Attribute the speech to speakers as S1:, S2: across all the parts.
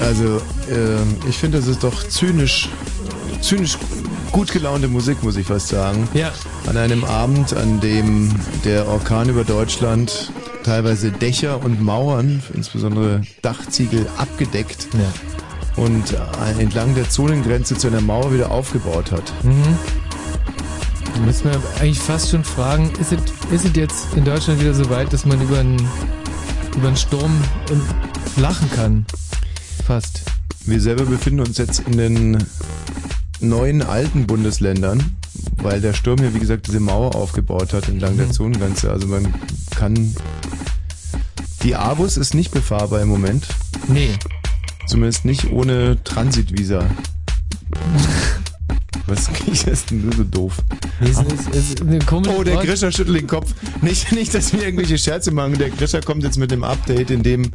S1: Also ähm, ich finde, das ist doch zynisch, zynisch gut gelaunte Musik, muss ich fast sagen.
S2: Ja.
S1: An einem Abend, an dem der Orkan über Deutschland teilweise Dächer und Mauern, insbesondere Dachziegel, abgedeckt und äh, entlang der Zonengrenze zu einer Mauer wieder aufgebaut hat.
S2: Mhm. Da müssen wir eigentlich fast schon fragen, ist es, ist es jetzt in Deutschland wieder so weit, dass man über einen, über einen Sturm äh, lachen kann? Fast.
S1: Wir selber befinden uns jetzt in den neuen alten Bundesländern, weil der Sturm hier, wie gesagt, diese Mauer aufgebaut hat entlang der Zonengrenze. Also man kann... Die Abus ist nicht befahrbar im Moment.
S2: Nee.
S1: Zumindest nicht ohne Transitvisa. Was ist denn nur so doof?
S2: Es ist, es ist eine komische
S1: Oh, der
S2: Frage.
S1: Grischer schüttelt den Kopf. Nicht, nicht, dass wir irgendwelche Scherze machen. Der Grischer kommt jetzt mit dem Update, in dem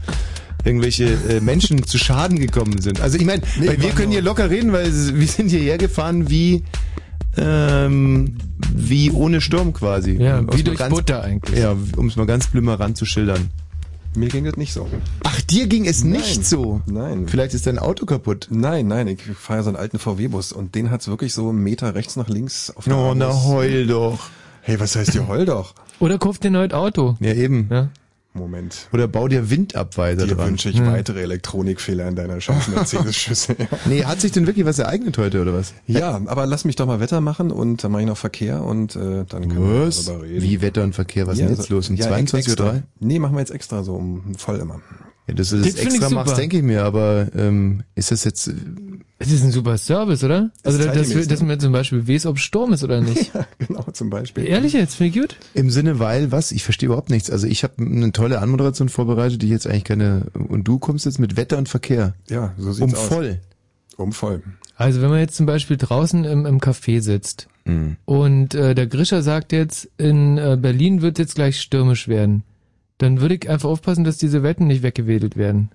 S1: irgendwelche äh, Menschen zu Schaden gekommen sind. Also ich meine,
S3: Nee,
S1: weil wir
S3: mach
S1: können
S3: nur.
S1: hier locker reden, weil es- wir sind hierher gefahren wie ähm, wie ohne Sturm quasi.
S2: Ja,
S1: Um's
S2: wie
S1: mal
S2: durch Butter eigentlich.
S1: Ja, um es mal ganz blümmerant zu schildern.
S3: Mir ging das nicht so.
S1: Ach, dir ging es nicht so?
S3: Nein.
S1: Vielleicht ist dein Auto kaputt.
S3: Nein, nein, ich fahre so einen alten VW-Bus und den hat's wirklich so einen Meter rechts nach links auf
S1: Oh,
S3: Arme.
S1: na heul doch.
S3: Hey, was heißt ihr heul doch?
S2: Oder kauft dir ein neues Auto.
S1: Ja, eben.
S2: Ja.
S3: Moment.
S1: Oder bau dir Windabweiser
S3: Dir
S1: dran. Hm.
S3: wünsche ich weitere Elektronikfehler in deiner scharfen Mercedes-Schüssel.
S1: Nee, hat sich denn wirklich was ereignet heute oder was?
S3: ja, aber lass mich doch mal Wetter machen und dann mache ich noch Verkehr und äh, dann können wir
S1: Was?
S3: darüber reden.
S1: Wie Wetter und Verkehr, was ist denn jetzt
S3: so-
S1: los? Um
S3: ja,
S1: 22.03
S3: extra.
S1: Uhr?
S3: Nee, machen wir jetzt extra so um voll immer.
S1: Ja, das ist
S2: Das
S1: das
S2: find
S1: extra
S2: ich super.
S1: machst, denke ich mir, aber ähm, ist das jetzt. äh,
S2: Es ist ein super Service, oder? Also,
S3: ist
S2: dass, dass, wir-
S3: zeitgemäß,
S2: dass man zum Beispiel weiß, ob Sturm ist oder nicht.
S3: Ja, genau, zum Beispiel.
S2: Ehrlich jetzt, finde ich gut.
S1: Im Sinne, weil, was? Ich verstehe überhaupt nichts. Also ich habe eine tolle Anmoderation vorbereitet, die ich jetzt eigentlich keine. Und du kommst jetzt mit Wetter und Verkehr.
S3: Ja, so sieht's
S1: Um
S3: aus.
S1: voll.
S3: Um voll.
S2: Also wenn man jetzt zum Beispiel draußen im, im Café sitzt
S3: Mhm.
S2: und äh, der Grischer sagt jetzt, in äh, Berlin wird jetzt gleich stürmisch werden, dann würde ich einfach aufpassen, dass diese Wetten nicht weggewedelt werden.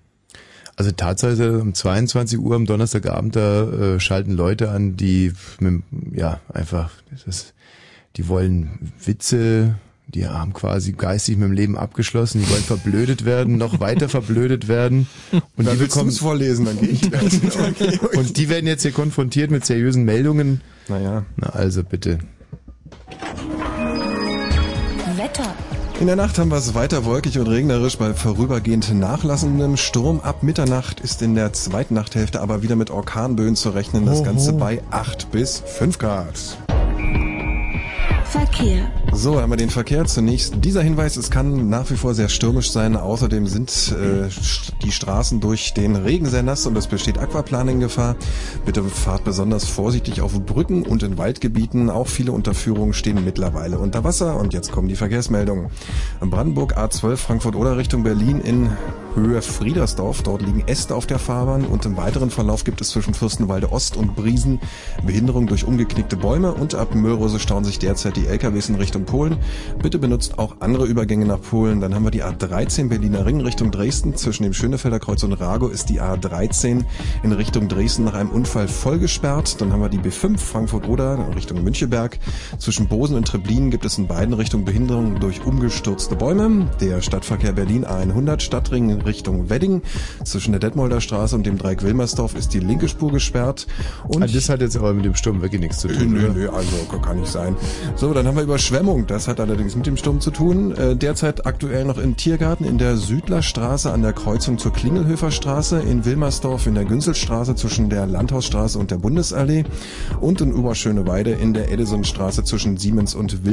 S1: Also Tatsache, ist ja, um 22 Uhr am Donnerstagabend, da äh, schalten Leute an, die, mit, dem- ja, einfach, das ist, die wollen Witze, die haben quasi geistig mit dem Leben abgeschlossen, die wollen verblödet werden, noch weiter verblödet werden. Und die
S3: Dann willst du
S1: bekommen,
S3: es vorlesen, dann gehe ich.
S1: und die werden jetzt hier konfrontiert mit seriösen Meldungen.
S3: naja.
S1: Na also bitte.
S4: Wetter.
S3: In der Nacht haben wir es weiter wolkig und regnerisch bei vorübergehend nachlassendem Sturm. Ab Mitternacht ist in der zweiten Nachthälfte aber wieder mit Orkanböen zu rechnen. Das Ganze bei 8 bis 5 Grad.
S4: Verkehr.
S3: So, einmal den Verkehr zunächst. Dieser Hinweis, es kann nach wie vor sehr stürmisch sein. Außerdem sind äh, st- die Straßen durch den Regen sehr nass und es besteht Aquaplaning-Gefahr. Bitte fahrt besonders vorsichtig auf Brücken und in Waldgebieten. Auch viele Unterführungen stehen mittlerweile unter Wasser. Und jetzt kommen die Verkehrsmeldungen. Brandenburg A12 Frankfurt-Oder Richtung Berlin in Höhe Friedersdorf. Dort liegen Äste auf der Fahrbahn und im weiteren Verlauf gibt es zwischen Fürstenwalde Ost und Briesen Behinderung durch umgeknickte Bäume und ab Möhrose stauen sich derzeit die LKWs in Richtung Polen. Bitte benutzt auch andere Übergänge nach Polen. Dann haben wir die A13 Berliner Ring Richtung Dresden. Zwischen dem Schönefelder Kreuz und Rago ist die A13 in Richtung Dresden nach einem Unfall vollgesperrt. Dann haben wir die B5 Frankfurt-Oder Richtung Müncheberg. Zwischen Bosen und Treblin gibt es in beiden Richtungen Behinderungen durch umgestürzte Bäume. Der Stadtverkehr Berlin A100 Stadtring in Richtung Wedding. Zwischen der Detmolder Straße und dem Dreieck Wilmersdorf ist die linke Spur gesperrt. Und
S1: Ah, das hat jetzt aber mit dem Sturm wirklich nichts zu
S3: Nö,
S1: tun.
S3: nö,
S1: oder?
S3: nö, also kann nicht sein. So, dann haben wir Überschwemmung. Das hat allerdings mit dem Sturm zu tun. Äh, derzeit aktuell noch im Tiergarten in der Südlerstraße an der Kreuzung zur Klingelhöfer Straße, in Wilmersdorf in der Günzelstraße zwischen der Landhausstraße und der Bundesallee und in Oberschöneweide in der Edisonstraße zwischen Siemens und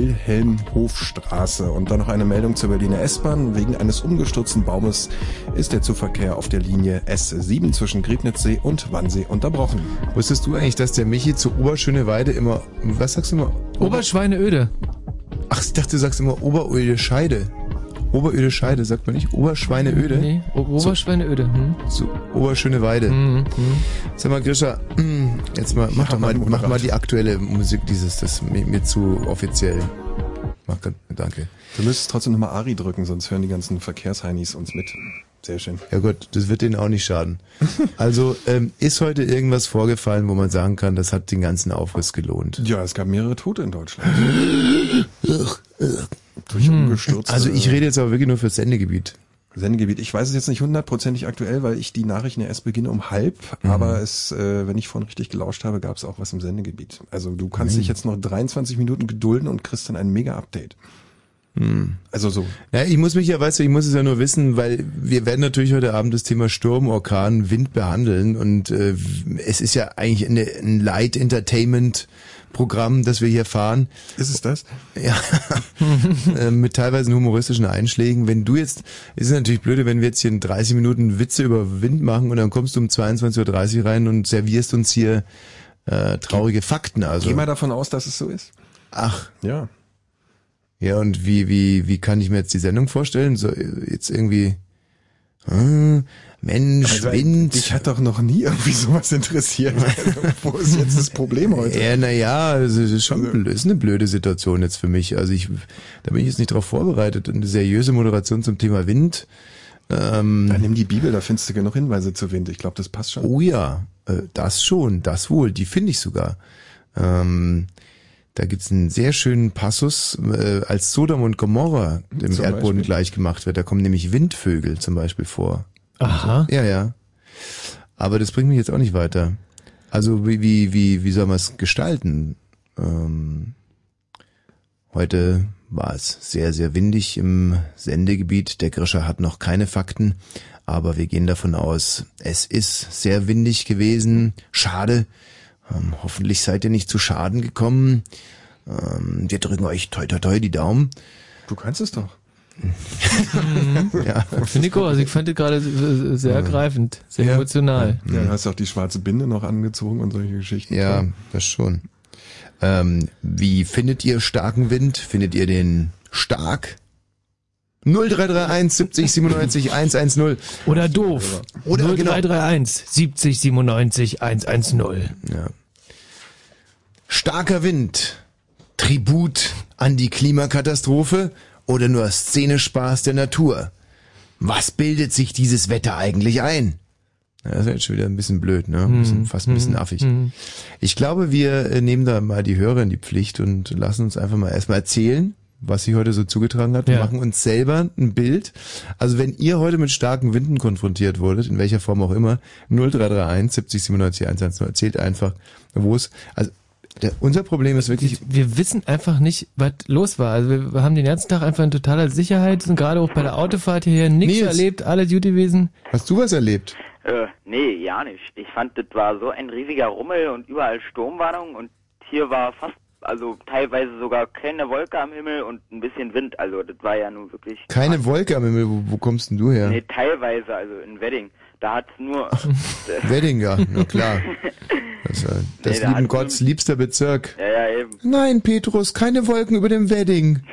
S3: Wilhelmhofstraße. Und dann noch eine Meldung zur Berliner S-Bahn. Wegen eines umgestürzten Baumes ist der Zugverkehr auf der Linie S7 zwischen Griebnitzsee und Wannsee unterbrochen.
S1: Wusstest du eigentlich, dass der Michi zur Oberschöneweide immer, was sagst du immer?
S2: Oberschweineöde.
S1: Ach, ich dachte, du sagst immer Oberöde Scheide. Oberöde Scheide, sagt man nicht? Oberschweineöde?
S2: Nee, o Oberschweineöde. Hm?
S1: So, Oberschöneweide.
S2: Mhm.
S1: Sag mal, Grisha, mm, jetzt mal, mach, doch mal, mach mal die aktuelle Musik dieses, das mir, mir zu offiziell. Mach, danke.
S3: Du müsstest trotzdem nochmal Ari drücken, sonst hören die ganzen Verkehrsheinis uns mit. Sehr schön.
S1: Ja Gott, das wird denen auch nicht schaden. Also, ähm, ist heute irgendwas vorgefallen, wo man sagen kann, das hat den ganzen Aufriss gelohnt?
S3: Ja, es gab mehrere Tote in Deutschland. Durch umgestürzte.
S1: Hm. Also ich rede jetzt aber wirklich nur fürs Sendegebiet.
S3: äh. Sendegebiet. Ich weiß es jetzt nicht hundertprozentig aktuell, weil ich die Nachrichten ja erst beginne um halb,
S1: Mhm.
S3: aber es, äh, wenn ich vorhin richtig gelauscht habe, gab es auch was im Sendegebiet. Also du kannst
S1: Mhm.
S3: dich jetzt noch 23 Minuten gedulden und kriegst dann ein Mega-Update.
S1: Hm.
S3: Also so.
S1: Ja, ich muss mich ja, weißt du, ich muss es ja nur wissen, weil wir werden natürlich heute Abend das Thema Sturm, Orkan, Wind behandeln und äh, es ist ja eigentlich eine, ein Light Entertainment Programm, das wir hier fahren.
S3: Ist es das?
S1: Ja, äh, mit teilweise humoristischen Einschlägen. Wenn du jetzt, es ist natürlich blöde, wenn wir jetzt hier in 30 Minuten Witze über Wind machen und dann kommst du um 22.30 Uhr rein und servierst uns hier äh, traurige Fakten. Also,
S3: Geh mal davon aus, dass es so ist.
S1: ach,
S3: Ja.
S1: ja, und wie, wie, wie kann ich mir jetzt die Sendung vorstellen? So, jetzt irgendwie, hm, Mensch,
S3: Also,
S1: Wind.
S3: Dich hat doch noch nie irgendwie sowas interessiert. Also, wo ist jetzt das Problem heute?
S1: Ja, naja, es ist schon blö- ist eine blöde Situation jetzt für mich. Also ich, da bin ich jetzt nicht drauf vorbereitet. Eine seriöse Moderation zum Thema Wind. Ähm,
S3: Dann nimm die Bibel, da findest du genug Hinweise zu Wind. Ich glaube, das passt schon.
S1: oh ja, äh, das schon, das wohl, die finde ich sogar. Ähm, da gibt's einen sehr schönen Passus, äh, als Sodom und Gomorra dem
S3: Zum
S1: Erdboden
S3: Beispiel.
S1: gleich gemacht wird. Da kommen nämlich Windvögel zum Beispiel vor.
S2: Aha.
S1: Ja, ja. Aber das bringt mich jetzt auch nicht weiter. Also wie, wie, wie, wie soll man es gestalten? Ähm, heute war es sehr, sehr windig im Sendegebiet. Der Grischer hat noch keine Fakten, aber wir gehen davon aus, es ist sehr windig gewesen. Schade. Ähm, hoffentlich seid ihr nicht zu Schaden gekommen. Ähm, wir drücken euch toi toi toi die Daumen.
S3: Du kannst es doch.
S1: Ja.
S2: Für Nico, also ich fand das gerade äh, sehr ergreifend, sehr
S1: Ja.
S2: emotional.
S3: Ja, du hast auch die schwarze Binde noch angezogen und solche Geschichten.
S1: Ja, das schon. Ähm, wie findet ihr starken Wind? Findet ihr den stark? 0331 70 97 110.
S2: Oder doof.
S1: Oder genau.
S2: 0331 70 97 110.
S1: Ja. Starker Wind. Tribut an die Klimakatastrophe oder nur Szenespaß der Natur? Was bildet sich dieses Wetter eigentlich ein? Ja, das wäre jetzt schon wieder ein bisschen blöd, ne? Ein bisschen, fast ein bisschen affig. Ich glaube, wir äh, nehmen da mal die Hörer in die Pflicht und lassen uns einfach mal erstmal erzählen, was sie heute so zugetragen hat. Wir
S2: Ja.
S1: machen uns selber ein Bild. Also wenn ihr heute mit starken Winden konfrontiert wurdet, in welcher Form auch immer, 0331 70 97 110, erzählt einfach, wo es, also der, unser Problem ist wirklich,
S2: wir wissen einfach nicht, was los war. Also wir, wir haben den ganzen Tag einfach in totaler Sicherheit, sind gerade auch bei der Autofahrt hierher nichts
S1: Nils.
S2: erlebt, alle gut gewesen.
S1: hast du was erlebt?
S4: Äh, nee, ja nicht. Ich fand, das war so ein riesiger Rummel und überall Sturmwarnung und hier war fast, also teilweise sogar keine Wolke am Himmel und ein bisschen Wind. Also das war ja nun wirklich.
S1: Keine Wolke am Himmel, wo, wo kommst denn du her?
S4: Nee, teilweise, also in Wedding. Da hat's nur.
S1: Weddinger, na klar. Das, äh, das
S4: da
S1: lieben
S4: hat-
S1: Gottes liebster Bezirk.
S4: ja, ja, eben.
S1: Nein, Petrus, keine Wolken über dem Wedding.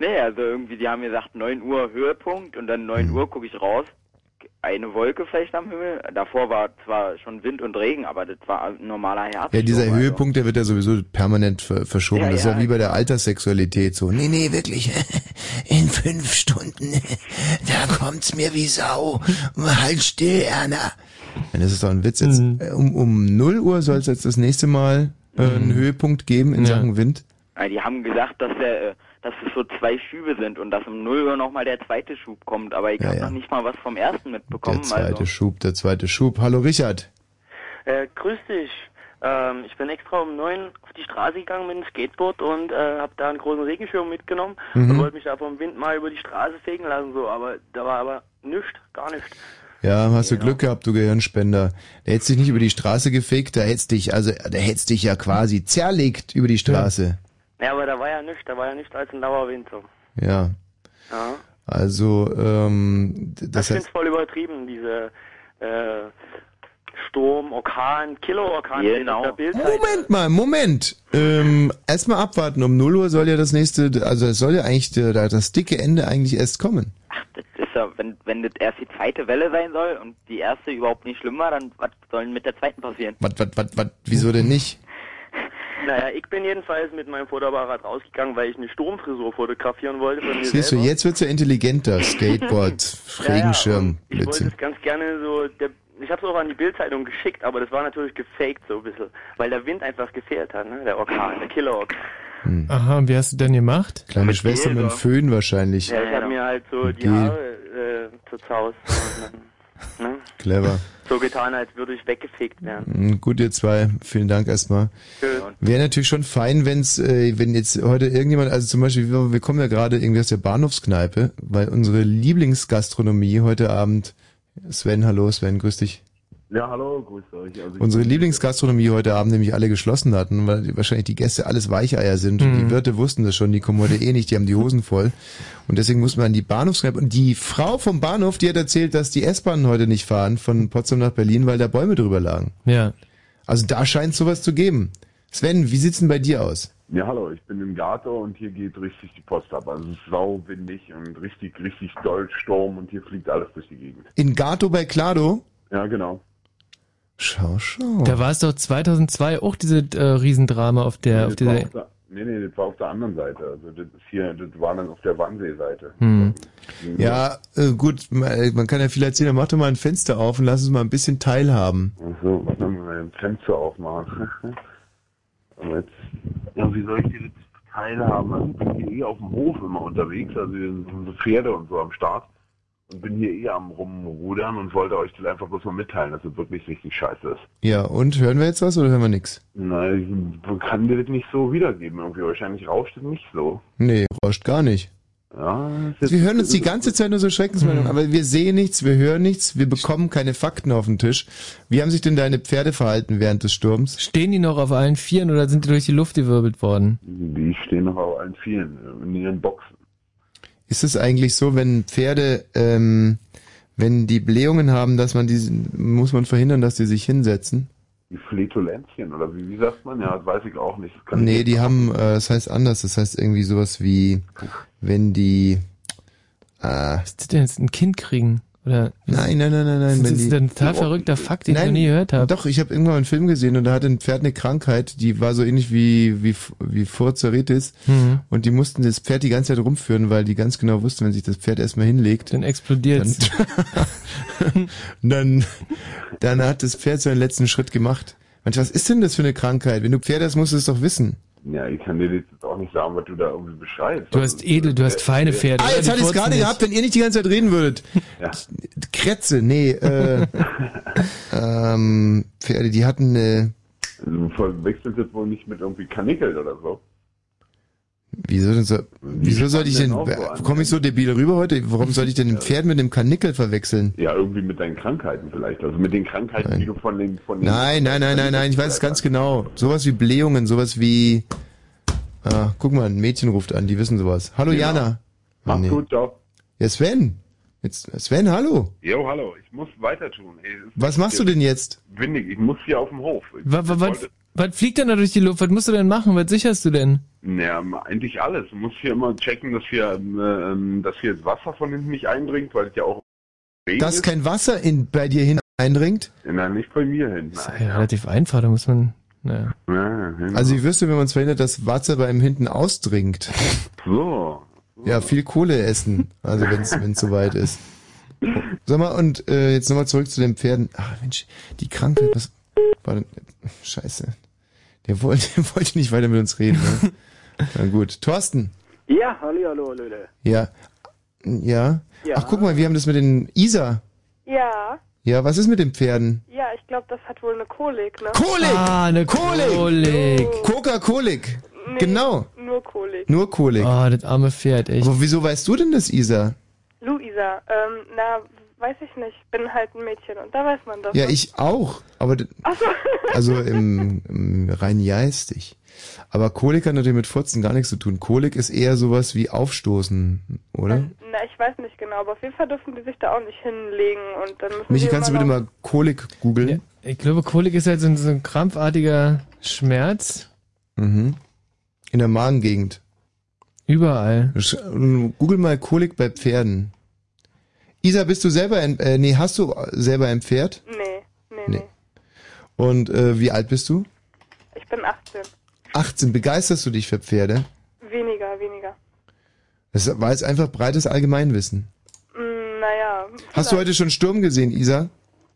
S4: Nee, also irgendwie, die haben gesagt 9 Uhr Höhepunkt und dann
S1: Mhm.
S4: 9 Uhr gucke ich raus. Eine Wolke vielleicht am Himmel. Davor war zwar schon Wind und Regen, aber das war ein normaler Herbst.
S1: Ja, dieser
S4: also.
S1: Höhepunkt, der wird ja sowieso permanent ver verschoben.
S4: Ja,
S1: das ist
S4: ja.
S1: ja wie bei der Alterssexualität so. Nee, nee, wirklich. In fünf Stunden. Da kommt's mir wie Sau. Halt still, Erna. Ja, Das ist doch ein Witz. Jetzt, äh, um, um 0 Uhr soll es jetzt das nächste Mal äh, einen Höhepunkt geben in
S2: Ja.
S1: Sachen Wind.
S4: Ja, die haben gesagt, dass der, äh, dass es so zwei Schübe sind und dass um 0 Uhr nochmal der zweite Schub kommt, aber ich
S1: Ja,
S4: hab habe
S1: ja.
S4: noch nicht mal was vom ersten mitbekommen.
S1: Der zweite
S4: also.
S1: Schub, der zweite Schub. Hallo Richard.
S5: Äh, grüß dich.
S4: Äh,
S5: Ähm, ich bin extra um neun auf die Straße gegangen mit dem Skateboard und äh, habe da einen großen Regenschirm mitgenommen
S1: Mhm.
S5: und wollte mich da vom Wind mal über die Straße fegen lassen, so, aber da war aber nichts, gar nichts.
S1: Ja, hast du Glück gehabt, du Gehirnspender. Der hättest dich nicht über die Straße gefegt, da hättest dich, also, der hättest dich ja quasi zerlegt über die Straße.
S5: Ja, aber da war ja nichts, da war ja nichts als ein lauer Wind so.
S1: ja.
S5: Ja.
S1: Also, ähm, d-
S5: Das ich
S1: das
S5: finde
S1: heißt,
S5: es voll übertrieben, diese äh, Sturm, Orkan, Killer-Orkan,
S4: Genau.
S5: den auf der Bildseite-
S1: Moment mal, Moment. Ähm, erstmal abwarten. Um 0 Uhr soll ja das nächste, also es soll ja eigentlich der, da- das dicke Ende eigentlich erst kommen.
S4: Ach, das ist ja, wenn, wenn das erst die zweite Welle sein soll und die erste überhaupt nicht schlimm war, dann was soll denn mit der zweiten passieren?
S1: Wat, wat, wat, wat, wieso denn nicht?
S5: Naja, ich bin jedenfalls mit meinem Fotoapparat rausgegangen, weil ich eine Sturmfrisur fotografieren wollte von mir
S1: Siehst du,
S5: selber.
S1: jetzt wird's ja intelligenter. Skateboard,
S5: Ja, ja,
S1: Regenschirm,
S5: und ich wollte
S1: Blödsinn.
S5: es ganz gerne so, der, ich habe es auch an die Bildzeitung geschickt, aber das war natürlich gefaked so ein bisschen, weil der Wind einfach gefehlt hat, ne? der Orkan, der Killer-Orkan.
S2: Aha, und wie hast du denn gemacht?
S1: Hm. Kleine Schwester mit dem
S4: Gel,
S1: Föhn wahrscheinlich.
S5: Ja, ich
S4: Ja, genau.
S5: habe mir halt so die
S1: Die-
S5: Haare äh, ins Haus. Und dann, ne?
S1: Clever.
S5: So getan, als würde ich weggefegt werden.
S1: Mm, Gut, ihr zwei, vielen Dank erstmal. Wäre natürlich schon fein, wenn's, äh, wenn jetzt heute irgendjemand, also zum Beispiel, wir, wir kommen ja gerade irgendwie aus der Bahnhofskneipe, weil unsere Lieblingsgastronomie heute Abend, Sven, hallo Sven, grüß dich.
S6: Ja, hallo, grüßt euch. Also ich-
S1: Unsere Lieblingsgastronomie heute Abend nämlich alle geschlossen hatten, weil die- wahrscheinlich die Gäste alles Weicheier sind.
S2: Mhm.
S1: Die Wirte wussten das schon, die kommen heute eh nicht, die haben die Hosen voll. Und deswegen mussten wir an die Bahnhofskneipe. Und die Frau vom Bahnhof, die hat erzählt, dass die S-Bahnen heute nicht fahren von Potsdam nach Berlin, weil da Bäume drüber lagen.
S2: Ja.
S1: Also da scheint sowas zu geben. Sven, wie sieht's denn bei dir aus?
S6: Ja, hallo, ich bin im Gato und hier geht richtig die Post ab. Also es ist sauwindig und richtig, richtig doll Sturm und hier fliegt alles durch die Gegend.
S1: In Gato bei Klado?
S6: Ja, genau.
S1: Schau, schau.
S2: Da war es doch 2002 auch diese äh, Riesendrama auf der, auf
S6: das war
S2: dieser.
S6: auf der, nee, nee, das war auf der anderen Seite. Also das ist hier, das war dann auf der Wannsee-Seite.
S2: Hm.
S1: Ja, äh, gut, man man kann ja viel erzählen, mach doch mal ein Fenster auf und lass uns mal ein bisschen teilhaben.
S6: Also, was haben wir denn? Fenster aufmachen. Aber jetzt, ja, wie soll ich dir das teilhaben? Also, ich bin hier eh auf dem Hof immer unterwegs, also hier sind so Pferde und so am Start. Und bin hier eh am Rumrudern und wollte euch das einfach bloß mal mitteilen, dass es wirklich richtig scheiße ist.
S1: Ja, und hören wir jetzt was oder hören wir nix?
S6: Na, ich kann dir das nicht so wiedergeben irgendwie. Wahrscheinlich rauscht es nicht so. Ah,
S1: Nee, rauscht gar nicht.
S6: Ja, das ist
S1: Wir hören uns die ganze Zeit nur so Schreckensmeldungen,
S2: Mhm.
S1: aber wir sehen nichts, wir hören nichts, wir bekommen keine Fakten auf den Tisch. Wie haben sich denn deine Pferde verhalten während des Sturms?
S2: Stehen die noch auf allen Vieren oder sind die durch die Luft gewirbelt worden?
S6: Die stehen noch auf allen Vielen, in ihren Boxen.
S1: Ist es eigentlich so, wenn Pferde, ähm, wenn die Blähungen haben, dass man die, muss man verhindern, dass die sich hinsetzen?
S6: Die Fletulenzchen, oder wie, wie sagt man? Ja, das weiß ich auch nicht. Das kann
S1: Nee,
S6: ich-
S1: die haben, äh, das heißt anders, das heißt irgendwie sowas wie, wenn die, äh,
S2: Was ist denn jetzt ein Kind kriegen? Oder
S1: nein, nein, nein, nein, nein,
S2: das
S1: wenn
S2: ist
S1: die, Oh,
S2: ein total verrückter Fakt, den ich noch nie gehört habe.
S1: Doch, ich habe irgendwann einen Film gesehen und da hatte ein Pferd eine Krankheit, die war so ähnlich wie wie wie Furzeritis
S2: Mhm.
S1: und die mussten das Pferd die ganze Zeit rumführen, weil die ganz genau wussten, wenn sich das Pferd erstmal hinlegt,
S2: Dann explodiert's.
S1: dann dann hat das Pferd seinen letzten Schritt gemacht. Mensch, was ist denn das für eine Krankheit? Wenn du Pferd hast, musst du es doch wissen.
S6: Ja, ich kann dir jetzt auch nicht sagen, was du da irgendwie beschreibst.
S2: Du hast edel, du hast feine Pferde.
S1: Ah, jetzt
S2: Die
S1: hatte ich
S2: furzen
S1: gerade
S2: nicht.
S1: gehabt, wenn ihr nicht die ganze Zeit reden würdet.
S6: Ja.
S1: Kretze, nee, äh, ähm, Pferde, die hatten eine,
S6: Also, du verwechselst jetzt wohl nicht mit irgendwie Kanickel oder so.
S1: Wieso, denn so, wieso sollte ich
S6: denn
S1: denn,
S6: auch so an?
S1: komme ich so debil rüber heute? Warum sollte ich denn ein Pferd mit dem Kanickel verwechseln?
S6: Ja, irgendwie mit deinen Krankheiten vielleicht. Also mit den Krankheiten, die du von den... Von den
S1: Nein, nein, nein, nein, nein, ich weiß es ganz genau. Sowas wie Blähungen, sowas wie, ah, guck mal, ein Mädchen ruft an, die wissen sowas. Hallo
S6: Genau.
S1: Jana.
S6: Mach's
S1: Nee.
S6: gut, ciao.
S1: Ja, Sven. Jetzt, Sven, hallo.
S6: Jo, hallo, ich muss weiter tun. Ey, es ist
S1: Was machst du denn jetzt?
S6: Windig, ich muss hier auf dem Hof. Ich
S2: Wa- wa- Was
S6: wollte-
S2: was fliegt denn da durch die Luft? Was musst du denn machen? Was sicherst du denn?
S6: Naja, eigentlich alles. Du musst hier immer checken, dass hier, ähm, ähm, dass hier das Wasser von hinten nicht eindringt, weil es ja auch Regen
S1: Dass
S6: ist.
S1: kein Wasser in, bei dir hineindringt?
S6: Nein, nicht bei mir hin.
S2: Das ist ja relativ einfach, da muss man. Naja.
S6: Ja, hin.
S1: Also, wie wirst du, wenn man es verhindert, dass Wasser bei ihm hinten ausdringt?
S6: so.
S1: Ja, viel Kohle essen, also wenn es soweit ist. Sag mal, und äh, jetzt nochmal zurück zu den Pferden. Ah, Mensch, die Krankheit, was war denn? Scheiße. Der wollte, der wollte nicht weiter mit uns reden. Ne? Na gut. Thorsten,
S7: Ja, hallo, hallo, hallo.
S1: ja. Ja.
S7: Ja.
S1: Ach, guck mal, wir haben das mit den Isa.
S4: Ja,
S1: Ja, was ist mit den Pferden?
S4: ja, ich glaube, das hat wohl eine Kolik, ne?
S1: Kolik!
S2: Ah, eine
S1: Kolik!
S2: Kolik!
S1: Coca-Kolik. Genau.
S4: Nur Kolik.
S1: Nur Kolik.
S2: Ah, das arme Pferd, echt.
S1: Aber wieso weißt du denn das, Isa?
S4: Luisa, ähm, na, weiß ich nicht. Bin halt ein Mädchen und da weiß man das.
S1: Ja,
S4: ne?
S1: ich auch. Aber d- also im, im rein geistig. Aber Kolik hat natürlich mit Furzen gar nichts zu tun. Kolik ist eher sowas wie Aufstoßen, oder?
S4: Na, ich weiß nicht genau, aber auf jeden Fall dürfen die sich da auch nicht hinlegen und dann müssen
S1: Michi,
S4: die
S1: kannst du
S4: immer
S1: bitte
S4: noch-
S1: mal Kolik googeln?
S2: Ich glaube, Kolik ist halt so ein, so ein krampfartiger Schmerz
S1: Mhm. In der Magengegend.
S2: überall.
S1: Sch- hm, Google mal Kolik bei Pferden. Isa, bist du selber ein, äh, nee, hast du selber ein Pferd?
S4: Nee, nee,
S1: Nee.
S4: nee,
S1: Und äh, wie alt bist du?
S4: Ich bin 18.
S1: 18. Begeisterst du dich für Pferde?
S4: Weniger, weniger.
S1: Das war jetzt einfach breites Allgemeinwissen.
S4: Hm, naja.
S1: Hast du heute schon Sturm gesehen, Isa?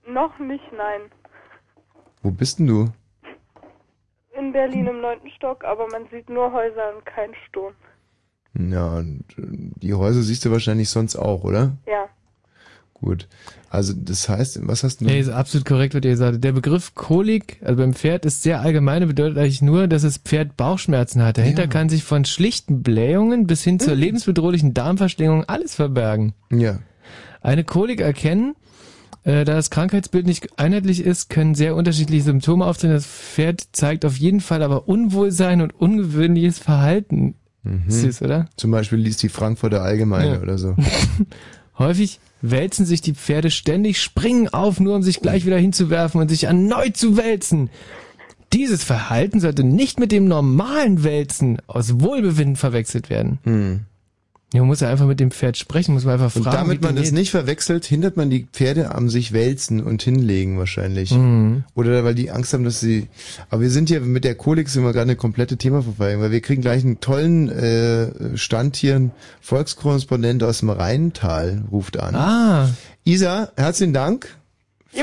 S4: Noch nicht, nein.
S1: Wo bist denn du?
S4: In Berlin im neunten Stock, aber man sieht nur Häuser und keinen Sturm.
S1: Ja, und äh, die Häuser siehst du wahrscheinlich sonst auch, oder?
S4: Ja.
S1: Gut. Also das heißt, was hast du?
S2: Nee, ist absolut korrekt, was ihr gesagt habt. Der Begriff Kolik, also beim Pferd, ist sehr allgemein und bedeutet eigentlich nur, dass das Pferd Bauchschmerzen hat. Dahinter kann sich von schlichten Blähungen bis hin zur lebensbedrohlichen Darmverschlingung alles verbergen.
S1: Ja.
S2: Eine Kolik erkennen, äh, da das Krankheitsbild nicht einheitlich ist, können sehr unterschiedliche Symptome auftreten. Das Pferd zeigt auf jeden Fall aber Unwohlsein und ungewöhnliches Verhalten.
S1: Mhm.
S2: Süß, oder?
S1: Zum Beispiel liest die Frankfurter Allgemeine
S2: Ja.
S1: oder so.
S2: Häufig wälzen sich die Pferde ständig, springen auf, nur um sich gleich wieder hinzuwerfen und sich erneut zu wälzen. Dieses Verhalten sollte nicht mit dem normalen Wälzen aus Wohlbefinden verwechselt werden.
S1: Hm.
S2: Ja, man muss ja einfach mit dem Pferd sprechen, muss man einfach
S1: Und
S2: fragen.
S1: damit
S2: wie
S1: man das
S2: geht.
S1: nicht verwechselt, hindert man die Pferde am sich wälzen und hinlegen wahrscheinlich.
S2: Mhm.
S1: Oder weil die Angst haben, dass sie. Aber wir sind hier mit der Kolik sind wir gerade eine komplette Themaverfeilung, weil wir kriegen gleich einen tollen äh, Stand hier. Ein Volkskorrespondent aus dem Rheintal ruft an.
S2: Ah.
S1: Isa, herzlichen Dank für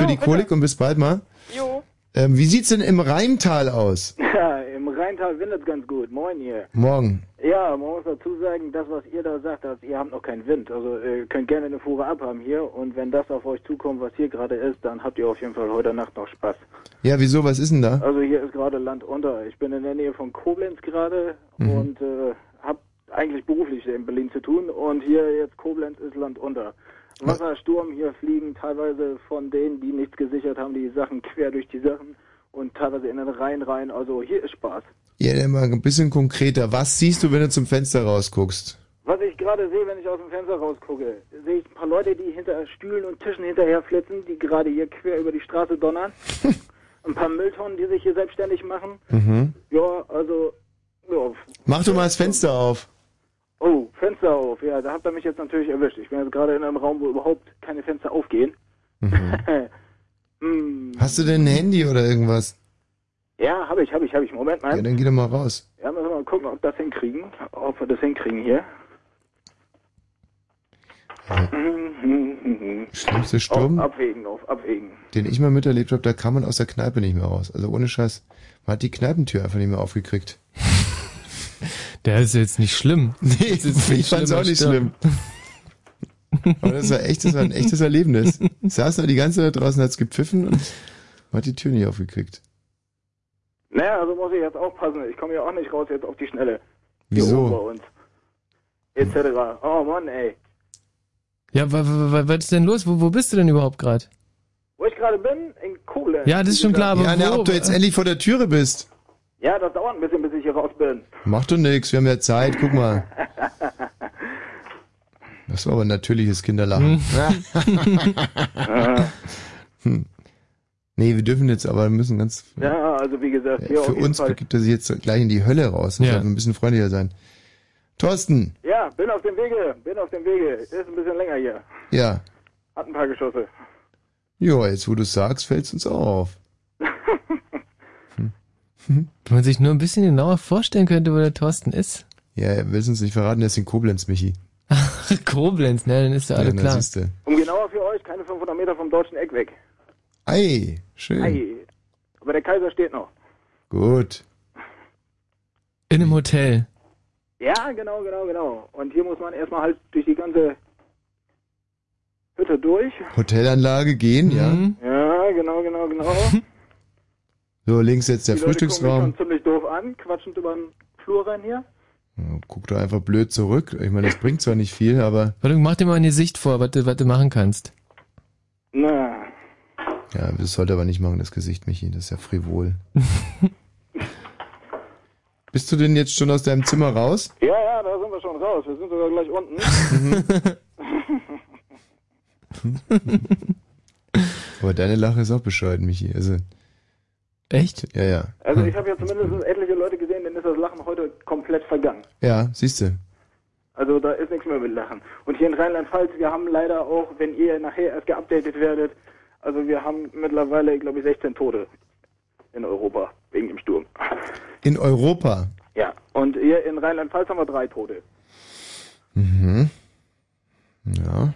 S7: Jo,
S1: die
S7: bitte.
S1: Kolik und bis bald mal.
S7: Jo.
S1: Ähm, wie sieht's denn im Rheintal aus?
S7: Ja, im Rheintal windet ganz gut. Moin hier.
S1: Morgen.
S7: Ja, man muss dazu sagen, das, was ihr da sagt, also ihr habt noch keinen Wind. Also ihr könnt gerne eine Fuhre abhaben hier. Und wenn das auf euch zukommt, was hier gerade ist, dann habt ihr auf jeden Fall heute Nacht noch Spaß.
S1: Ja, wieso? Was ist denn da?
S7: Also hier ist gerade Land unter. Ich bin in der Nähe von Koblenz gerade
S1: Mhm.
S7: und äh, habe eigentlich beruflich in Berlin zu tun. Und hier jetzt Koblenz ist Land unter. Wassersturm, hier fliegen teilweise von denen, die nichts gesichert haben, die Sachen quer durch die Sachen und teilweise in den Rhein rein. Also hier ist Spaß.
S1: Ja, dann mal ein bisschen konkreter. Was siehst du, wenn du zum Fenster rausguckst?
S7: Was ich gerade sehe, wenn ich aus dem Fenster rausgucke, sehe ich ein paar Leute, die hinter Stühlen und Tischen hinterher flitzen, die gerade hier quer über die Straße donnern. ein paar Mülltonnen, die sich hier selbstständig machen.
S1: Mhm.
S7: Ja, also, ja.
S1: Mach doch mal das Fenster auf.
S7: Oh, Fenster auf. Ja, da habt ihr mich jetzt natürlich erwischt. Ich bin jetzt gerade in einem Raum, wo überhaupt keine Fenster aufgehen.
S2: Mhm.
S7: hm.
S1: Hast du denn ein Handy oder irgendwas?
S7: Ja, habe ich, habe ich, habe ich. Moment mal.
S1: Ja, dann geh doch mal raus.
S7: Ja, müssen wir mal gucken, ob das hinkriegen, ob wir das hinkriegen hier.
S1: Schlimmste Sturm,
S7: Auf Abwägen, auf Abwägen.
S1: den ich mal miterlebt habe, da kam man aus der Kneipe nicht mehr raus. Also ohne Scheiß. Man hat die Kneipentür einfach nicht mehr aufgekriegt.
S2: Der ist jetzt nicht schlimm.
S1: Nee,
S2: Das ist viel
S1: ich fand's auch
S2: schlimmer,
S1: nicht schlimm.
S2: stimmt.
S1: Aber das war echt, das war ein echtes Erlebnis. Ich saß noch die ganze Zeit draußen, hat's gepfiffen und man hat die Tür nicht aufgekriegt.
S7: Naja, also muss ich jetzt aufpassen. Ich komme ja auch nicht raus jetzt auf die Schnelle. Hier
S1: Wieso?
S7: oben Bei uns. Etc. Oh Mann, ey.
S2: Ja, wa- wa- wa- was ist denn los? Wo, wo bist du denn überhaupt gerade?
S7: Wo ich gerade bin? In Koblenz.
S2: Ja, das ist schon klar, aber
S1: Ja, na,
S2: wo?
S1: ob du jetzt endlich vor der Türe bist.
S7: Ja, das dauert ein bisschen, bis ich hier raus bin.
S1: Macht doch nix, wir haben ja Zeit, guck mal. Das war aber ein natürliches Kinderlachen.
S7: Äh,
S1: Hm. nee, wir dürfen jetzt aber, wir müssen ganz,
S7: Ja, also wie gesagt, hier
S1: Äh, für
S7: auf jeden
S1: uns
S7: Fall.
S1: begibt er sich jetzt gleich in die Hölle raus. Wir
S7: Ja.
S1: sollten ein bisschen freundlicher sein. Thorsten,
S7: Ja, bin auf dem Wege, bin auf dem Wege. Ist ein bisschen länger hier.
S1: ja.
S7: Hat ein paar Geschosse.
S1: Ja, jetzt wo du sagst, fällt's uns auch auf. Hm.
S2: Wenn man sich nur ein bisschen genauer vorstellen könnte, wo der Thorsten ist.
S1: Ja, er will's uns nicht verraten, der ist in Koblenz, Michi.
S2: Koblenz, ne, dann ist ja
S1: Ja,
S2: alles
S1: dann
S2: klar.
S1: siehst du.
S7: Um genauer für euch, keine 500 Meter vom deutschen Eck weg.
S1: Ei, schön.
S7: Ei. Aber der Kaiser steht noch.
S1: Gut.
S2: In einem Hotel.
S7: Ja, genau, genau, genau. Und hier muss man erstmal halt durch die ganze Hütte durch.
S1: Hotelanlage gehen,
S2: Mhm.
S1: ja.
S7: Ja, genau, genau, genau.
S1: So, links jetzt der
S7: die Leute gucken
S1: Frühstücksraum.
S7: mich schon ziemlich doof an, quatschend über den Flur rein hier.
S1: Guck doch einfach blöd zurück. Ich meine, das bringt zwar nicht viel, aber
S2: Warte, mach dir mal eine Sicht vor, was du, was du machen kannst.
S7: Na,
S1: ja, das sollte aber nicht machen, das Gesicht, Michi. Das ist ja frivol. Bist du denn jetzt schon aus deinem Zimmer raus?
S7: ja, ja, da sind wir schon raus. Wir sind sogar gleich unten.
S1: aber deine Lache ist auch bescheuert, Michi. Also,
S2: Echt?
S1: Ja, ja. Hm.
S7: Also ich habe ja zumindest etliche Leute gesehen, denen ist das Lachen heute komplett vergangen.
S1: Ja, siehst du.
S7: Also da ist nichts mehr mit Lachen. Und hier in Rheinland-Pfalz, wir haben leider auch, wenn ihr nachher erst geupdatet werdet, also wir haben mittlerweile, glaube ich, 16 Tote in Europa wegen dem Sturm.
S1: In Europa.
S7: Ja. Und hier in Rheinland-Pfalz haben wir drei Tote.
S1: Mhm. Ja.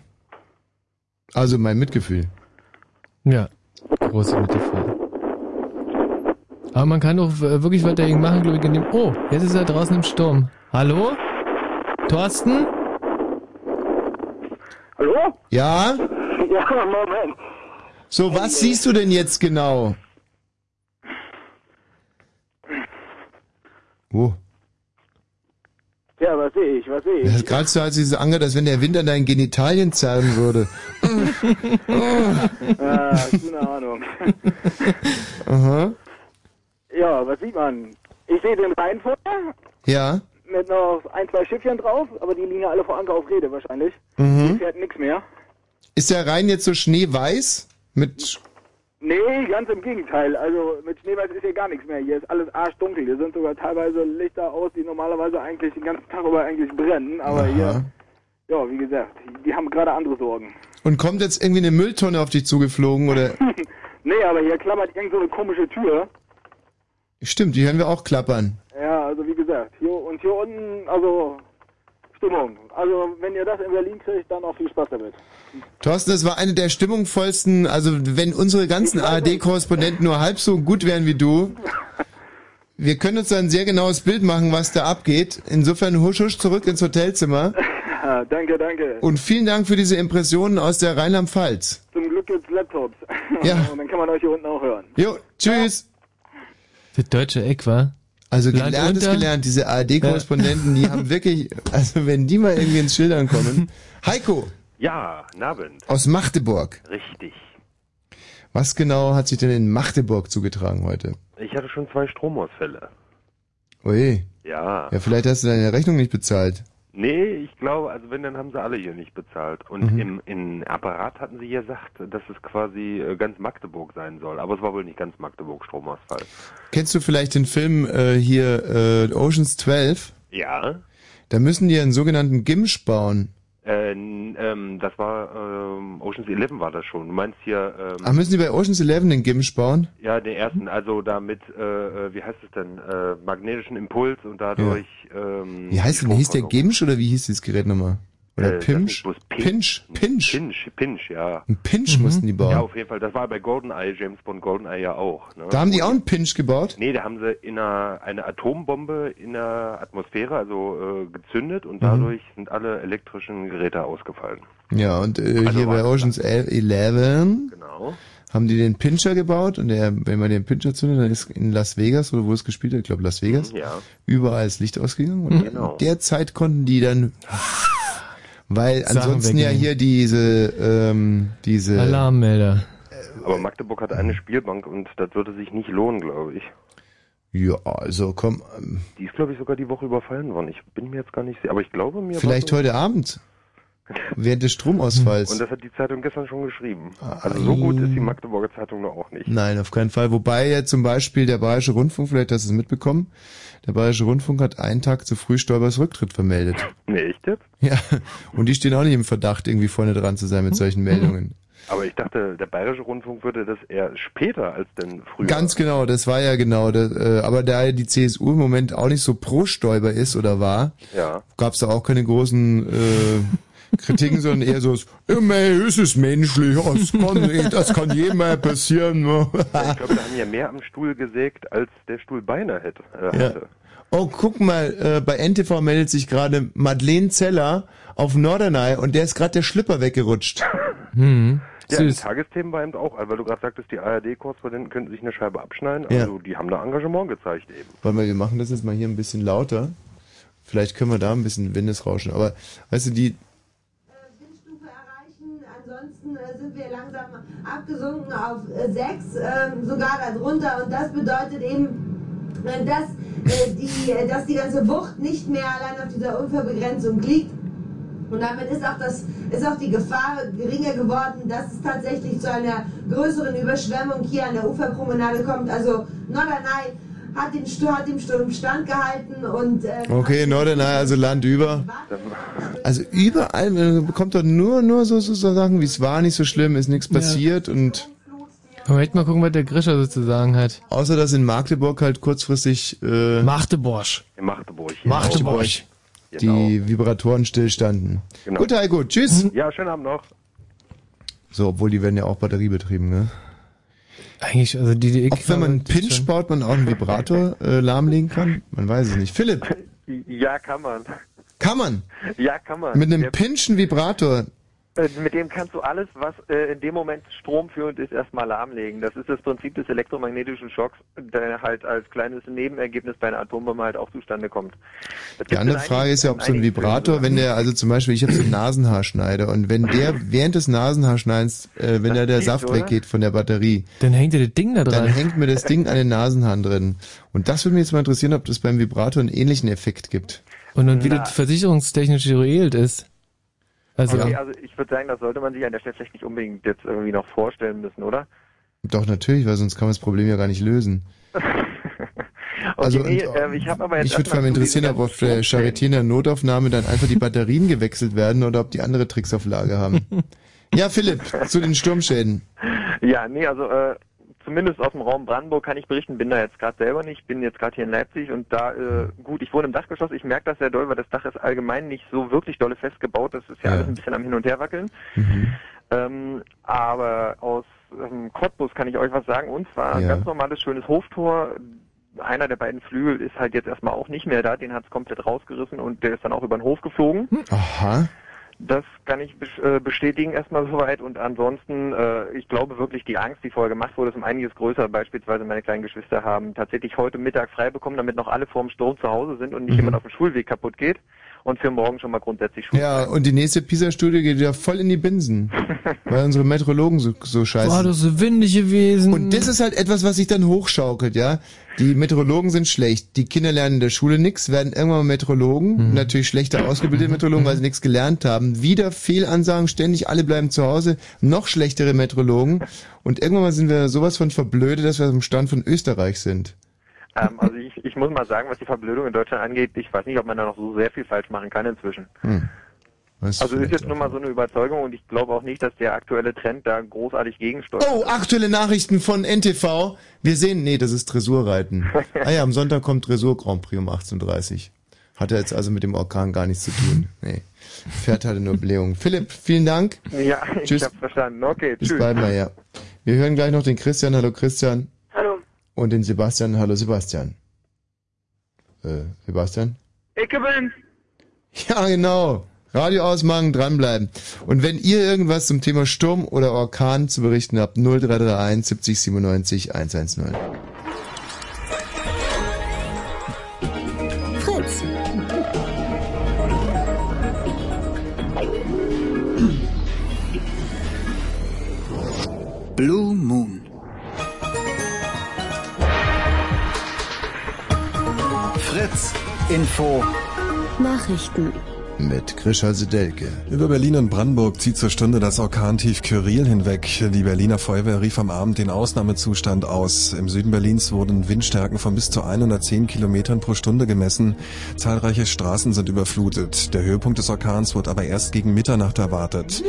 S1: Also mein Mitgefühl.
S2: Ja. Große Metapher. Aber man kann doch äh, wirklich was dagegen machen, glaube ich, indem. Oh, jetzt ist er draußen im Sturm. Hallo? Thorsten?
S7: Hallo?
S1: Ja?
S7: Ja, Moment.
S1: So, was siehst du denn jetzt genau? Wo?
S7: Ja, was sehe ich, was sehe
S1: Das
S7: ich?
S1: ist gerade so, als diese Anger, als wenn der Wind an deinen Genitalien zerren würde.
S7: Ah, keine Ahnung.
S1: Aha.
S7: Ja, was sieht man? Ich sehe den Rhein vor mir
S1: Ja.
S7: mit noch ein, zwei Schiffchen drauf, aber die liegen ja alle vor Anker auf Rede wahrscheinlich. Die
S1: Mhm.
S7: fährt nichts mehr.
S1: Ist der Rhein jetzt so schneeweiß? Mit
S7: Nee, ganz im Gegenteil. Also mit Schneeweiß ist hier gar nichts mehr. Hier ist alles arschdunkel. Hier sind sogar teilweise Lichter aus, die normalerweise eigentlich den ganzen Tag über eigentlich brennen. Aber hier, ja, wie gesagt, die haben gerade andere Sorgen.
S1: und kommt jetzt irgendwie eine Mülltonne auf dich zugeflogen oder?
S7: Nee, aber hier klammert irgend so eine komische Tür.
S1: Stimmt, die hören wir auch klappern.
S7: Ja, also wie gesagt, hier und hier unten, also Stimmung. Also wenn ihr das in Berlin kriegt, dann auch viel Spaß damit.
S1: Thorsten, das war eine der stimmungsvollsten, also wenn unsere ganzen ARD-Korrespondenten nur halb so gut wären wie du, wir können uns da ein sehr genaues Bild machen, was da abgeht. Insofern husch husch zurück ins Hotelzimmer
S7: Ja, Ah, danke, danke.
S1: und vielen Dank für diese Impressionen aus der Rheinland-Pfalz.
S7: Zum Glück gibt's Laptops.
S1: Ja.
S7: Und dann kann man euch hier unten auch hören.
S1: Jo, tschüss.
S2: Das deutsche Eck, war.
S1: Also
S2: Land
S1: gelernt ist
S2: unter.
S1: gelernt, diese ARD-Korrespondenten, die haben wirklich, also wenn die mal irgendwie ins Schildern kommen. Heiko
S6: Ja, Nabend.
S1: aus Magdeburg.
S6: Richtig.
S1: Was genau hat sich denn in Magdeburg zugetragen heute?
S6: Ich hatte schon zwei Stromausfälle.
S1: Oje.
S6: Ja.
S1: Ja, vielleicht hast du deine Rechnung nicht bezahlt.
S6: Nee, ich glaube, also wenn, dann haben sie alle hier nicht bezahlt. Und
S1: Mhm.
S6: im, im Apparat hatten sie gesagt, dass es quasi äh, ganz Magdeburg sein soll. Aber es war wohl nicht ganz Magdeburg Stromausfall.
S1: Kennst du vielleicht den Film äh, hier äh, Oceans 12?
S6: Ja.
S1: Da müssen die einen sogenannten Gimsch bauen.
S6: Äh, n- ähm, das war ähm, Ocean's Eleven war das schon. Du meinst hier ähm,
S1: Ach, müssen die bei Oceans 11 den Gimsch bauen?
S6: ja den ersten, also da mit äh, äh, wie heißt es denn äh, magnetischen Impuls und dadurch ähm,
S1: Wie heißt denn? Hieß der Gimsch oder wie hieß dieses Gerät nochmal? Oder
S6: Äh, das
S1: Pimsch?
S6: ist bloß Pin-
S1: Pinsch? Pinsch?
S6: Pinch, Pinch, ja.
S1: Ein Pinsch mussten die bauen.
S6: Ja, auf jeden Fall. Das war bei GoldenEye, James Bond GoldenEye ja auch. Ne?
S1: Da haben die auch einen Pinsch gebaut?
S6: Nee, da haben sie in einer, eine Atombombe in der Atmosphäre, also äh, gezündet und
S1: Mhm.
S6: dadurch sind alle elektrischen Geräte ausgefallen.
S1: Ja, und äh,
S6: Also
S1: hier bei
S6: war-
S1: Oceans 11
S6: Genau.
S1: haben die den Pinscher gebaut und der, wenn man den Pinscher zündet, dann ist in Las Vegas oder wo es gespielt hat, ich glaube Las Vegas,
S6: Mhm, Ja.
S1: überall das Licht ausgegangen und
S6: Genau.
S1: derzeit konnten die dann, weil
S2: Sachen
S1: ansonsten ja
S2: wegnehmen.
S1: hier diese, ähm, diese,
S2: Alarmmelder.
S6: Aber Magdeburg hat eine Spielbank und das würde sich nicht lohnen, glaube ich.
S1: ja, also komm, ähm,
S6: Die ist, glaube ich, sogar die Woche überfallen worden. Ich bin mir jetzt gar nicht sicher, aber ich glaube mir. war
S1: vielleicht
S6: so-
S1: heute Abend, während des Stromausfalls.
S6: Und das hat die Zeitung gestern schon geschrieben.
S1: Ah,
S6: Also so gut ist die Magdeburger Zeitung noch auch nicht.
S1: Nein, auf keinen Fall. Wobei ja zum Beispiel der Bayerische Rundfunk, vielleicht hast du es mitbekommen, der Bayerische Rundfunk hat einen Tag zu früh Stolbers Rücktritt vermeldet.
S6: Nee, echt jetzt?
S1: Ja, und die stehen auch nicht im Verdacht, irgendwie vorne dran zu
S6: Hm?
S1: sein mit solchen Meldungen.
S6: Aber ich dachte, der Bayerische Rundfunk würde das eher später als denn früher.
S1: Ganz genau, das war ja genau. Das, äh, aber da ja die CSU im Moment auch nicht so pro Stoiber ist oder war,
S6: Ja.
S1: gab es da auch keine großen äh, Kritiken, sondern eher so, immer ist es menschlich, oh, das kann, das kann jedem mal passieren. ne?" Ah.
S6: Ich glaube, da haben ja mehr am Stuhl gesägt, als der Stuhl beinahe hätte. Äh,
S1: Ja.
S6: hatte.
S1: Oh, guck mal, äh, bei NTV meldet sich gerade Madeleine Zeller auf Norderney und der ist gerade der Schlipper weggerutscht.
S2: Hm.
S6: Ja, die Tagesthemen war eben auch, also weil du gerade sagtest, die ARD-Korrespondenten könnten sich eine Scheibe abschneiden.
S1: Ja.
S6: Also die haben da Engagement gezeigt eben.
S1: Wollen wir, wir machen das jetzt mal hier ein bisschen lauter. Vielleicht können wir da ein bisschen Windesrauschen. Aber weißt du, die,
S8: Ansonsten äh, sind wir langsam abgesunken auf 6, sogar darunter. Und das bedeutet eben, äh, dass, äh, die, äh, dass die ganze Wucht nicht mehr allein auf dieser Unfallbegrenzung liegt. Und damit ist auch, das, ist auch die Gefahr geringer geworden, dass es tatsächlich zu einer größeren Überschwemmung hier an der Uferpromenade kommt. Also Norderney hat, den, Stu- hat dem Sturm standgehalten und äh,
S1: okay, Norderney, also Land über. Also überall, man bekommt doch nur, nur so, so so Sachen wie es war nicht so schlimm, ist nichts
S2: Ja.
S1: passiert und
S2: Aber echt mal gucken, was der Grischer so zu sagen hat.
S1: außer dass in Magdeburg halt kurzfristig äh,
S2: Magdeburg.
S6: In Magdeburg.
S2: Magdeburg.
S6: Genau.
S1: die Vibratoren stillstanden.
S6: Genau.
S1: Gut, Heiko, tschüss.
S6: Ja, schönen Abend noch.
S1: So, obwohl die werden ja auch batteriebetrieben, ne?
S2: Eigentlich, also die, die ich
S1: Ob wenn man einen Pinch baut, man auch einen Vibrator äh, lahmlegen kann? Man weiß es nicht. Philipp,
S6: Ja, kann man.
S1: kann man
S6: Ja, kann man.
S1: mit einem
S6: Der-
S1: Pinschen Vibrator
S9: Äh, Mit dem kannst du alles, was äh, in dem Moment stromführend ist, erstmal lahmlegen. Das ist das Prinzip des elektromagnetischen Schocks, der halt als kleines Nebenergebnis bei einer Atombombe halt auch zustande kommt. Das
S1: Die
S9: gibt's
S1: andere
S9: in
S1: Frage
S9: einigen-
S1: ist ja, ob so ein
S9: in einigen
S1: Vibrator, wenn der, also zum Beispiel, ich habe so einen Nasenhaarschneider und wenn der während des Nasenhaarschneidens, äh, wenn da der
S2: zieht,
S1: Saft
S2: oder?
S1: weggeht von der Batterie,
S2: dann hängt dir das Ding da
S1: Dann
S2: dran.
S1: hängt mir das Ding an den Nasenhaaren drin. Und das würde mich jetzt mal interessieren, ob das beim Vibrator einen ähnlichen Effekt gibt.
S2: Und, und wie
S1: Na.
S2: das versicherungstechnisch geregelt ist. Also,
S9: okay, also ich würde sagen, das sollte man sich an der Stelle vielleicht nicht unbedingt jetzt irgendwie noch vorstellen müssen, oder?
S1: Doch, natürlich, weil sonst kann man das Problem ja gar nicht lösen.
S9: Okay,
S1: Also,
S9: nee,
S1: und,
S9: ähm, ich habe aber jetzt
S1: Ich würde vor
S9: erstmal
S1: allem
S9: zu diesem
S1: interessieren, ob
S9: ganzen
S1: auf der
S9: Stromfällen-
S1: Charité in der Notaufnahme dann einfach die Batterien gewechselt werden oder ob die andere Tricks auf Lager haben. Ja, Philipp, zu den Sturmschäden.
S9: Ja, nee, also äh, zumindest aus dem Raum Brandenburg kann ich berichten, bin da jetzt gerade selber nicht, bin jetzt gerade hier in Leipzig und da, äh, gut, ich wohne im Dachgeschoss, ich merke das sehr doll, weil das Dach ist allgemein nicht so wirklich dolle festgebaut, das ist ja,
S6: Ja.
S9: alles ein bisschen am Hin- und Herwackeln. Ähm, aber aus ähm, Cottbus kann ich euch was sagen und zwar ein
S6: Ja.
S9: ganz normales, schönes Hoftor. Einer der beiden Flügel ist halt jetzt erstmal auch nicht mehr da, den hat's komplett rausgerissen und der ist dann auch über den Hof geflogen.
S1: Aha.
S9: Das kann ich besch- äh, bestätigen erstmal soweit und ansonsten, äh, ich glaube wirklich, die Angst, die vorher gemacht wurde, ist um einiges größer. Beispielsweise meine kleinen Geschwister haben tatsächlich heute Mittag frei bekommen, damit noch alle vor dem Sturm zu Hause sind und nicht
S1: Mhm.
S9: jemand auf dem Schulweg kaputt geht und für morgen schon mal grundsätzlich Schule.
S1: Ja, und die nächste PISA-Studie geht ja voll in die Binsen, weil unsere Metrologen so, so scheiße
S2: boah, das ist windig gewesen.
S1: Und das ist halt etwas, was sich dann hochschaukelt, ja. Die Meteorologen sind schlecht. Die Kinder lernen in der Schule nichts, werden irgendwann mal
S2: Mhm.
S1: Meteorologen, natürlich schlechter ausgebildete Meteorologen, weil sie nichts gelernt haben. Wieder Fehlansagen, ständig alle bleiben zu Hause, noch schlechtere Meteorologen. Und irgendwann mal sind wir sowas von verblödet, dass wir am Stand von Österreich sind.
S9: Ähm, also ich, ich muss mal sagen, was die Verblödung in Deutschland angeht, ich weiß nicht, ob man da noch so sehr viel falsch machen kann inzwischen.
S1: Hm. Das
S9: Also ist
S1: vielleicht
S9: jetzt nun mal so eine Überzeugung und ich glaube auch nicht, dass der aktuelle Trend da großartig gegensteuert.
S1: Oh, aktuelle Nachrichten von NTV. Wir sehen, nee, das ist Dressurreiten. Ah ja, am Sonntag kommt Dressur Grand Prix um 18.30 Uhr. Hat er jetzt also mit dem Orkan gar nichts zu tun. Nee. Pferd hatte nur Blähungen. Philipp, vielen Dank.
S9: Ja,
S1: Tschüss.
S9: ich hab's verstanden. Okay,
S1: Bis
S9: tschüss.
S1: bald mal, ja. Wir hören gleich noch den Christian. Hallo Christian.
S10: Hallo.
S1: Und den Sebastian. Hallo Sebastian. Äh, Sebastian?
S10: Ich gewinne.
S1: Ja, genau. Radio ausmachen, dranbleiben. Und wenn ihr irgendwas zum Thema Sturm oder Orkan zu berichten habt, 0331 70 97 110.
S11: Fritz.
S12: Blue Moon.
S1: Fritz, Info.
S11: Nachrichten.
S1: Mit Grisha Sedelke.
S3: Über Berlin und Brandenburg zieht zur Stunde das Orkantief Kyrill hinweg. Die Berliner Feuerwehr rief am Abend den Ausnahmezustand aus. Im Süden Berlins wurden Windstärken von bis zu 110 Kilometern pro Stunde gemessen. Zahlreiche Straßen sind überflutet. Der Höhepunkt des Orkans wird aber erst gegen Mitternacht erwartet.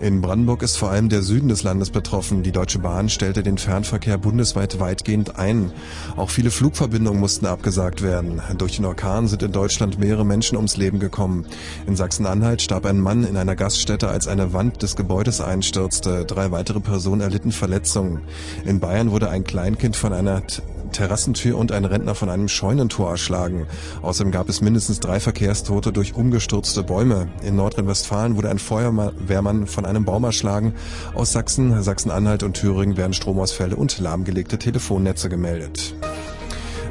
S3: In Brandenburg ist vor allem der Süden des Landes betroffen. Die Deutsche Bahn stellte den Fernverkehr bundesweit weitgehend ein. Auch viele Flugverbindungen mussten abgesagt werden. Durch den Orkan sind in Deutschland mehrere Menschen ums Leben gekommen. In Sachsen-Anhalt starb ein Mann in einer Gaststätte, als eine Wand des Gebäudes einstürzte. Drei weitere Personen erlitten Verletzungen. In Bayern wurde ein Kleinkind von einer T- Terrassentür und ein Rentner von einem Scheunentor erschlagen. Außerdem gab es mindestens drei Verkehrstote durch umgestürzte Bäume. In Nordrhein-Westfalen wurde ein Feuerwehrmann von einem Baum erschlagen. Aus Sachsen, Sachsen-Anhalt und Thüringen werden Stromausfälle und lahmgelegte Telefonnetze gemeldet.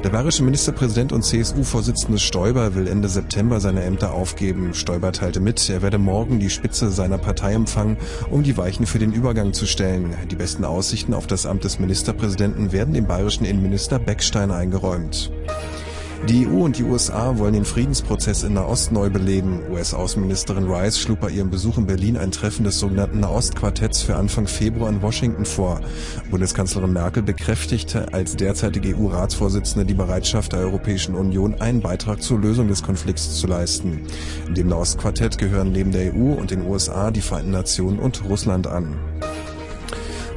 S3: Der bayerische Ministerpräsident und CSU-Vorsitzende Stoiber will Ende September seine Ämter aufgeben. Stoiber teilte mit, er werde morgen die Spitze seiner Partei empfangen, um die Weichen für den Übergang zu stellen. Die besten Aussichten auf das Amt des Ministerpräsidenten werden dem bayerischen Innenminister Beckstein eingeräumt. Die EU und die USA wollen den Friedensprozess in Nahost neu beleben. US-Außenministerin Rice schlug bei ihrem Besuch in Berlin ein Treffen des sogenannten Nahostquartetts für Anfang Februar in Washington vor. Bundeskanzlerin Merkel bekräftigte als derzeitige EU-Ratsvorsitzende die Bereitschaft der Europäischen Union, einen Beitrag zur Lösung des Konflikts zu leisten. Dem Nahostquartett gehören neben der EU und den USA die Vereinten Nationen und Russland an.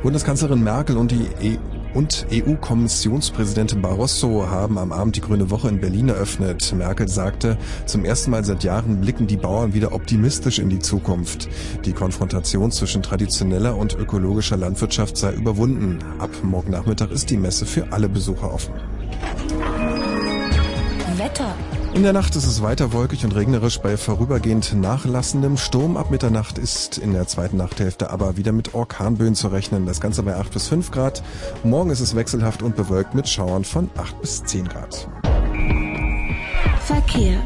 S3: Bundeskanzlerin Merkel und die e und EU-Kommissionspräsidentin Barroso haben am Abend die Grüne Woche in Berlin eröffnet. Merkel sagte, zum ersten Mal seit Jahren blicken die Bauern wieder optimistisch in die Zukunft. Die Konfrontation zwischen traditioneller und ökologischer Landwirtschaft sei überwunden. Ab morgen Nachmittag ist die Messe für alle Besucher offen.
S11: Wetter.
S3: In der Nacht ist es weiter wolkig und regnerisch bei vorübergehend nachlassendem Sturm. Ab Mitternacht ist in der zweiten Nachthälfte aber wieder mit Orkanböen zu rechnen. Das Ganze bei 8 bis 5 Grad. Morgen ist es wechselhaft und bewölkt mit Schauern von 8 bis 10 Grad.
S13: Verkehr.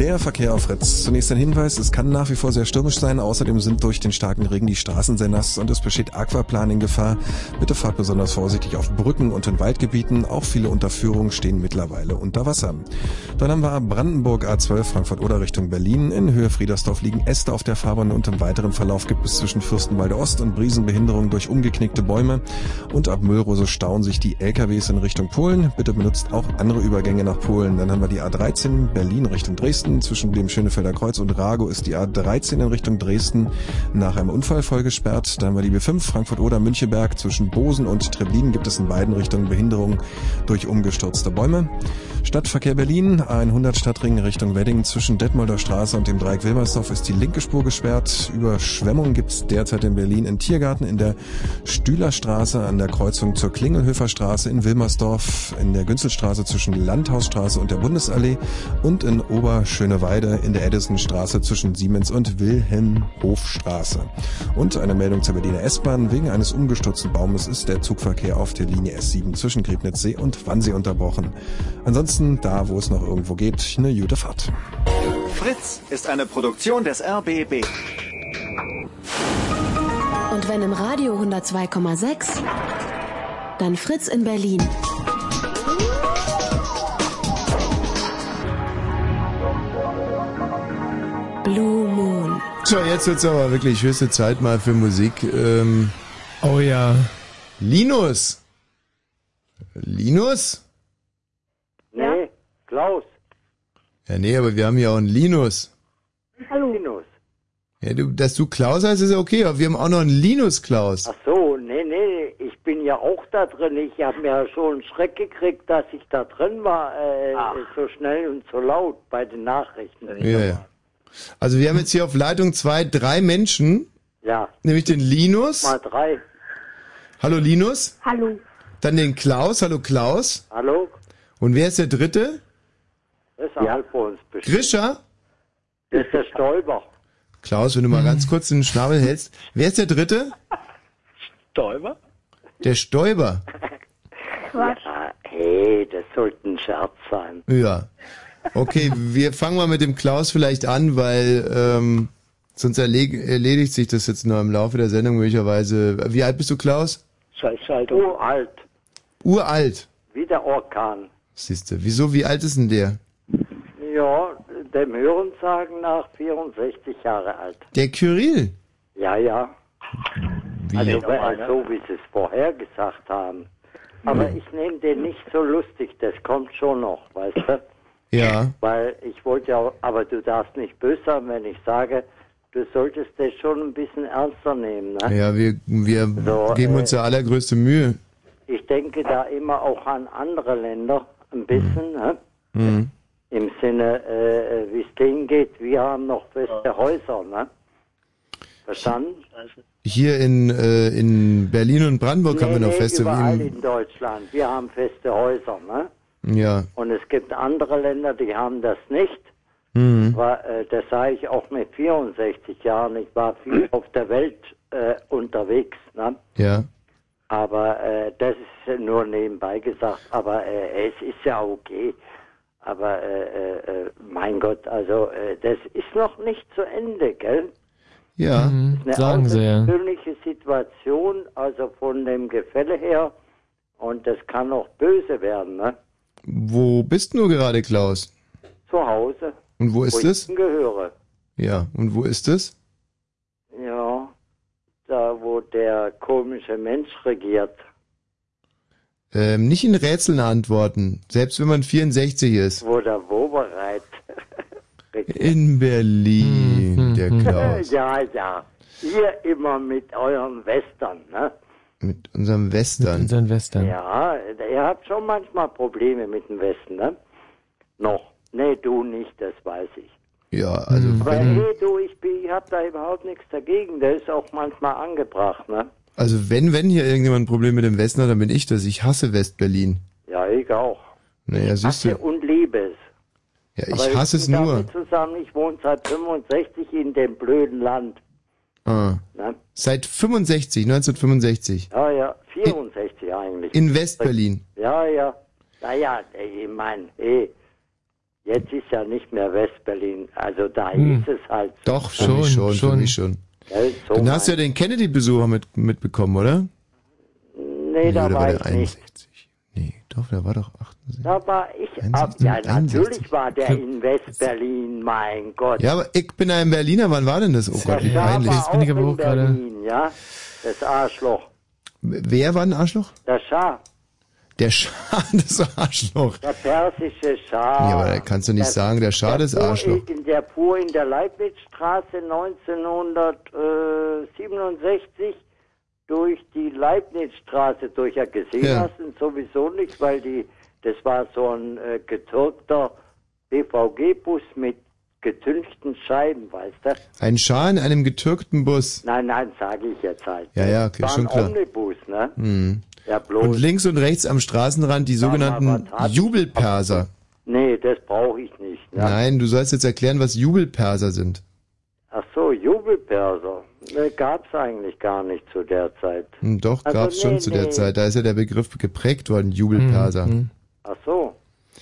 S3: Der Verkehr auf Fritz. Zunächst ein Hinweis, es kann nach wie vor sehr stürmisch sein. Außerdem sind durch den starken Regen die Straßen sehr nass und es besteht Aquaplaning-Gefahr. Bitte fahrt besonders vorsichtig auf Brücken und in Waldgebieten. Auch viele Unterführungen stehen mittlerweile unter Wasser. Dann haben wir Brandenburg A12 Frankfurt-Oder Richtung Berlin. In Höhe Friedersdorf liegen Äste auf der Fahrbahn und im weiteren Verlauf gibt es zwischen Fürstenwalde Ost und Briesen Behinderung durch umgeknickte Bäume. Und ab Müllrose stauen sich die LKWs in Richtung Polen. Bitte benutzt auch andere Übergänge nach Polen. Dann haben wir die A13 Berlin Richtung Dresden. Zwischen dem Schönefelder Kreuz und Rago ist die A13 in Richtung Dresden nach einem Unfall vollgesperrt. Dann haben wir die B5 Frankfurt-Oder Münchenberg. Zwischen Bosen und Treblin gibt es in beiden Richtungen Behinderungen durch umgestürzte Bäume. Stadtverkehr Berlin, A100 Stadtring Richtung Wedding. Zwischen Detmolder Straße und dem Dreieck Wilmersdorf ist die linke Spur gesperrt. Überschwemmungen gibt es derzeit in Berlin in Tiergarten, in der Stühlerstraße an der Kreuzung zur Klingelhöfer Straße in Wilmersdorf, in der Günzelstraße zwischen Landhausstraße und der Bundesallee und in Ober Schöneweide in der Edisonstraße zwischen Siemens und Wilhelmhofstraße. Und eine Meldung zur Berliner S-Bahn. Wegen eines umgestürzten Baumes ist der Zugverkehr auf der Linie S7 zwischen Griebnitzsee und Wannsee unterbrochen. Ansonsten da, wo es noch irgendwo geht, eine gute Fahrt.
S11: Fritz ist eine Produktion des RBB.
S13: Und wenn im Radio 102,6, dann Fritz in Berlin. Blue Moon.
S1: So, jetzt wird's aber wirklich höchste Zeit mal für Musik. Ähm,
S2: oh ja.
S1: Linus! Linus?
S14: Nee, Klaus.
S1: Ja, nee, aber wir haben ja auch einen Linus.
S14: Hallo. Linus.
S1: Ja, du, dass du Klaus heißt, ist ja okay, aber wir haben auch noch einen Linus Klaus.
S14: Ach so, nee, nee, ich bin ja auch da drin. Ich habe mir ja schon einen Schreck gekriegt, dass ich da drin war, äh, so schnell und so laut bei den Nachrichten.
S1: Ja, ja. Also wir haben jetzt hier auf Leitung zwei drei Menschen,
S14: Ja,
S1: nämlich den Linus.
S14: mal drei.
S1: Hallo Linus.
S14: Hallo.
S1: Dann den Klaus. Hallo Klaus.
S14: Hallo.
S1: Und wer ist der dritte?
S14: Das ist ja. vor uns bestimmt.
S1: Grisha?
S14: Das ist der Stäuber.
S1: Klaus, wenn du mal
S14: Mhm.
S1: ganz kurz den Schnabel hältst. Wer ist der dritte?
S14: Stäuber?
S1: Der Stäuber.
S14: Quatsch. Ja, hey, das sollte ein Scherz sein.
S1: Ja. Okay, wir fangen mal mit dem Klaus vielleicht an, weil ähm, sonst erleg erledigt sich das jetzt nur im Laufe der Sendung möglicherweise. Wie alt bist du, Klaus?
S14: Scheißschaltung. Uralt,
S1: Uralt.
S14: wie der Orkan.
S1: Siehst du. Wieso? Wie alt ist denn der?
S14: Ja, dem Hörensagen nach 64 Jahre alt.
S1: Der Kyrill.
S14: Ja, ja.
S1: Wie?
S14: Also weil, so, wie sie es vorher gesagt haben. Aber ich nehme den nicht so lustig, das kommt schon noch, weißt du?
S1: Ja.
S14: Weil ich wollte ja, aber du darfst nicht böse sein, wenn ich sage, du solltest das schon ein bisschen ernster nehmen. Ne?
S1: Ja, wir, wir
S14: So,
S1: geben
S14: äh,
S1: uns ja allergrößte Mühe.
S14: Ich denke da immer auch an andere Länder, ein bisschen, ne?
S1: Mhm.
S14: im Sinne, äh, wie es denen geht. Wir haben noch feste Häuser, ne? Verstanden?
S1: Hier in, äh, in Berlin und Brandenburg haben wir noch feste.
S14: überall in Deutschland. Wir haben feste Häuser, ne?
S1: Ja.
S14: Und es gibt andere Länder, die haben das nicht.
S1: Mhm.
S14: War, äh, das sah ich auch mit 64 Jahren. Ich war viel auf der Welt äh, unterwegs. Ne?
S1: Ja.
S14: Aber äh, das ist nur nebenbei gesagt. Aber äh, es ist ja okay. Aber äh, äh, äh, mein Gott, also äh, das ist noch nicht zu Ende, gell?
S1: Ja.
S14: Eine außergewöhnliche Situation, also von dem Gefälle her. Und das kann auch böse werden, ne?
S1: Wo bist denn du gerade, Klaus?
S14: Zu Hause.
S1: Und wo ist
S14: ich
S1: es?
S14: hingehöre.
S1: Ja. Und wo ist es?
S14: Ja, da wo der komische Mensch regiert.
S1: Ähm, nicht in Rätseln antworten, selbst wenn man 64 ist.
S14: Wo der Wobereit.
S1: In Berlin, der Klaus.
S14: ja, ja. Ihr immer mit euren Western, ne?
S1: Mit unserem Western. Mit unserem Western.
S14: Ja, ihr habt schon manchmal Probleme mit dem Westen, ne? Noch. Nee, du nicht, das weiß ich.
S1: Ja, also
S14: Aber
S1: wenn,
S14: hey, du, ich, bin- ich hab da überhaupt nichts dagegen. Der ist auch manchmal angebracht, ne?
S1: also wenn, wenn hier irgendjemand ein Problem mit dem Westen hat, dann bin ich das. Ich hasse West-Berlin.
S14: Ja, ich auch.
S1: Naja, siehst
S14: Hasse
S1: du.
S14: und Liebes.
S1: Ja,
S14: Aber
S1: ich hasse es
S14: bin
S1: nur.
S14: damit Zusammen, ich wohne seit 65 in dem blöden Land.
S1: Ah.
S14: Ne?
S1: Seit 65, 1965.
S14: Ja, ja, 64 eigentlich.
S1: In West-Berlin.
S14: Ja, ja. Naja, ich meine, eh, jetzt ist ja nicht mehr West-Berlin. Also da
S1: Hm.
S14: ist es halt.
S1: Doch, für schon, mich schon, Für mich schon.
S14: Gell, so
S1: Dann hast du ja den Kennedy-Besucher mit, mitbekommen, oder?
S14: Nee, da
S1: oder
S14: war ich nicht.
S1: 61? Nee, doch, der war doch 8.
S14: Da war ich ab.
S1: 61,
S14: Ja,
S1: 61.
S14: natürlich war der in West-Berlin, mein Gott.
S1: Ja, aber ich bin ja in Berliner. Wann war denn das? Oh Gott, wie
S14: da war
S1: peinlich.
S14: auch in Berlin, ja. Das Arschloch.
S1: Wer war ein Arschloch?
S14: Der Schah,
S1: Der Schar, das Arschloch.
S14: der persische Schah.
S1: Ja, aber da kannst du nicht sagen, der Schar, das Arschloch.
S14: In der fuhr in der Leibnizstraße 1967 durch die Leibnizstraße durch. Ja, gesehen
S1: Ja.
S14: hast du ihn sowieso nicht, weil die, das war so ein äh, getürkter BVG-Bus mit getünchten Scheiben, weißt du?
S1: Ein Schar in einem getürkten Bus.
S14: Nein, nein, sage ich jetzt halt.
S1: Ja, ja, okay,
S14: war
S1: schon
S14: ein
S1: klar.
S14: Omnibus, ne?
S1: Mhm.
S14: Ja, bloß.
S1: Und links und rechts am Straßenrand die sogenannten Jubelperser.
S14: Nee, das brauche ich nicht. ne?
S1: Nein, du sollst jetzt erklären, was Jubelperser sind.
S14: Ach so, Jubelperser. Ne, gab's eigentlich gar nicht zu der Zeit.
S1: Hm, Doch,
S14: Also,
S1: gab's schon
S14: nee,
S1: zu der
S14: nee.
S1: Zeit. Da ist ja der Begriff geprägt worden, Jubelperser.
S14: Ach so,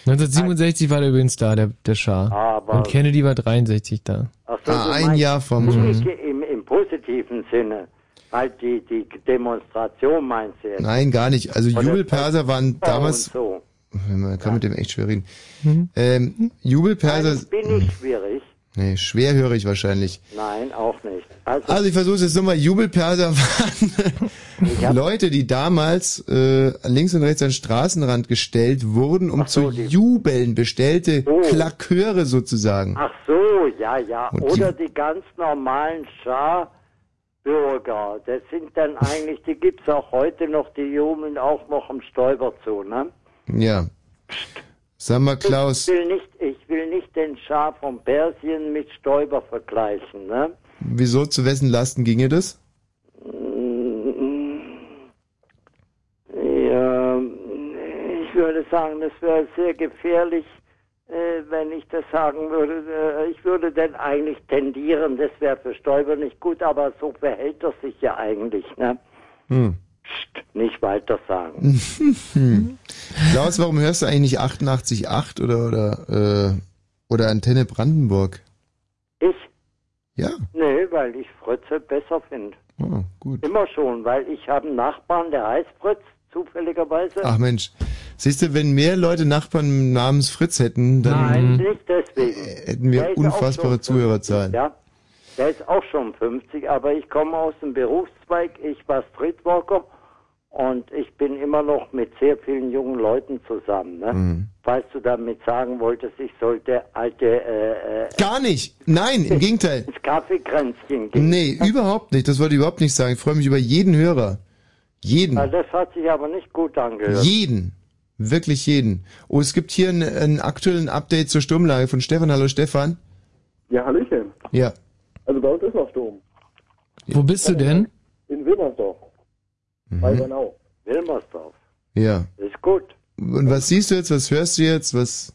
S2: 1967 war der übrigens da, der, der Schar.
S14: Aber-
S2: Und Kennedy war 63 da.
S14: ach so. du
S1: Ah, ein
S14: meinst
S1: Jahr vom- Hm.
S14: Politik Im, Im positiven Sinne. Halt die, die Demonstration meinst du jetzt?
S1: Nein, gar nicht. Also
S14: Oder
S1: Jubelperser waren damals...
S14: Und so.
S1: Man kann mit dem echt schwer reden. Ähm, Jubelperser...
S14: Bin ich schwierig?
S1: Nee, schwerhörig wahrscheinlich.
S14: Nein, auch nicht. Also,
S1: Also ich versuche es jetzt nochmal. Jubelperser waren Leute, die damals äh, links und rechts an den Straßenrand gestellt wurden, um zu jubeln. Bestellte
S14: Oh.
S1: Klaköre sozusagen.
S14: ach so, ja, ja.
S1: Hm. Und
S14: Oder die ganz normalen Scharbürger. Das sind dann eigentlich, die gibt's auch heute noch, die jubeln auch noch im Stolper zu, ne?
S1: Ja. Sag mal, Klaus,
S14: Ich will nicht, ich will nicht den Schar von Persien mit Stoiber vergleichen, ne?
S1: wieso zu wessen Lasten ginge das?
S14: Ja, ich würde sagen, das wäre sehr gefährlich, äh, wenn ich das sagen würde. Äh, ich würde denn eigentlich tendieren, das wäre für Stoiber nicht gut, aber so verhält er sich ja eigentlich, ne?
S1: Hm.
S14: Nicht weiter sagen.
S1: Hm. Klaus, warum hörst du eigentlich nicht 88.8 oder oder äh, oder Antenne Brandenburg?
S14: Ich?
S1: Ja.
S14: Nee, weil ich Frötze besser finde.
S1: Oh, gut.
S14: Immer schon, weil ich habe einen Nachbarn, der heißt Fritz, zufälligerweise.
S1: Ach Mensch. Siehst du, wenn mehr Leute Nachbarn namens Fritz hätten, dann äh,
S14: Nein, nicht deswegen.
S1: hätten wir
S14: Der ist ja auch
S1: unfassbare
S14: schon
S1: Zuhörerzahlen.
S14: Ja, der ist auch schon 50, aber ich komme aus dem Berufszweig. Ich war Streetwalker und ich bin immer noch mit sehr vielen jungen Leuten zusammen. Ne?
S1: Mhm. Hm.
S14: Falls du damit sagen wolltest, ich sollte alte äh, äh,
S1: Gar nicht. Nein, im Gegenteil.
S14: ins Kaffeekränzchen gehen.
S1: Nee, überhaupt nicht. Das wollte ich überhaupt nicht sagen. Ich freue mich über jeden Hörer. Jeden.
S14: Na, das hat sich aber nicht gut angehört.
S1: Jeden. Wirklich jeden. Oh, es gibt hier einen, einen aktuellen Update zur Sturmlage von Stefan. Hallo Stefan.
S15: Ja, Hallöchen.
S1: Ja.
S15: Also bei uns ist noch Sturm.
S2: Wo bist du denn?
S15: In Wilmersdorf. Bei Bernau.
S14: Wilmersdorf.
S1: Ja.
S14: Ist gut.
S1: Und was siehst du jetzt? Was hörst du jetzt? Was?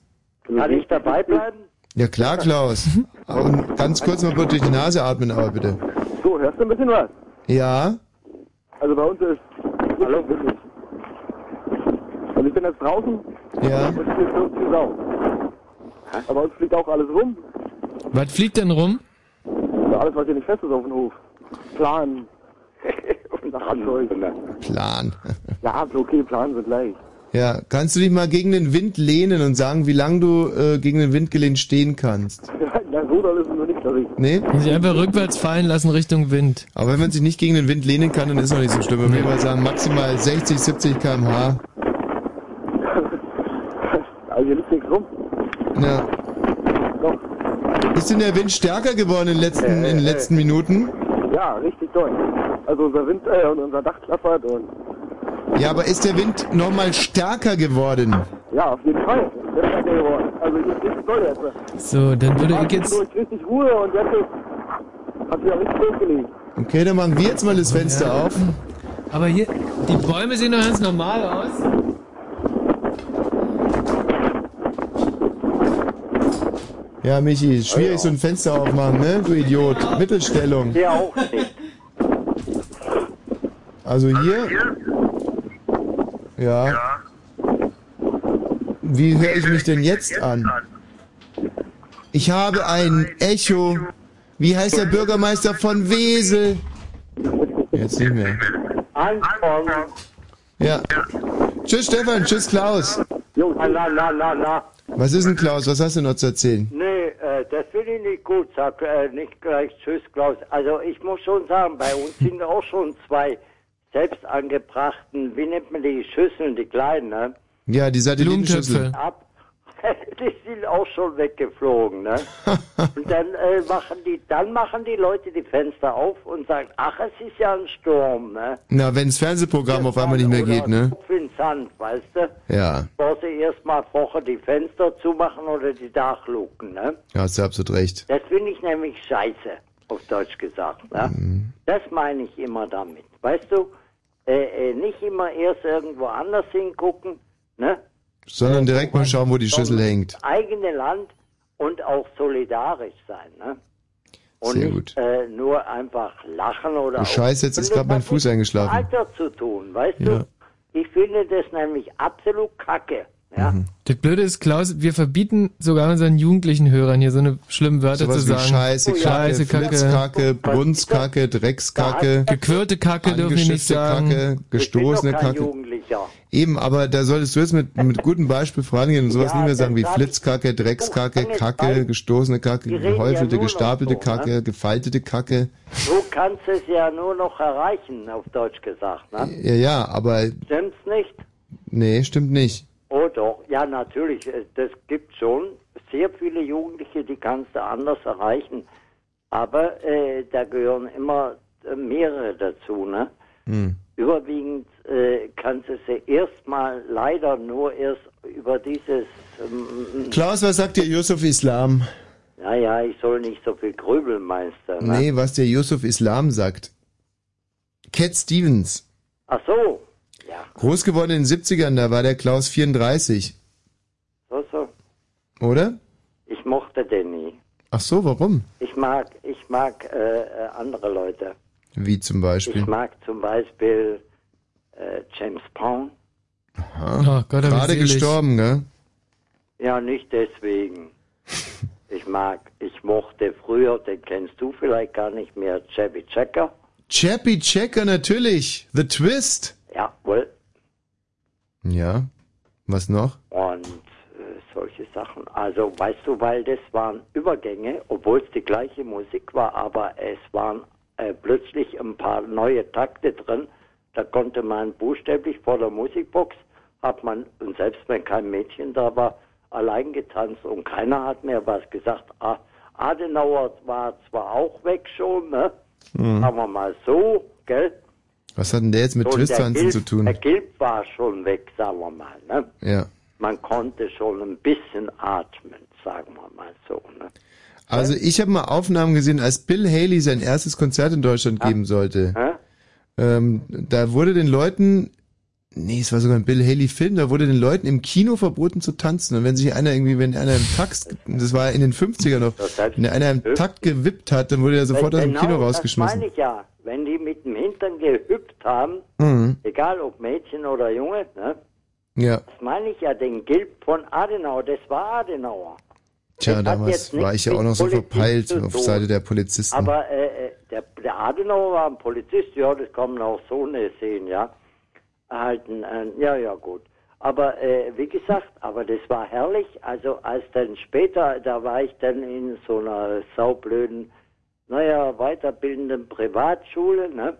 S15: Also
S14: Kann ich dabei bleiben?
S1: Ja klar, Klaus. Und ganz kurz mal bitte durch die Nase atmen, aber bitte.
S15: So, hörst du ein bisschen was?
S1: Ja.
S15: Also bei uns ist. Hallo? Wirklich. Also ich bin jetzt draußen.
S1: Ja.
S15: Und hier ist irgendwie Sau. Aber bei uns fliegt auch alles rum.
S2: Was fliegt denn rum?
S15: Also alles, was hier nicht fest ist auf dem Hof. Plan. Und Radzeug.
S1: Plan.
S15: Ja, okay, Plan sind leicht.
S1: Ja. Kannst du dich mal gegen den Wind lehnen und sagen, wie lange du äh, gegen den Wind gelehnt stehen kannst?
S15: Na, so doll ist es noch nicht, dass ich.
S1: Nee?
S2: Sie einfach rückwärts fallen lassen Richtung Wind.
S1: Aber wenn man sich nicht gegen den Wind lehnen kann, dann ist noch nicht so schlimm. Wenn wir mal sagen, maximal 60, 70 kmh.
S15: Also hier liegt nichts rum.
S1: Ja. Ist denn der Wind stärker geworden in den letzten, in den letzten Minuten?
S15: Ja, richtig doll. Also unser Wind äh, und unser Dach klappert und.
S1: Ja, aber ist der Wind nochmal stärker geworden?
S15: Ja, auf jeden Fall. Das ist halt der geworden. Also hier ist nichts doll jetzt.
S2: So, dann würde ich
S15: So,
S2: jetzt.
S15: ich richtig Ruhe und jetzt ist, hat sich auch richtig durchgelegt.
S1: Okay, dann machen wir jetzt mal das Fenster auf.
S2: Aber hier, die Bäume sehen doch ganz normal aus.
S1: Ja, Michi, schwierig so ein Fenster aufmachen, ne? Du Idiot. Mittelstellung.
S14: Hier auch nicht.
S1: Also hier? Ja. Wie höre ich mich denn jetzt an? Ich habe ein Echo. Wie heißt der Bürgermeister von Wesel? Jetzt nicht mehr.
S14: Anton.
S1: Ja. Tschüss Stefan, tschüss Klaus.
S14: Jo, la, la, la, la.
S1: Was ist denn Klaus? Was hast du noch zu erzählen?
S14: Nee, äh, das finde ich nicht gut, sag äh, nicht gleich Tschüss, Klaus. Also ich muss schon sagen, bei uns sind auch schon zwei selbst angebrachten, wie nennt man die Schüsseln, die kleinen, ne?
S1: Ja, die Satellitenschüssel.
S14: Ab. Die sind auch schon weggeflogen, ne? Und dann äh, machen die, dann machen die Leute die Fenster auf und sagen, ach, es ist ja ein Sturm, ne?
S1: Na, wenns Fernsehprogramm auf einmal nicht mehr geht, ne?
S14: Kopf in den Sand, weißt du?
S1: Ja.
S14: Brauchst du erstmal Woche die Fenster zumachen oder die Dachluken, ne?
S1: Ja, hast du absolut recht.
S14: Das finde ich nämlich scheiße, auf Deutsch gesagt. Ne? Das meine ich immer damit. Weißt du, äh, äh, nicht immer erst irgendwo anders hingucken, ne?
S1: Sondern direkt mal schauen, wo die Schüssel hängt.
S14: eigene Land und auch solidarisch sein, ne? Und
S1: Sehr
S14: nicht, Äh, nur einfach lachen oder.
S1: Du Scheiße, jetzt ist gerade mein Fuß eingeschlafen.
S14: Alter zu tun, weißt
S1: Ja.
S14: du? Ich finde das nämlich absolut kacke. Ja.
S1: Mhm.
S2: Das Blöde ist, Klaus, wir verbieten sogar unseren jugendlichen Hörern hier so eine schlimmen Wörter
S1: Sowas
S2: zu
S1: wie
S2: sagen.
S1: Scheiße, Kacke,
S2: Scheiße, Kacke.
S1: Furzkacke, Brunskacke, Dreckskacke,
S2: Gequirlte Kacke dürfen wir nicht
S1: angeschiffte
S2: sagen.
S1: Kacke, gestoßene
S14: ich bin doch kein
S1: Kacke.
S14: Jugendlicher.
S1: Eben, aber da solltest du jetzt mit, mit gutem Beispiel vorangehen und sowas
S14: Ja,
S1: nicht mehr
S14: das
S1: sagen wie
S14: darf ich-
S1: Flitzkacke, Dreckskacke, Kacke, gestoßene Kacke,
S14: Die reden ja
S1: gehäufelte,
S14: nur noch
S1: gestapelte
S14: so, ne?
S1: Kacke, gefaltete Kacke.
S14: Du kannst es ja nur noch erreichen, auf Deutsch gesagt. Ne?
S1: Ja, ja, aber
S14: Stimmt's nicht?
S1: nee, stimmt nicht.
S14: Oh doch, ja natürlich, äh, das gibt schon sehr viele Jugendliche, die kannst du anders erreichen. Aber äh, da gehören immer äh, mehrere dazu. Ne?
S1: Hm.
S14: Überwiegend äh, kannst du sie erstmal leider nur erst über dieses, ähm,
S1: Klaus, was sagt dir Yusuf Islam?
S14: naja, ich soll nicht so viel grübeln, Meister. Ne?
S1: Nee, was dir Yusuf Islam sagt. Cat Stevens.
S14: Ach so,
S1: Groß geworden in den 70ern, da war der Klaus 34,
S14: so, so.
S1: oder?
S14: Ich mochte den nie.
S1: Ach so, warum?
S14: Ich mag, ich mag äh, äh, andere Leute.
S1: Wie zum Beispiel.
S14: Ich mag zum Beispiel äh, James Brown.
S1: Aha.
S2: Oh Gott, hab ich
S1: Gerade
S2: selig.
S1: gestorben, gell?
S14: Ja, nicht deswegen. Ich mag, ich mochte früher, den kennst du vielleicht gar nicht mehr, Chevy Checker.
S1: Chappy Checker natürlich. The Twist.
S14: Jawohl.
S1: Ja. Was noch?
S14: Und äh, solche Sachen. Also, weißt du, weil das waren Übergänge, obwohl es die gleiche Musik war, aber es waren äh, plötzlich ein paar neue Takte drin. Da konnte man buchstäblich vor der Musikbox, hat man, und selbst wenn kein Mädchen da war, allein getanzt und keiner hat mehr was gesagt. Ah, Adenauer war zwar auch weg schon, ne?
S1: Mhm.
S14: Sagen wir mal so, gell?
S1: Was hat denn der jetzt mit
S14: So, der
S1: Twist-Tanzen
S14: Gilb-
S1: zu tun?
S14: Der Gilb war schon weg, sagen wir mal, ne?
S1: Ja.
S14: man konnte schon ein bisschen atmen, sagen wir mal so. Ne?
S1: Also ich habe mal Aufnahmen gesehen, als Bill Haley sein erstes Konzert in Deutschland
S14: Ah.
S1: geben sollte. Ähm, da wurde den Leuten, nee, es war sogar ein Bill Haley Film, da wurde den Leuten im Kino verboten zu tanzen. Und wenn sich einer irgendwie, wenn einer im Takt, das war in den 50er noch, wenn einer im Takt gewippt hat, dann wurde er sofort aus dem
S14: Genau,
S1: Kino
S14: Das
S1: rausgeschmissen.
S14: meine ich ja. Wenn die mit dem Hintern gehüpft haben,
S1: Mhm.
S14: egal ob Mädchen oder Junge, ne?
S1: Ja,
S14: das meine ich ja, den Gilb von Adenauer, das war Adenauer.
S1: tja,
S14: hat
S1: damals
S14: jetzt nichts
S1: war ich ja auch
S14: mit
S1: noch so
S14: Politik
S1: verpeilt
S14: zu
S1: auf
S14: tun.
S1: Seite der Polizisten.
S14: Aber äh, äh, der, der Adenauer war ein Polizist, ja, das kann man auch so nicht sehen, ja. Halt ein, ein, ja, ja, gut. Aber äh, wie gesagt, aber das war herrlich. Also als dann später, da war ich dann in so einer saublöden, naja, weiterbildenden Privatschule, ne?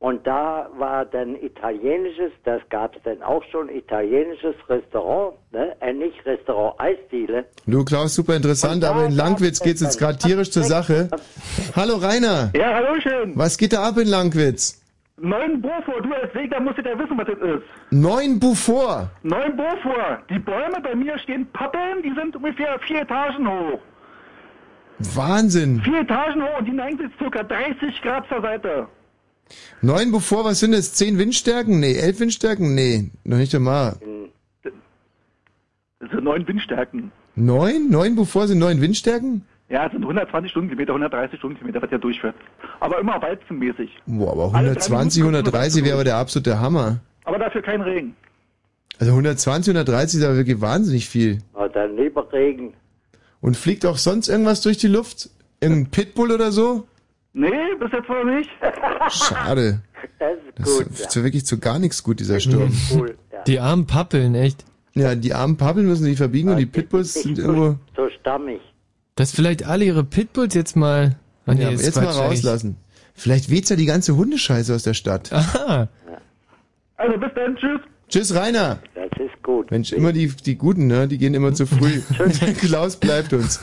S14: Und da war dann italienisches, das gab es dann auch schon, italienisches Restaurant, ne? Äh, nicht Restaurant, Eisdiele.
S1: Du, Klaus, super interessant, aber in Langwitz geht's jetzt gerade tierisch zur Sache. Hallo, Rainer.
S16: Ja, hallo schön.
S1: Was geht da ab in Langwitz?
S16: Neun Beaufort, du als Segler musstet ja wissen, was das ist.
S1: Neun Beaufort.
S16: Neun Beaufort. Die Bäume bei mir stehen Pappeln, die sind ungefähr vier Etagen hoch.
S1: Wahnsinn.
S16: Vier Etagen hoch und die neigen sich circa 30 Grad zur Seite.
S1: Neun Beaufort, was sind das? Zehn Windstärken? Nee, elf Windstärken? Nee, noch nicht einmal.
S16: Das sind neun Äh, Windstärken.
S1: Neun? Neun, bevor sie neun Windstärken?
S16: Ja, es sind 120 Stundenkilometer, 130 Stundenkilometer, was ja durchführt. Aber immer walzenmäßig.
S1: Boah, aber
S16: Alle drei
S1: 120,
S16: Minuten
S1: 130 wäre aber der absolute Hammer.
S16: Aber dafür kein Regen.
S1: Also 120, 130 ist aber wirklich wahnsinnig viel.
S14: Aber dann lieber Regen.
S1: Und fliegt auch sonst irgendwas durch die Luft? Irgendein Pitbull oder so?
S16: Nee, bis jetzt war nicht.
S1: Schade.
S14: Das ist gut.
S1: Das ist wirklich zu gar nichts gut, dieser Sturm.
S2: Die armen Pappeln, echt.
S1: Ja, die armen Pappeln müssen sich verbiegen und die Pitbulls sind irgendwo...
S14: Äh, So stammig.
S2: Dass vielleicht alle ihre Pitbulls jetzt mal... Ah, nee,
S1: Ja, aber
S2: ist
S1: jetzt mal
S2: Quatsch eigentlich.
S1: rauslassen. Vielleicht weht's ja die ganze Hundescheiße aus der Stadt.
S2: Aha.
S16: Also bis dann, tschüss.
S1: Tschüss, Rainer.
S14: Das ist gut.
S1: Mensch, immer die, die Guten, ne? Die gehen immer zu früh. Klaus bleibt uns.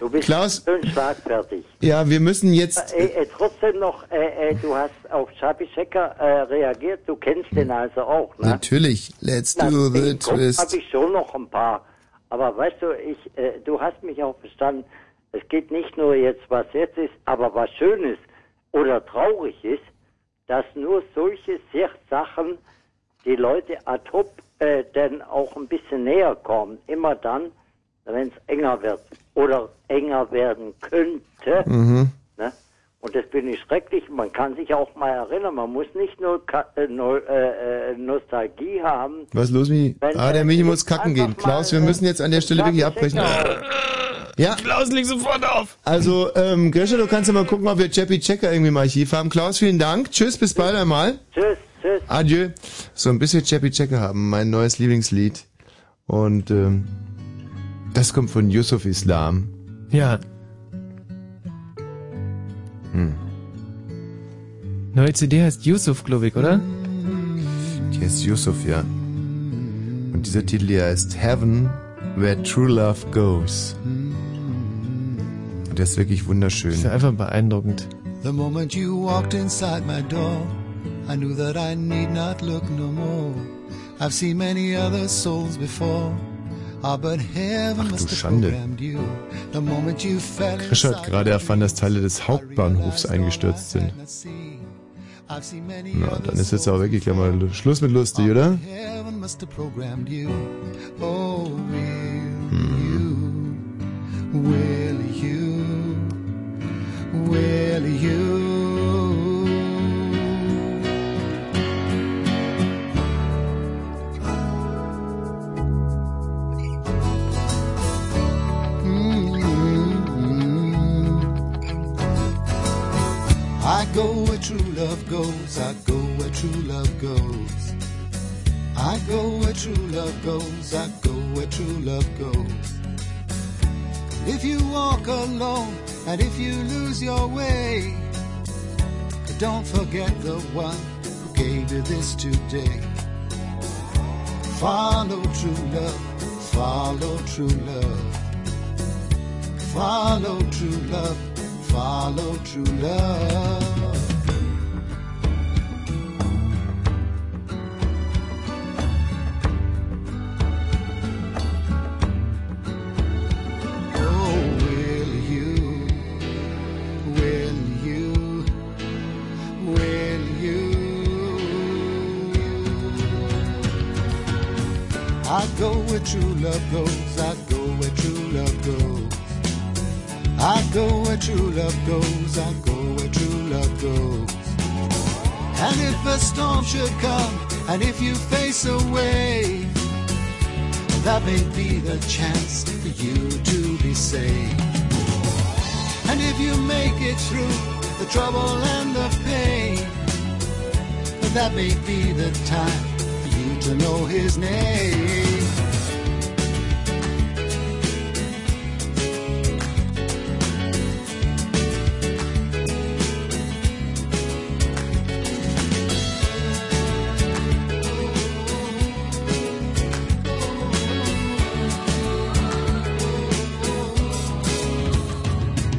S14: Du bist
S1: Klaus.
S14: schön schlagfertig.
S1: Ja, wir müssen jetzt...
S14: Äh, äh, trotzdem noch, äh, äh, du hast auf Schabi Checker äh, reagiert, du kennst
S1: Hm.
S14: den also auch, ne?
S1: Natürlich. Let's
S14: Na,
S1: do the
S14: den Kopf
S1: twist.
S14: habe ich schon noch ein paar. Aber weißt du, ich, äh, du hast mich auch verstanden. Es geht nicht nur jetzt, was jetzt ist, aber was schön ist oder traurig ist, dass nur solche sehr Sachen die Leute ad hoc äh, dann auch ein bisschen näher kommen. Immer dann, wenn es enger wird oder enger werden könnte.
S1: Mhm.
S14: Ne? Und das finde ich schrecklich. Man kann sich auch mal erinnern. Man muss nicht nur Ka äh, no äh, äh, Nostalgie haben.
S1: Was ist los, Michi?
S14: Wenn,
S1: Ah, der
S14: äh,
S1: Michi muss kacken gehen. Klaus, wir müssen jetzt an der Stelle wirklich abbrechen. Ja.
S2: Klaus, leg sofort auf.
S1: Also, ähm, Grisha, du kannst ja mal gucken, ob wir Chappy Checker irgendwie im Archiv haben. Klaus, vielen Dank. Tschüss, bis bald einmal.
S14: Tschüss, tschüss.
S1: Adieu. So, ein bisschen Chappy Checker haben, mein neues Lieblingslied. Und ähm, das kommt von Yusuf Islam.
S2: Ja.
S1: Hm.
S2: Neue CD heißt Yusuf, glaube ich, oder?
S1: Hier ist Yusuf, ja. Und dieser Titel hier heißt Heaven, Where True Love Goes. Und der ist wirklich wunderschön.
S2: Ist ja einfach beeindruckend.
S17: The moment you walked inside my door, I knew that I need not look no more. I've seen many other souls before. Ah, but heaven
S1: Ach
S17: must
S1: du
S17: have
S1: Schande.
S17: programmed you. The moment you fell
S1: Krisch hat
S17: inside,
S1: gerade erfahren, dass Teile des Hauptbahnhofs eingestürzt sind.
S17: I've seen many
S1: Na,
S17: other
S1: dann ist jetzt aber wirklich gleich mal Lu- Schluss mit lustig, oder?
S17: Heaven must have programmed you. Oh, will you? Will you? Will you? Mm-hmm. I go where true love goes, I go where true love goes. I go where true love goes, I go where true love goes. If you walk alone and if you lose your way, don't forget the one who gave you this today. Follow true love, follow true love. Follow true love, follow true love. Oh, will you, will you, will you? I go where true love goes, I go where true love goes. I go where true love goes, I go where true love goes. And if a storm should come, and if you face away, that may be the chance for you to be saved. And if you make it through the trouble and the pain, that may be the time for you to know his name.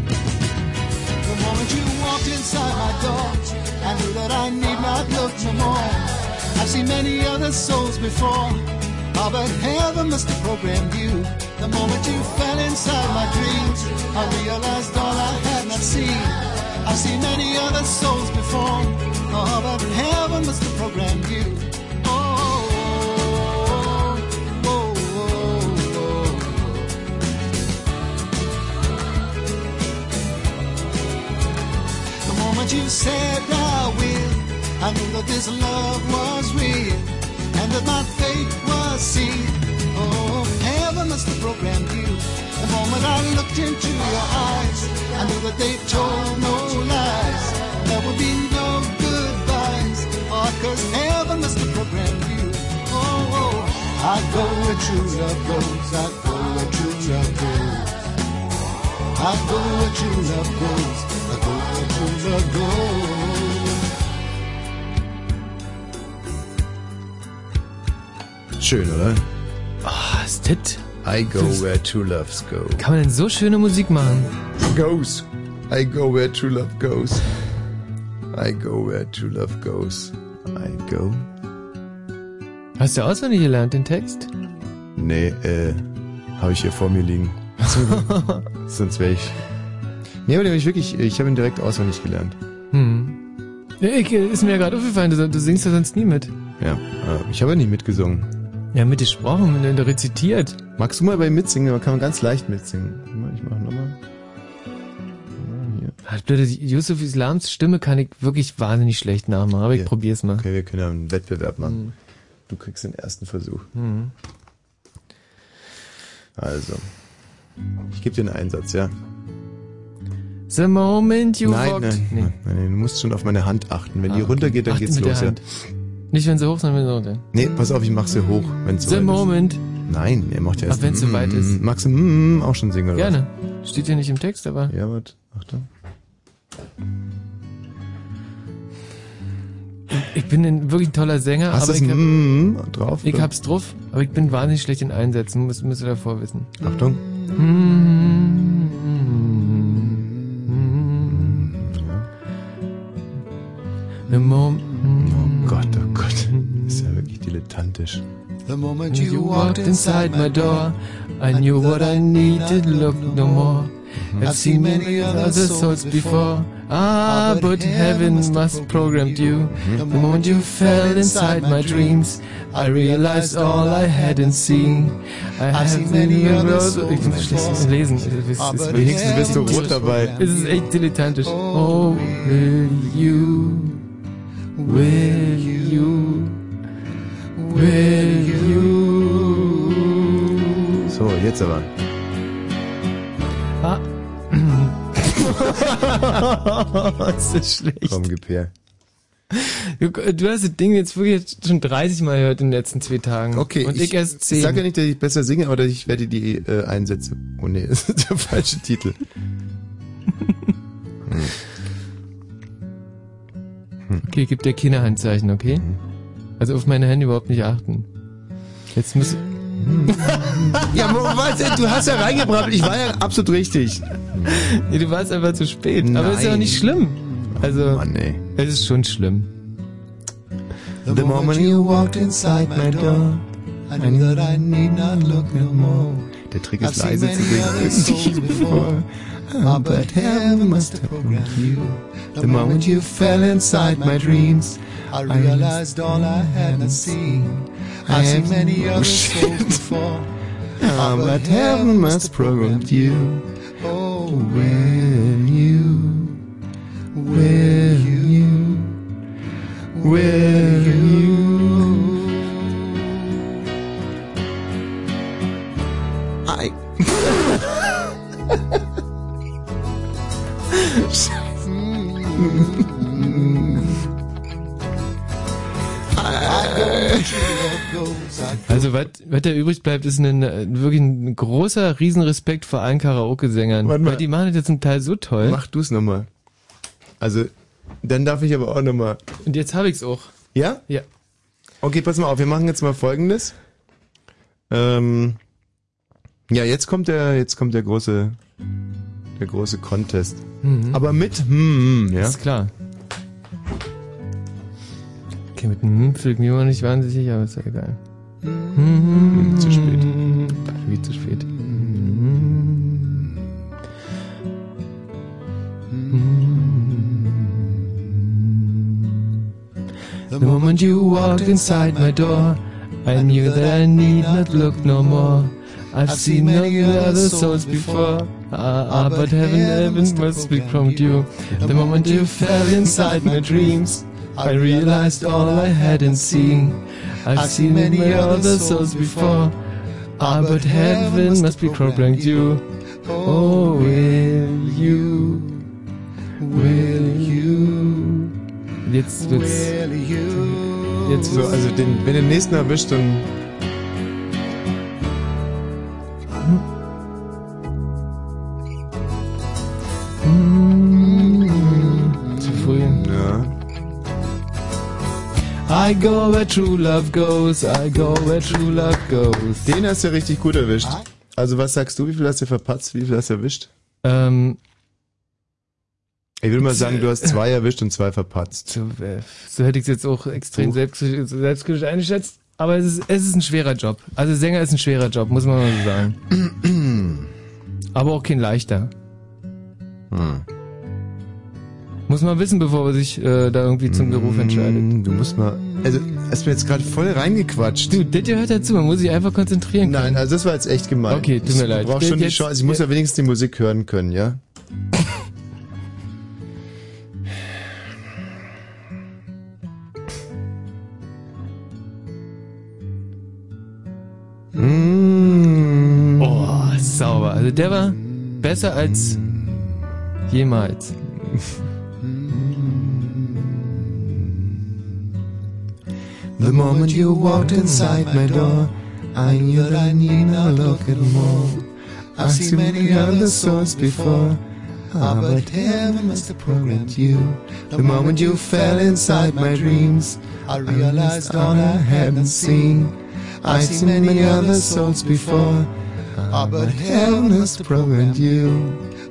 S17: The moment you walked inside my door, I knew that I need not look no more. I've seen many other souls before. Ah, but heaven must have programmed you. The moment you fell inside my dreams, I realized all I had not seen. I've seen many other souls before. Ah, but heaven must have programmed you. Oh, oh, oh, oh, oh, oh, oh. But you said I will. I knew that this love was real and that my fate was sealed. Oh, heaven must have programmed you. The moment I looked into your eyes, I knew that they told no lies. There would be no goodbyes. Oh, cause heaven must have programmed you. Oh, oh. I go where true love goes. I go where true love goes. I go where true love goes. I go where true love goes.
S1: Schön, oder?
S2: Ah, ist das?
S1: I go where true loves go.
S2: Kann man denn so schöne Musik machen?
S1: Goes. I go where true love goes. I go where true love goes. I go.
S2: Hast du auswendig gelernt, den Text?
S1: Nee, äh, habe ich hier vor mir liegen. Sonst wäre ich. Nee, aber den hab ich wirklich, äh, ich habe ihn direkt auswendig gelernt.
S2: Hm. Ja, ich, äh, ist mir ja gerade aufgefallen, du, du singst ja sonst nie mit.
S1: Ja, äh, ich habe ja nicht mitgesungen.
S2: Ja, mitgesprochen, wenn du rezitiert.
S1: Magst du mal bei mitsingen? Da kann man ganz leicht mitsingen. Warte mal, Ich mache nochmal.
S2: Ach, blöde, Yusuf Islams Stimme kann ich wirklich wahnsinnig schlecht nachmachen, aber ich
S1: Ja.
S2: probier's mal. Mhm.
S1: Okay, wir können ja einen Wettbewerb machen. Du kriegst den ersten Versuch.
S2: Hm.
S1: Also. Ich gebe dir einen Einsatz, ja.
S2: The moment you
S1: nein,
S2: walked.
S1: nein, nein, nein, du musst schon auf meine Hand Ah, achten. Wenn die runtergeht, dann
S2: Achte
S1: geht's
S2: mit der
S1: los, ja.
S2: Hand. Nicht wenn sie hoch, sondern wenn sie runter.
S1: Nee, pass auf, ich mach sie hoch, wenn es
S2: The moment.
S1: Nein, er macht ja erst.
S2: Ach, wenn's
S1: mm,
S2: soweit ist.
S1: Magst du mm, auch schon singen, oder?
S2: Gerne. Steht ja nicht im Text, aber.
S1: Was? Ja, warte. Achtung.
S2: Ich bin ein wirklich toller Sänger,
S1: Hast
S2: aber
S1: du's
S2: ich,
S1: mm drauf,
S2: ich
S1: oder?
S2: hab's drauf, aber ich bin wahnsinnig schlecht in Einsätzen, müsst, müsst ihr davor wissen.
S1: Achtung.
S2: The moment.
S1: Oh Gott, oh Gott. Das ist ja wirklich dilettantisch.
S17: The moment
S2: When you walked inside my door, I knew what I needed, look no more. I've seen many other souls before. Ah, but heaven must programmed you. The moment you fell inside my dreams, I realized all I hadn't seen. I
S17: I've
S2: have
S17: seen many
S2: seen
S17: other
S2: roads-
S17: souls
S2: Ich bin schlecht
S17: before.
S2: im Lesen. Es ist- es ist-
S1: Wenigstens bist du rot dabei.
S2: Es ist echt dilettantisch. Oh, will you, will you, will you.
S1: So, jetzt aber.
S2: Ah. das ist schlecht.
S1: Komm, gib her.
S2: Du, du hast das Ding jetzt wirklich schon 30 Mal gehört in den letzten zwei Tagen.
S1: Okay,
S2: Und ich, erst 10.
S1: Ich sage ja nicht, dass ich besser singe, aber ich werde die äh, Einsätze. Oh nee, das ist der falsche Titel.
S2: Okay, gib dir keine Handzeichen, okay? Also auf meine Hände überhaupt nicht achten. Jetzt muss.
S1: ja, Mo, was? Du hast ja reingebracht. Ich war ja absolut richtig.
S2: Nee, du warst einfach zu spät. Aber ist ja auch
S1: Nein.
S2: nicht schlimm. Also.
S1: Mann, ey.
S2: Es ist schon schlimm.
S17: The moment you walked inside my door, I knew that I need not look no more.
S1: Der Trick
S17: I've
S1: ist
S17: seen
S1: leise
S17: many
S1: zu
S17: other souls before,
S1: singen.
S17: ah, but heaven must have programmed you. The moment you fell inside my dreams, I realized all I hadn't seen. I've seen many other souls before, ah,
S1: Ah,
S17: but
S1: but
S17: heaven
S1: heaven
S17: must
S1: must programmed you.
S17: Oh,
S1: will you, will you, will you? I.
S2: Also was was da übrig bleibt, ist ein, äh, wirklich ein großer Riesenrespekt vor allen Karaoke-Sängern.
S1: Warte mal.
S2: Weil die machen das jetzt zum Teil so toll.
S1: Mach du es nochmal. Also, dann darf ich aber auch nochmal.
S2: Und jetzt habe ich's auch.
S1: Ja?
S2: Ja.
S1: Okay, pass mal auf, wir machen jetzt mal folgendes. Ähm, ja, jetzt kommt der, jetzt kommt der große, der große Contest.
S2: Mhm.
S1: Aber mit, hm, hm, ja.
S2: Ist klar. Okay, mit einem Hm fühlt mir immer nicht wahnsinnig sicher, aber ist ja egal. Hm, zu spät. Wie zu spät. The moment you walked inside my door, I knew that I need not look no more. I've seen many other souls before. Ah, ah, but heaven, heaven must be from you. The moment you fell inside my dreams, I realized all I hadn't seen. I've seen many other souls before. Ah, but heaven must be programmed you. Oh, will you? Will you? Jetzt wird's. Jetzt
S1: So, also den, wenn du den nächsten erwischt, dann.
S17: Mm.
S2: Zu früh. I go where true love goes, I go where true love goes.
S1: Den hast du richtig gut erwischt. Also was sagst du, wie viel hast du verpatzt, wie viel hast du erwischt?
S2: Ähm,
S1: ich würde mal sagen, du hast zwei erwischt und zwei verpatzt.
S2: So hätte ich es jetzt auch extrem selbstkritisch, selbstkritisch eingeschätzt. Aber es ist, es ist ein schwerer Job. Also Sänger ist ein schwerer Job, muss man mal so sagen. Aber auch kein leichter.
S1: Hm.
S2: Muss man wissen, bevor man sich äh, da irgendwie zum Beruf entscheidet.
S1: Du musst mal... Also, hast mir jetzt gerade voll reingequatscht.
S2: Du, das gehört dazu, man muss sich einfach konzentrieren
S1: können. Nein, also das war jetzt echt gemein.
S2: Okay, tut mir leid.
S1: Ich brauche schon die
S2: Jetzt-
S1: Chance, ich muss ja wenigstens die Musik hören können, ja? Mm.
S2: Oh, sauber. Also der war besser als jemals.
S17: The moment you walked inside my door, I knew that I need not look at more. I've seen many other souls before, ah, but heaven must have programmed you. The moment you fell inside my dreams, I realized all I hadn't seen. I've seen many other souls before, ah, but heaven must have programmed you.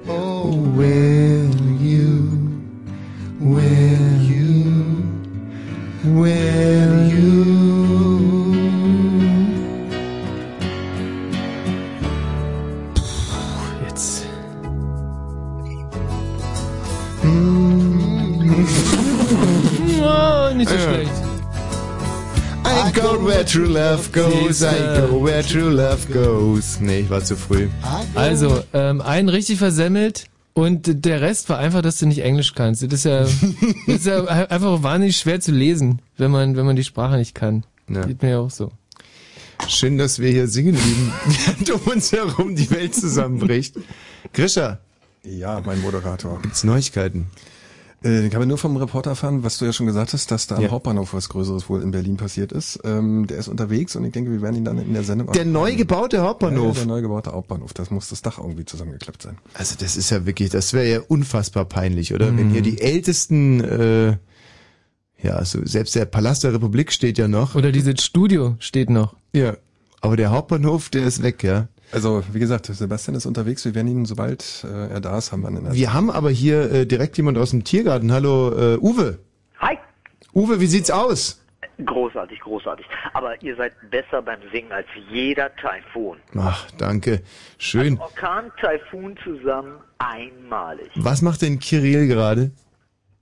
S17: Oh, will you? Will you? Will you?
S2: Jetzt. Oh, nicht
S1: Mm. Ja.
S2: so schlecht.
S1: I go where true love goes, I go where true love goes. Nee, ich war zu früh.
S2: Also, ähm, einen richtig versemmelt und der Rest war einfach, dass du nicht Englisch kannst. Das ist ja, das ist ja einfach wahnsinnig schwer zu lesen, wenn man, wenn man die Sprache nicht kann.
S1: Ja.
S2: Geht mir ja auch so.
S1: Schön, dass wir hier singen lieben, während um uns herum die Welt zusammenbricht. Grisha.
S3: Ja, mein Moderator.
S1: Gibt's Neuigkeiten?
S3: Äh, ich habe nur vom Reporter erfahren, was du ja schon gesagt hast, dass da am Hauptbahnhof was Größeres wohl in Berlin passiert ist. Ähm, der ist unterwegs und ich denke, wir werden ihn dann in der Sendung...
S1: Der neu gebaute Hauptbahnhof.
S3: Ja, ja, der neu gebaute Hauptbahnhof. Das muss das Dach irgendwie zusammengeklappt sein.
S1: Also das ist ja wirklich, das wäre ja unfassbar peinlich, oder? Wenn
S3: Mhm.
S1: hier die ältesten, äh, ja, so selbst der Palast der Republik steht ja noch.
S2: Oder dieses Studio steht noch.
S1: Ja, aber der Hauptbahnhof, der ist weg, ja.
S3: Also, wie gesagt, Sebastian ist unterwegs. Wir werden ihn, sobald äh, er da ist, haben wir ihn in der
S1: Wir haben aber hier äh, direkt jemand aus dem Tiergarten. Hallo, äh, Uwe.
S18: Hi.
S1: Uwe, wie sieht's aus?
S18: Großartig, großartig. Aber ihr seid besser beim Singen als jeder Taifun.
S1: Ach, danke. Schön.
S18: Orkan, Taifun zusammen, einmalig.
S1: Was macht denn Kirill gerade?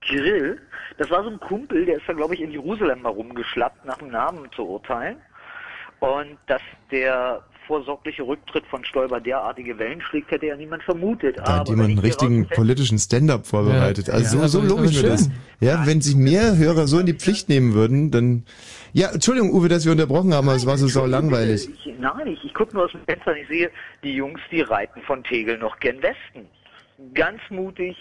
S18: Grill, das war so ein Kumpel, der ist da, glaube ich, in Jerusalem mal rumgeschlappt, nach dem Namen zu urteilen. Und dass der vorsorgliche Rücktritt von Stoiber derartige Wellen schlägt, hätte ja niemand vermutet.
S1: Da hat jemand einen richtigen politischen Stand-up vorbereitet.
S18: Ja.
S1: also
S18: Ja,
S1: so, so
S18: aber-
S1: lobe ich
S18: aber
S1: mir das.
S18: schön.
S1: Ja, wenn sich mehr Hörer so in die Pflicht nehmen würden, dann... Ja, Entschuldigung, Uwe, dass wir unterbrochen haben, aber es war so sau langweilig.
S18: Ich, nein, ich, ich gucke nur aus dem Fenster und ich sehe, die Jungs, die reiten von Tegel noch gen Westen. Ganz mutig,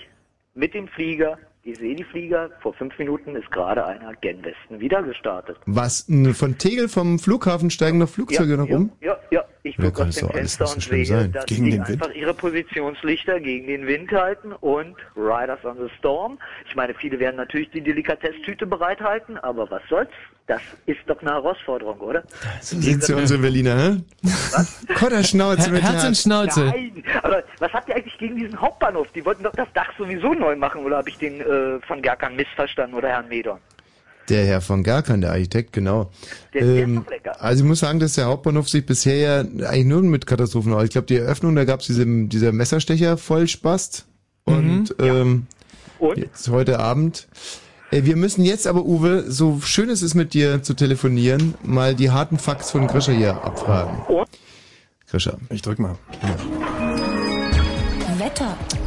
S18: mit dem Flieger. Ich sehe die Flieger, vor fünf Minuten ist gerade einer gen Westen wieder gestartet.
S1: Was, n, von Tegel vom Flughafen steigen noch um? Flugzeuge nach
S18: ja,
S1: oben?
S18: Ja, ja, ich
S1: Ja,
S18: gucke
S1: kann
S18: aus
S1: das
S18: dem
S1: doch alles
S18: Fenster
S1: nicht so
S18: und
S1: schlimm
S18: sehe,
S1: sein.
S18: dass
S1: Gegen
S18: die
S1: den Wind?
S18: einfach ihre Positionslichter gegen den Wind halten und Riders on the Storm. Ich meine, viele werden natürlich die Delikatesstüte bereithalten, aber was soll's? Das ist doch eine Herausforderung, oder?
S1: Sind sie unsere Berliner, hä? Kotterschnauze mit
S18: Nein, aber was habt ihr eigentlich gegen diesen Hauptbahnhof? Die wollten doch das Dach sowieso neu machen, oder habe ich den äh, von Gerkan missverstanden oder Herrn Medon?
S1: Der Herr von Gerkan, der Architekt, genau.
S18: Der- der ist
S1: Ähm,
S18: doch lecker.
S1: also ich muss sagen, dass der Hauptbahnhof sich bisher ja eigentlich nur mit Katastrophen aus. Ich glaube, die Eröffnung, da gab's diese, dieser Messerstecher Vollspast. Und, ähm, jetzt heute Abend. Äh, Wir müssen jetzt aber, Uwe, so schön es ist mit dir zu telefonieren, mal die harten Facts von Grisha hier abfragen. Grisha.
S3: Ich drück mal.
S1: Ja.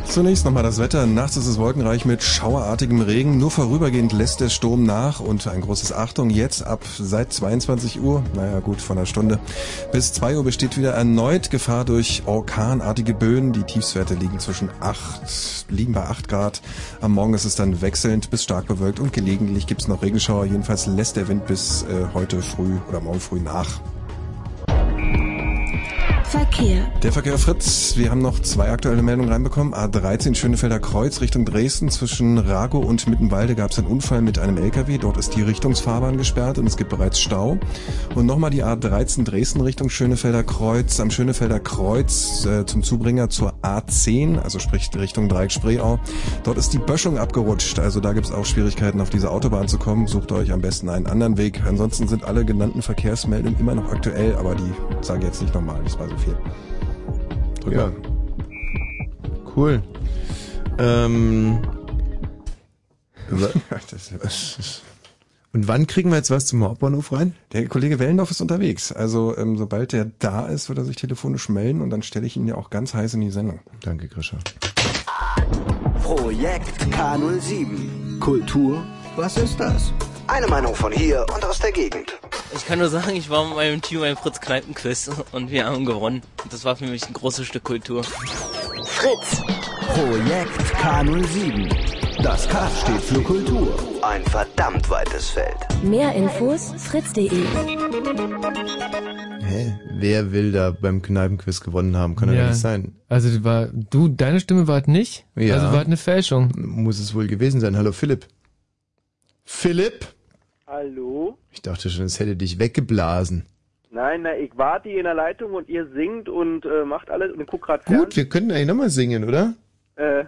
S3: Zunächst nochmal das Wetter. Nachts ist es wolkenreich mit schauerartigem Regen. Nur vorübergehend lässt der Sturm nach und ein großes Achtung. Jetzt ab seit 22 Uhr, naja gut, von einer Stunde bis 2 Uhr besteht wieder erneut Gefahr durch orkanartige Böen. Die Tiefstwerte liegen zwischen 8, liegen bei 8 Grad. Am Morgen ist es dann wechselnd bis stark bewölkt und gelegentlich gibt es noch Regenschauer. Jedenfalls lässt der Wind bis äh, heute früh oder morgen früh nach.
S13: Verkehr.
S3: Der Verkehr Fritz, wir haben noch zwei aktuelle Meldungen reinbekommen. A13 Schönefelder Kreuz Richtung Dresden zwischen Ragow und Mittenwalde gab es einen Unfall mit einem LKW. Dort ist die Richtungsfahrbahn gesperrt und es gibt bereits Stau. Und nochmal die A13 Dresden Richtung Schönefelder Kreuz. Am Schönefelder Kreuz äh, zum Zubringer zur A10, also sprich Richtung Dreieck Spreeau. Dort ist die Böschung abgerutscht. Also da gibt es auch Schwierigkeiten auf diese Autobahn zu kommen. Sucht euch am besten einen anderen Weg. Ansonsten sind alle genannten Verkehrsmeldungen immer noch aktuell, aber die sage ich jetzt nicht nochmal. Das war so viel.
S1: Drück ja. Cool. Ähm, und wann kriegen wir jetzt was zum Hauptbahnhof rein?
S3: Der Kollege Wellendorf ist unterwegs. Also ähm, sobald der da ist, wird er sich telefonisch melden und dann stelle ich ihn ja auch ganz heiß in die Sendung.
S1: Danke, Grisha.
S11: Projekt K07. Kultur, was ist das? Eine Meinung von hier und aus der Gegend.
S19: Ich kann nur sagen, ich war mit meinem Team beim Fritz Kneipenquiz und wir haben gewonnen. Das war für mich ein großes Stück Kultur.
S11: Fritz. Projekt K07. Das K steht für Kultur. Ein verdammt weites Feld.
S13: Mehr Infos fritz.de.
S1: Hä? Wer will da beim Kneipenquiz gewonnen haben? Kann ja,
S2: Ja.
S1: nicht sein.
S2: Also die war, du, deine Stimme war es nicht.
S1: Ja.
S2: Also war es eine Fälschung.
S1: Muss es wohl gewesen sein. Hallo Philipp. Philipp?
S7: Hallo?
S1: Ich dachte schon, es hätte dich weggeblasen.
S7: Nein, na, ich warte hier in der Leitung und ihr singt und äh, macht alles und guckt gerade
S1: Gut, wir können eigentlich nochmal singen, oder?
S7: Äh,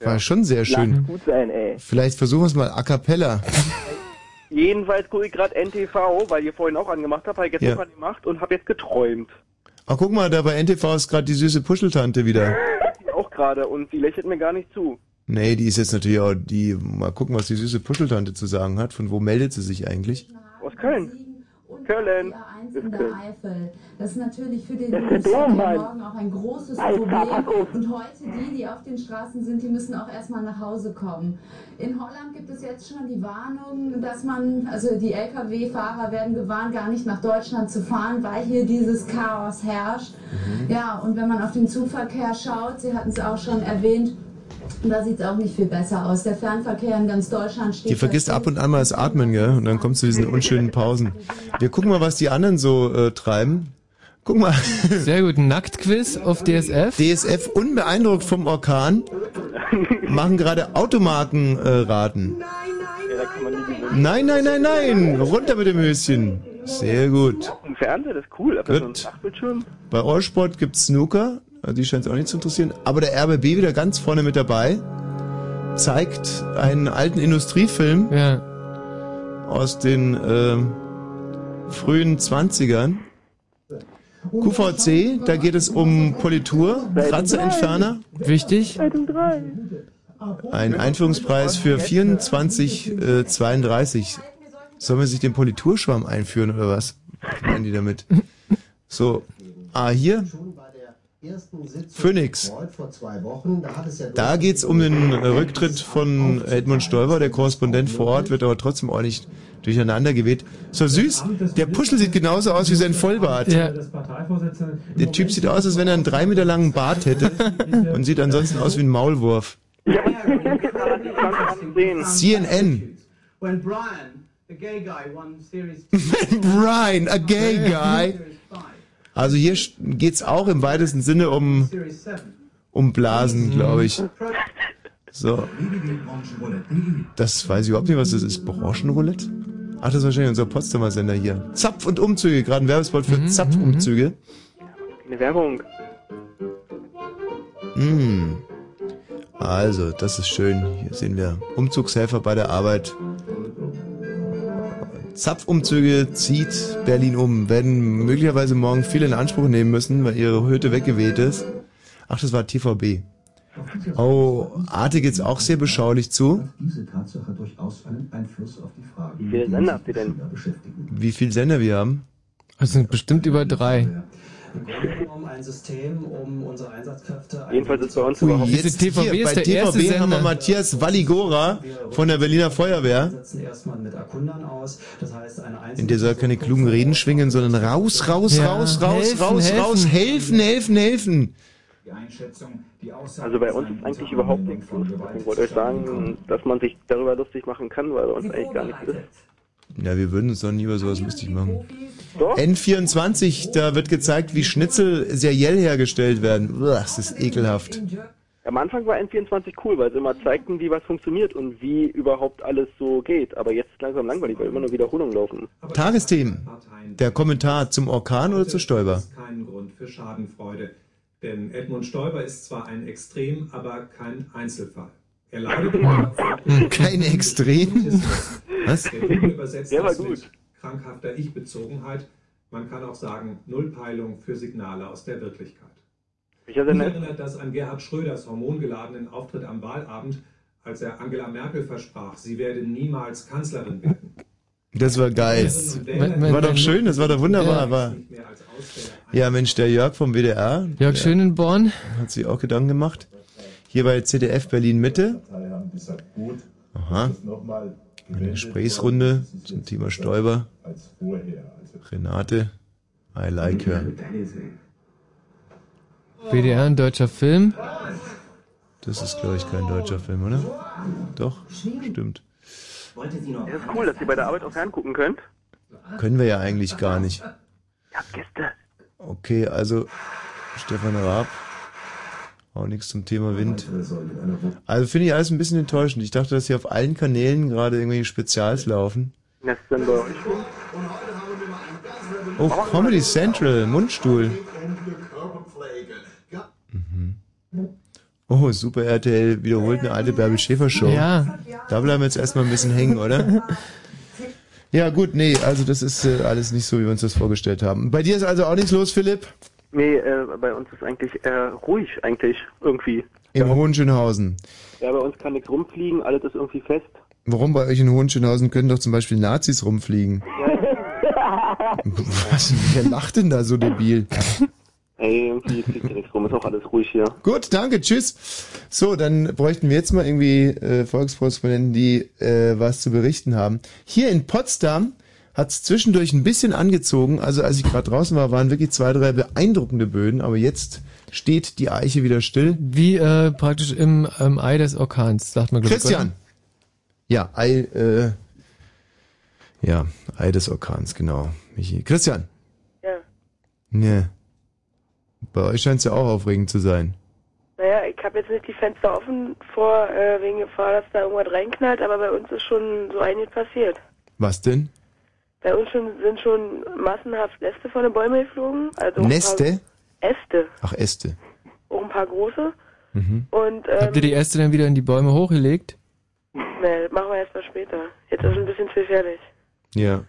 S1: War schon sehr schön.
S7: Lass gut sein, ey.
S1: Vielleicht versuchen wir es mal a cappella.
S7: Jedenfalls gucke ich gerade NTV, weil ihr vorhin auch angemacht habt, habe ich jetzt
S1: Ja.
S7: nochmal gemacht und habe jetzt geträumt.
S1: Ach, guck mal, da bei NTV ist gerade die süße Puscheltante wieder.
S7: Die auch gerade und sie lächelt mir gar nicht zu.
S1: Nee, die ist jetzt natürlich auch die. Mal gucken, was die süße Puscheltante zu sagen hat. Von wo meldet sie sich eigentlich?
S7: Aus Köln. Köln. Ist Köln.
S20: Eifel. Das ist natürlich für den
S7: Das ist
S20: Berufsverkehr
S7: dumm, Mann.
S20: morgen auch ein großes
S7: Alter,
S20: Problem.
S7: pass auf.
S20: Und heute die, die auf den Straßen sind, die müssen auch erstmal nach Hause kommen. In Holland gibt es jetzt schon die Warnung, dass man, also die Lkw-Fahrer werden gewarnt, gar nicht nach Deutschland zu fahren, weil hier dieses Chaos herrscht.
S1: Mhm.
S20: Ja, und wenn man auf den Zugverkehr schaut, Sie hatten es auch schon erwähnt, da sieht es auch nicht viel besser aus. Der Fernverkehr in ganz Deutschland steht
S1: Die vergisst ab und an mal das Atmen, gell? Und dann kommt zu diesen unschönen Pausen. Wir gucken mal, was die anderen so äh, treiben. Guck mal.
S2: Sehr gut, Nacktquiz auf DSF.
S1: DSF unbeeindruckt vom Orkan. Machen gerade Automarken äh, raten.
S7: Ja, da kann man nie gewinnen.
S1: Nein, nein, nein, nein. Runter mit dem Höschen. Sehr gut.
S7: Im Fernseher, das ist cool, aber so ein
S1: Gut.
S7: Dachbildschirm.
S1: Bei Allsport gibt's Snooker, also die scheint es auch nicht zu interessieren. Aber der RBB wieder ganz vorne mit dabei, zeigt einen alten Industriefilm aus den ähm, frühen 20ern. QVC, da geht es um Politur, Kratzeentferner.
S2: Wichtig.
S7: Leitung 3.
S1: Ein Einführungspreis für äh, 24,32. Soll man sich den Politurschwamm einführen oder was? Was meinen die damit? So, ah, hier, Phoenix. Da geht's um den äh, Rücktritt von Edmund Stoiber, der Korrespondent vor Ort, wird aber trotzdem ordentlich durcheinander geweht. So süß, der Puschel sieht genauso aus wie sein Vollbart. Der Typ sieht aus, als wenn er einen drei Meter langen Bart hätte und sieht ansonsten aus wie ein Maulwurf. CNN.
S21: When Brian, the gay guy, won series
S1: Brian, a gay guy. Also hier sch- geht's auch im weitesten Sinne um, um Blasen, glaube ich. So. Das weiß ich überhaupt nicht, was das ist. Branchenroulette? Ach, das ist wahrscheinlich unser Potsdamer Sender hier. Zapf und Umzüge, gerade ein Werbespot für Zapfumzüge.
S7: Eine Werbung.
S1: Mm. Also, das ist schön. Hier sehen wir Umzugshelfer bei der Arbeit. Zapfumzüge zieht Berlin um, werden möglicherweise morgen viele in Anspruch nehmen müssen, weil ihre Hütte weggeweht ist. Ach, das war TVB. Oh, Arte geht's auch sehr beschaulich zu.
S22: Diese Tatsache hat durchaus einen Einfluss auf die Frage,
S7: Wie viele Sender habt ihr denn?
S22: beschäftigen.
S1: Wie viel Sender wir haben?
S2: Es sind bestimmt über drei.
S22: Im Grunde genommen ein System, um unsere Einsatzkräfte
S7: Jedenfalls ist bei uns
S1: Ui,
S7: überhaupt
S1: jetzt hier, bei TVB haben wir Matthias Walligora von der Berliner Feuerwehr.
S22: einzusetzen, erstmal mit Erkundern aus. Das heißt, eine Einzel
S1: In der soll keine klugen Reden schwingen, sondern raus, raus,
S22: Ja,
S1: raus, raus,
S22: helfen,
S1: raus,
S22: helfen.
S1: raus, helfen, helfen, helfen.
S7: Also bei uns ist eigentlich überhaupt nichts los. Ich wollte euch sagen, dass man sich darüber lustig machen kann, weil bei uns eigentlich gar nichts ist.
S1: Ja, wir würden uns doch nie über sowas lustig machen.
S7: Doch.
S1: N24, da wird gezeigt, wie Schnitzel seriell hergestellt werden. Uah, das ist ekelhaft.
S7: Am Anfang war N24 cool, weil sie immer zeigten, wie was funktioniert und wie überhaupt alles so geht. Aber jetzt ist langsam langweilig, weil immer nur Wiederholungen laufen.
S1: Tagesthemen. Der Kommentar zum Orkan oder zu Stoiber?
S23: Keinen Grund für Schadenfreude. Denn Edmund Stoiber ist zwar ein Extrem, aber kein Einzelfall. Er leidet unter
S22: Hm.
S1: Kein Extrem? Was?
S23: Der Junge übersetzt
S1: Der war
S23: das
S1: gut.
S23: mit krankhafter Ich-Bezogenheit. Man kann auch sagen, Nullpeilung für Signale aus der Wirklichkeit.
S7: Ich
S23: Mich
S7: hatte eine-
S23: erinnert das an Gerhard Schröders hormongeladenen Auftritt am Wahlabend, als er Angela Merkel versprach, sie werde niemals Kanzlerin werden.
S1: Das war geil.
S23: Mein- mein-
S1: War doch schön, das war doch wunderbar.
S23: Ja.
S1: War. Ja, Mensch, der Jörg vom WDR.
S2: Jörg Schönenborn.
S1: Hat sich auch Gedanken gemacht. Hier bei ZDF Berlin Mitte. Aha. Eine Gesprächsrunde zum Thema Stoiber. Renate, I like her.
S2: WDR, ein deutscher Film.
S1: Das ist, glaube ich, kein deutscher Film, oder? Doch, stimmt.
S7: Das ist cool, dass ihr bei der Arbeit auch angucken könnt.
S1: Können wir ja eigentlich gar nicht.
S7: Ja, Gäste.
S1: Okay, also Stefan Raab. Auch nichts zum Thema Wind. Also finde ich alles ein bisschen enttäuschend. Ich dachte, dass hier auf allen Kanälen gerade irgendwelche Spezials laufen.
S7: Das ist dann bei euch.
S1: Oh, Comedy Central, Mundstuhl. Oh, Super RTL wiederholt eine alte Bärbel Schäfer Show.
S2: Ja.
S1: Da bleiben wir jetzt erstmal ein bisschen hängen, oder? Ja, gut, nee, also das ist äh, alles nicht so, wie wir uns das vorgestellt haben. Bei dir ist also auch nichts los, Philipp?
S7: Nee, äh, bei uns ist eigentlich äh, ruhig, eigentlich, irgendwie.
S1: Im Hohenschönhausen.
S7: Ja, bei uns kann nichts rumfliegen, alles ist irgendwie fest.
S1: Warum bei euch in Hohenschönhausen können doch zum Beispiel Nazis rumfliegen? Was? Wer lacht denn da so debil?
S7: Ey, irgendwie fliegt hier nichts rum, ist auch alles ruhig hier.
S1: Gut, danke, tschüss. So, dann bräuchten wir jetzt mal irgendwie äh, Volkskorrespondenten, die äh, was zu berichten haben. Hier in Potsdam hat es zwischendurch ein bisschen angezogen. Also als ich gerade draußen war, waren wirklich zwei, drei beeindruckende Böden, aber jetzt steht die Eiche wieder still.
S2: Wie äh, praktisch im, im Ei des Orkans, sagt man, glaube ich.
S1: Christian!
S2: oder?
S1: Ja, Ei, äh, ja, Ei des Orkans, genau. Michi. Christian!
S4: Ja.
S1: Nee. Bei euch scheint es ja auch aufregend zu sein.
S4: Naja, ich habe jetzt nicht die Fenster offen vor, äh, wegen Gefahr, dass da irgendwas reinknallt, aber bei uns ist schon so einiges passiert.
S1: Was denn?
S4: Bei uns schon, sind schon massenhaft Äste von den Bäumen geflogen. Also ein
S1: Neste?
S4: Paar Äste,
S1: Ach, Äste.
S4: auch ein paar große.
S1: Mhm.
S4: Und ähm,
S2: Habt ihr die erste dann wieder in die Bäume hochgelegt?
S4: nee, das machen wir erst mal später. Jetzt ist es ein bisschen zu gefährlich.
S1: Ja.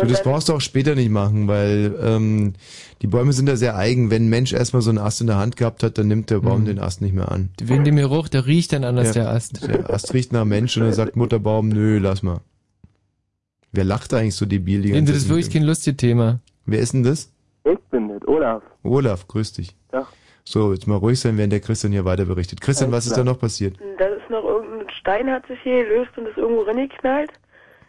S1: Du, das brauchst du auch später nicht machen, weil ähm, die Bäume sind da sehr eigen. Wenn ein Mensch erstmal so einen Ast in der Hand gehabt hat, dann nimmt der Baum
S2: Mhm.
S1: den Ast nicht mehr an.
S2: Wegen dem Geruch, der riecht dann anders,
S1: Ja.
S2: der Ast.
S1: Der Ast riecht nach Mensch und dann sagt Mutterbaum, nö, lass mal. Wer lacht eigentlich so debil die
S2: Nehmen
S1: ganze
S2: Sie das ist
S1: Zeit mit
S2: wirklich kein lustiges Thema.
S1: dem- Wer ist denn das?
S7: Ich bin das, Olaf.
S1: Olaf, grüß dich.
S4: Ja.
S1: So, jetzt mal ruhig sein, während der Christian hier weiter berichtet. Christian,
S4: Alles
S1: was ist da
S4: klar.
S1: noch passiert?
S4: Da ist noch irgendein Stein hat sich hier gelöst und ist irgendwo reingeknallt.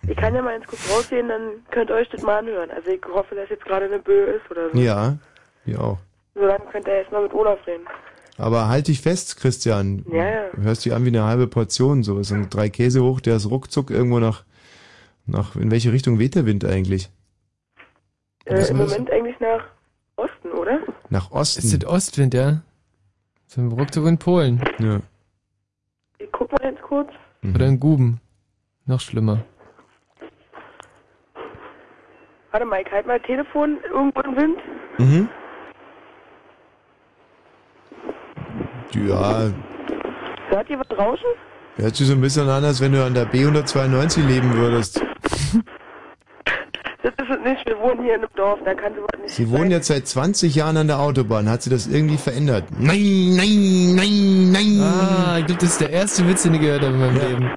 S4: Ich kann ja mal ins kurz rausgehen, dann könnt ihr euch das mal anhören. Also ich hoffe, dass jetzt gerade eine Böe ist oder so.
S1: Ja, wir auch.
S4: So lange könnt ihr erstmal mit Olaf reden.
S1: Aber halt dich fest, Christian.
S4: Ja, ja.
S1: Du Hörst dich an wie eine halbe Portion, sowas. Und drei Käse hoch, der ist ruckzuck irgendwo nach, nach, in welche Richtung weht der Wind eigentlich?
S4: Äh,
S1: Was
S4: Im
S1: war das?
S4: Moment eigentlich nach Osten, oder?
S1: Nach Osten.
S2: Ist das Ostwind, ja? Sind wir ruckzuck in Polen.
S1: Ja. Mhm.
S4: Ich guck mal ganz kurz.
S2: Oder in Guben. Noch schlimmer.
S4: Warte mal, ich halt mal Telefon irgendwo im Wind.
S1: Mhm. Ja,
S4: Hört ihr was rauschen?
S1: hört sich so ein bisschen an, als wenn du an der B192 leben würdest.
S4: Das ist es nicht, wir wohnen hier in einem Dorf, da kann sowas nicht.
S1: Sie wohnen jetzt seit 20 Jahren an der Autobahn. Hat sie das irgendwie verändert? Nein, nein, nein, nein.
S2: Ah, ich glaube, das ist der erste Witz, den ich gehört habe in meinem Leben.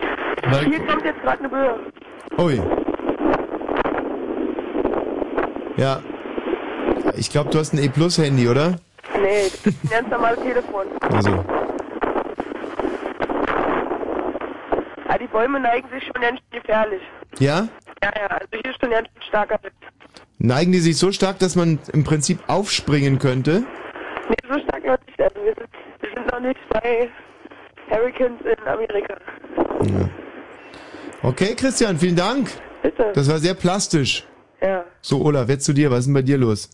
S2: Weil,
S4: Hier kommt jetzt gerade eine Böe.
S1: Ui. Ja. Ich glaube, du hast ein E-Plus-Handy, oder?
S4: Nee, das ist ein ganz normales Telefon.
S1: Also,
S4: Ah, die Bäume neigen sich schon ganz schön gefährlich.
S1: ja?
S4: Ja, ja, also hier ist schon ganz schön starker Wind.
S1: Neigen die sich so stark, dass man im Prinzip aufspringen könnte?
S4: Nee, so stark noch nicht. Also wir sind, wir sind noch nicht bei Hurricanes in Amerika.
S1: Okay, Christian, vielen Dank.
S4: Bitte.
S1: Das war sehr plastisch.
S4: Ja.
S1: So, Olaf, jetzt zu dir. Was ist denn bei dir los?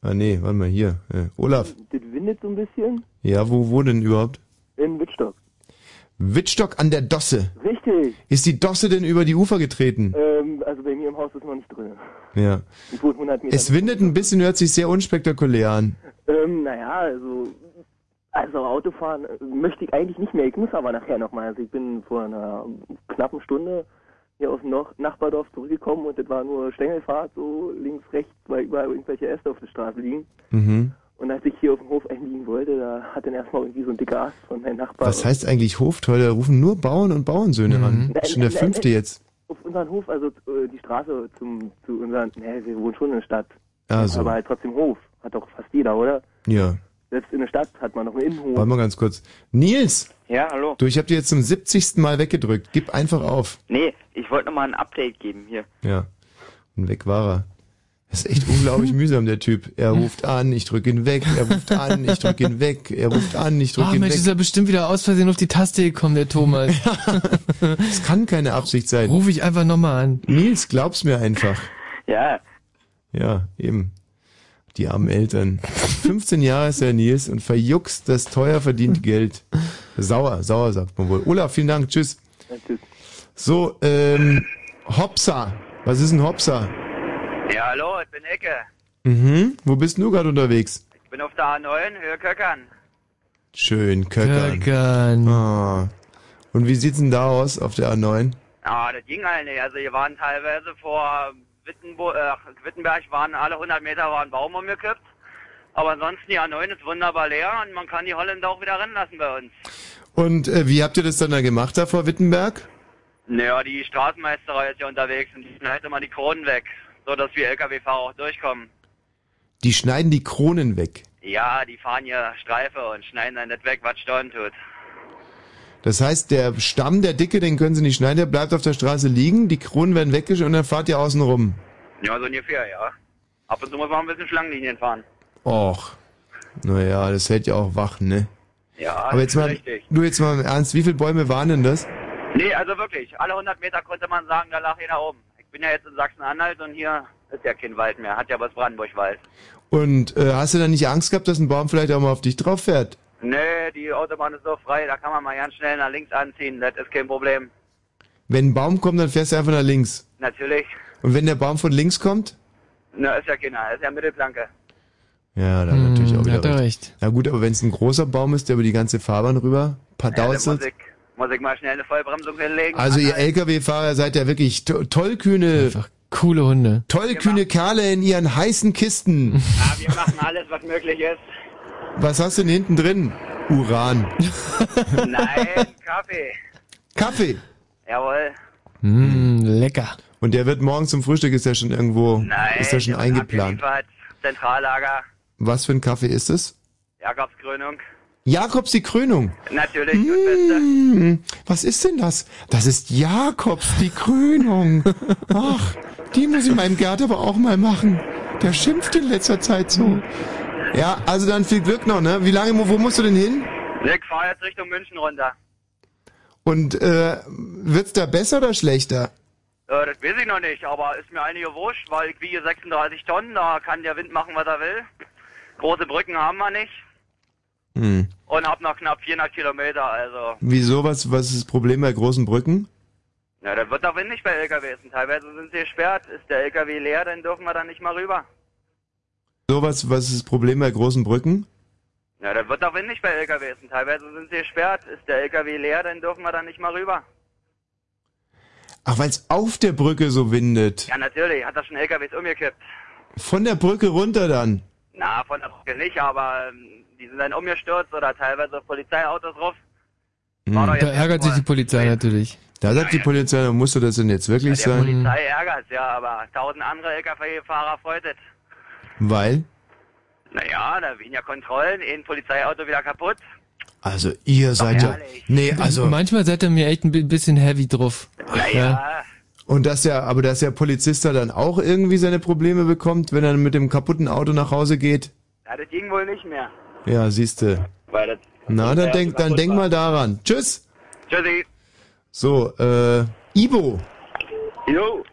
S1: Ah, nee, warte mal, hier. Äh, Olaf.
S16: Das windet so ein bisschen
S1: Ja, wo, wo denn überhaupt?
S16: in Wittstock.
S1: Wittstock an der Dosse.
S16: Richtig.
S1: Ist die Dosse denn über die Ufer getreten?
S16: Ähm, also bei mir im Haus ist man nicht drin.
S1: Ja.
S16: Die 500 Meter.
S1: Es windet ein bisschen, hört sich sehr unspektakulär an.
S16: Ähm, naja, also, also Autofahren äh, möchte ich eigentlich nicht mehr. Ich muss aber nachher nochmal. Also ich bin vor einer knappen Stunde hier aus dem Noch Nachbardorf zurückgekommen und das war nur Stängelfahrt, so links, rechts, weil überall irgendwelche Äste auf der Straße liegen.
S1: Mhm.
S16: Und als ich hier auf dem Hof einliegen wollte, da hat dann erstmal irgendwie so ein dicker Ast von meinem Nachbar.
S1: Was heißt eigentlich Hoftoll? Da rufen nur Bauern und Bauernsöhne ran.
S16: Nein,
S1: Hm? Schon der
S16: nein,
S1: fünfte
S16: nein.
S1: jetzt.
S16: Auf unseren Hof, also äh, die Straße zum, zu unseren, ne, wir wohnen schon in der Stadt.
S1: Ah, so.
S16: Aber halt trotzdem Hof. Hat doch fast jeder, oder?
S1: Ja.
S16: Selbst in der Stadt hat man noch einen Innenhof.
S1: Warte mal ganz kurz. Nils!
S19: Ja, hallo.
S1: Du, ich habe dir jetzt zum 70. Mal weggedrückt. Gib einfach auf.
S19: Nee, ich wollte nochmal ein Update geben hier.
S1: Ja. Und weg war er. Das ist echt unglaublich mühsam, der Typ. Er ruft an, ich drück ihn weg. Er ruft an, ich drück ihn weg. Er ruft an, ich drück
S2: Ah,
S1: ihn
S2: Mensch, ist
S1: weg.
S2: er bestimmt wieder aus Versehen auf die Taste gekommen, der Thomas.
S1: Das kann keine Absicht sein.
S2: Ruf ich einfach nochmal an.
S1: Nils, glaub's mir einfach.
S19: Ja,
S1: Ja, eben. Die armen Eltern. 15 Jahre ist der Nils und verjuckst das teuer verdiente Geld. Sauer, sauer sagt man wohl. Olaf, vielen Dank, tschüss.
S16: tschüss.
S1: So, ähm, Hopsa. Was ist ein Hopsa?
S24: Ja, hallo, ich bin Ecke.
S1: Mhm. Wo bist du gerade unterwegs?
S24: Ich bin auf der A9, Höhe Köckern.
S1: Schön, Köckern. Köckern. Ah. Und wie sieht's denn da aus auf der A9?
S24: Ah, das ging halt nicht. Also, hier waren teilweise vor Wittenbo äh, Wittenberg waren alle 100 Meter war ein Baum umgekippt. Aber ansonsten, die A9 ist wunderbar leer und man kann die Holländer auch wieder rennen lassen bei uns.
S1: Und äh, wie habt ihr das dann da gemacht da vor Wittenberg?
S24: Naja, die Straßenmeisterei ist ja unterwegs und die schneidet immer die Kronen weg, sodass wir Lkw-Fahrer auch durchkommen.
S1: Die schneiden die Kronen weg.
S24: Ja, die fahren hier Streife und schneiden dann nicht weg, was Steuern tut.
S1: Das heißt, der Stamm, der Dicke, den können sie nicht schneiden, der bleibt auf der Straße liegen, die Kronen werden weggeschnitten und dann fahrt ihr außen rum.
S24: Ja, so ungefähr, ja. Ab und zu muss man ein bisschen Schlangenlinien fahren.
S1: Och. Naja, das hält ja auch wach, ne?
S24: Ja,
S1: Aber jetzt mal,
S24: richtig.
S1: nur jetzt mal im Ernst, wie viele Bäume waren denn das?
S24: Nee, also wirklich, alle 100 Meter konnte man sagen, da lag jeder oben. Ich bin ja jetzt in Sachsen-Anhalt und hier ist ja kein Wald mehr, hat ja was Brandenburg-Wald.
S1: Und äh, hast du dann nicht Angst gehabt, dass ein Baum vielleicht auch mal auf dich drauf fährt?
S24: Nee, die Autobahn ist so frei, da kann man mal ganz schnell nach links anziehen, das ist kein Problem.
S1: Wenn ein Baum kommt, dann fährst du einfach nach links.
S24: Natürlich,
S1: Und wenn der Baum von links kommt?
S24: na, ist ja keiner, ist ja Mittelplanke.
S1: Ja, dann natürlich auch wieder
S2: Hm, hat er
S1: recht. Na gut, aber wenn es ein großer Baum ist, der über die ganze Fahrbahn rüber
S24: Ja, dann
S1: padauzelt.
S24: muss, ich, muss ich mal schnell eine Vollbremsung hinlegen.
S1: Also ihr Lkw-Fahrer seid ja wirklich to tollkühne,
S2: coole Hunde,
S1: tollkühne Kerle in ihren heißen Kisten.
S24: ja, wir machen alles, was möglich ist.
S1: Was hast du denn hinten drin? Uran.
S24: Nein, Kaffee.
S1: Kaffee.
S24: Jawohl.
S1: Mm,
S2: Hm,
S1: lecker. Und der wird morgen zum Frühstück ist ja schon irgendwo,
S24: Nein,
S1: ist ja schon
S24: der wird
S1: eingeplant.
S24: abgeliefert. Zentrallager,
S1: Was für ein Kaffee ist es?
S24: Jakobskrönung.
S1: Jakobs die Krönung. Hm?
S24: Natürlich,
S1: Mm, was ist denn das? Das ist Jakobs die Krönung. Ach, die muss ich meinem Gerd aber auch mal machen. Der schimpft in letzter Zeit so. Ja, also dann viel Glück noch, ne? Wie lange, wo musst du denn hin?
S24: Ich fahre jetzt Richtung München runter.
S1: Und äh, wird's da besser oder schlechter?
S24: Äh, das weiß ich noch nicht, aber ist mir einige wurscht, weil ich wiege 36 Tonnen, da kann der Wind machen, was er will. Große Brücken haben wir nicht
S1: Hm.
S24: und hab noch knapp 400 Kilometer, also.
S1: Wieso, was, was ist das Problem bei großen Brücken?
S24: Ja, das wird doch windig bei LKWs und teilweise sind sie gesperrt. Ist der LKW leer, dann dürfen wir da nicht mal rüber.
S1: So was, was ist das Problem bei großen Brücken?
S24: Ja, das wird doch windig bei LKWs und teilweise sind sie gesperrt. Ist der LKW leer, dann dürfen wir da nicht mal rüber.
S1: Ach, weil's auf der Brücke so windet.
S24: Ja, natürlich, hat das schon LKWs umgekippt.
S1: Von der Brücke runter dann.
S24: Na, von der Brücke nicht, aber ähm, die sind dann umgestürzt oder teilweise auf Polizeiautos drauf.
S2: Da ärgert sich die Polizei natürlich.
S1: Hm. Da sagt die Polizei, dann musste das denn jetzt wirklich
S24: Der
S1: sein?
S24: Polizei ärgert ja, aber tausend andere LKW-Fahrer freut es.
S1: Weil?
S25: Naja, da weniger Kontrollen, ein Polizeiauto wieder kaputt.
S1: Also ihr seid ja. Nee, also.
S2: Manchmal seid ihr mir echt ein bi- bisschen heavy drauf.
S1: Ja. Und dass ja, aber dass der Polizist da dann auch irgendwie seine Probleme bekommt, wenn er mit dem kaputten Auto nach Hause geht.
S25: Ja, das ging wohl nicht mehr.
S1: Ja, siehste.
S25: Weil das
S1: Na, dann denk, dann denk mal daran. Tschüss.
S25: Tschüssi.
S1: So, äh, Ibo.
S25: Jo.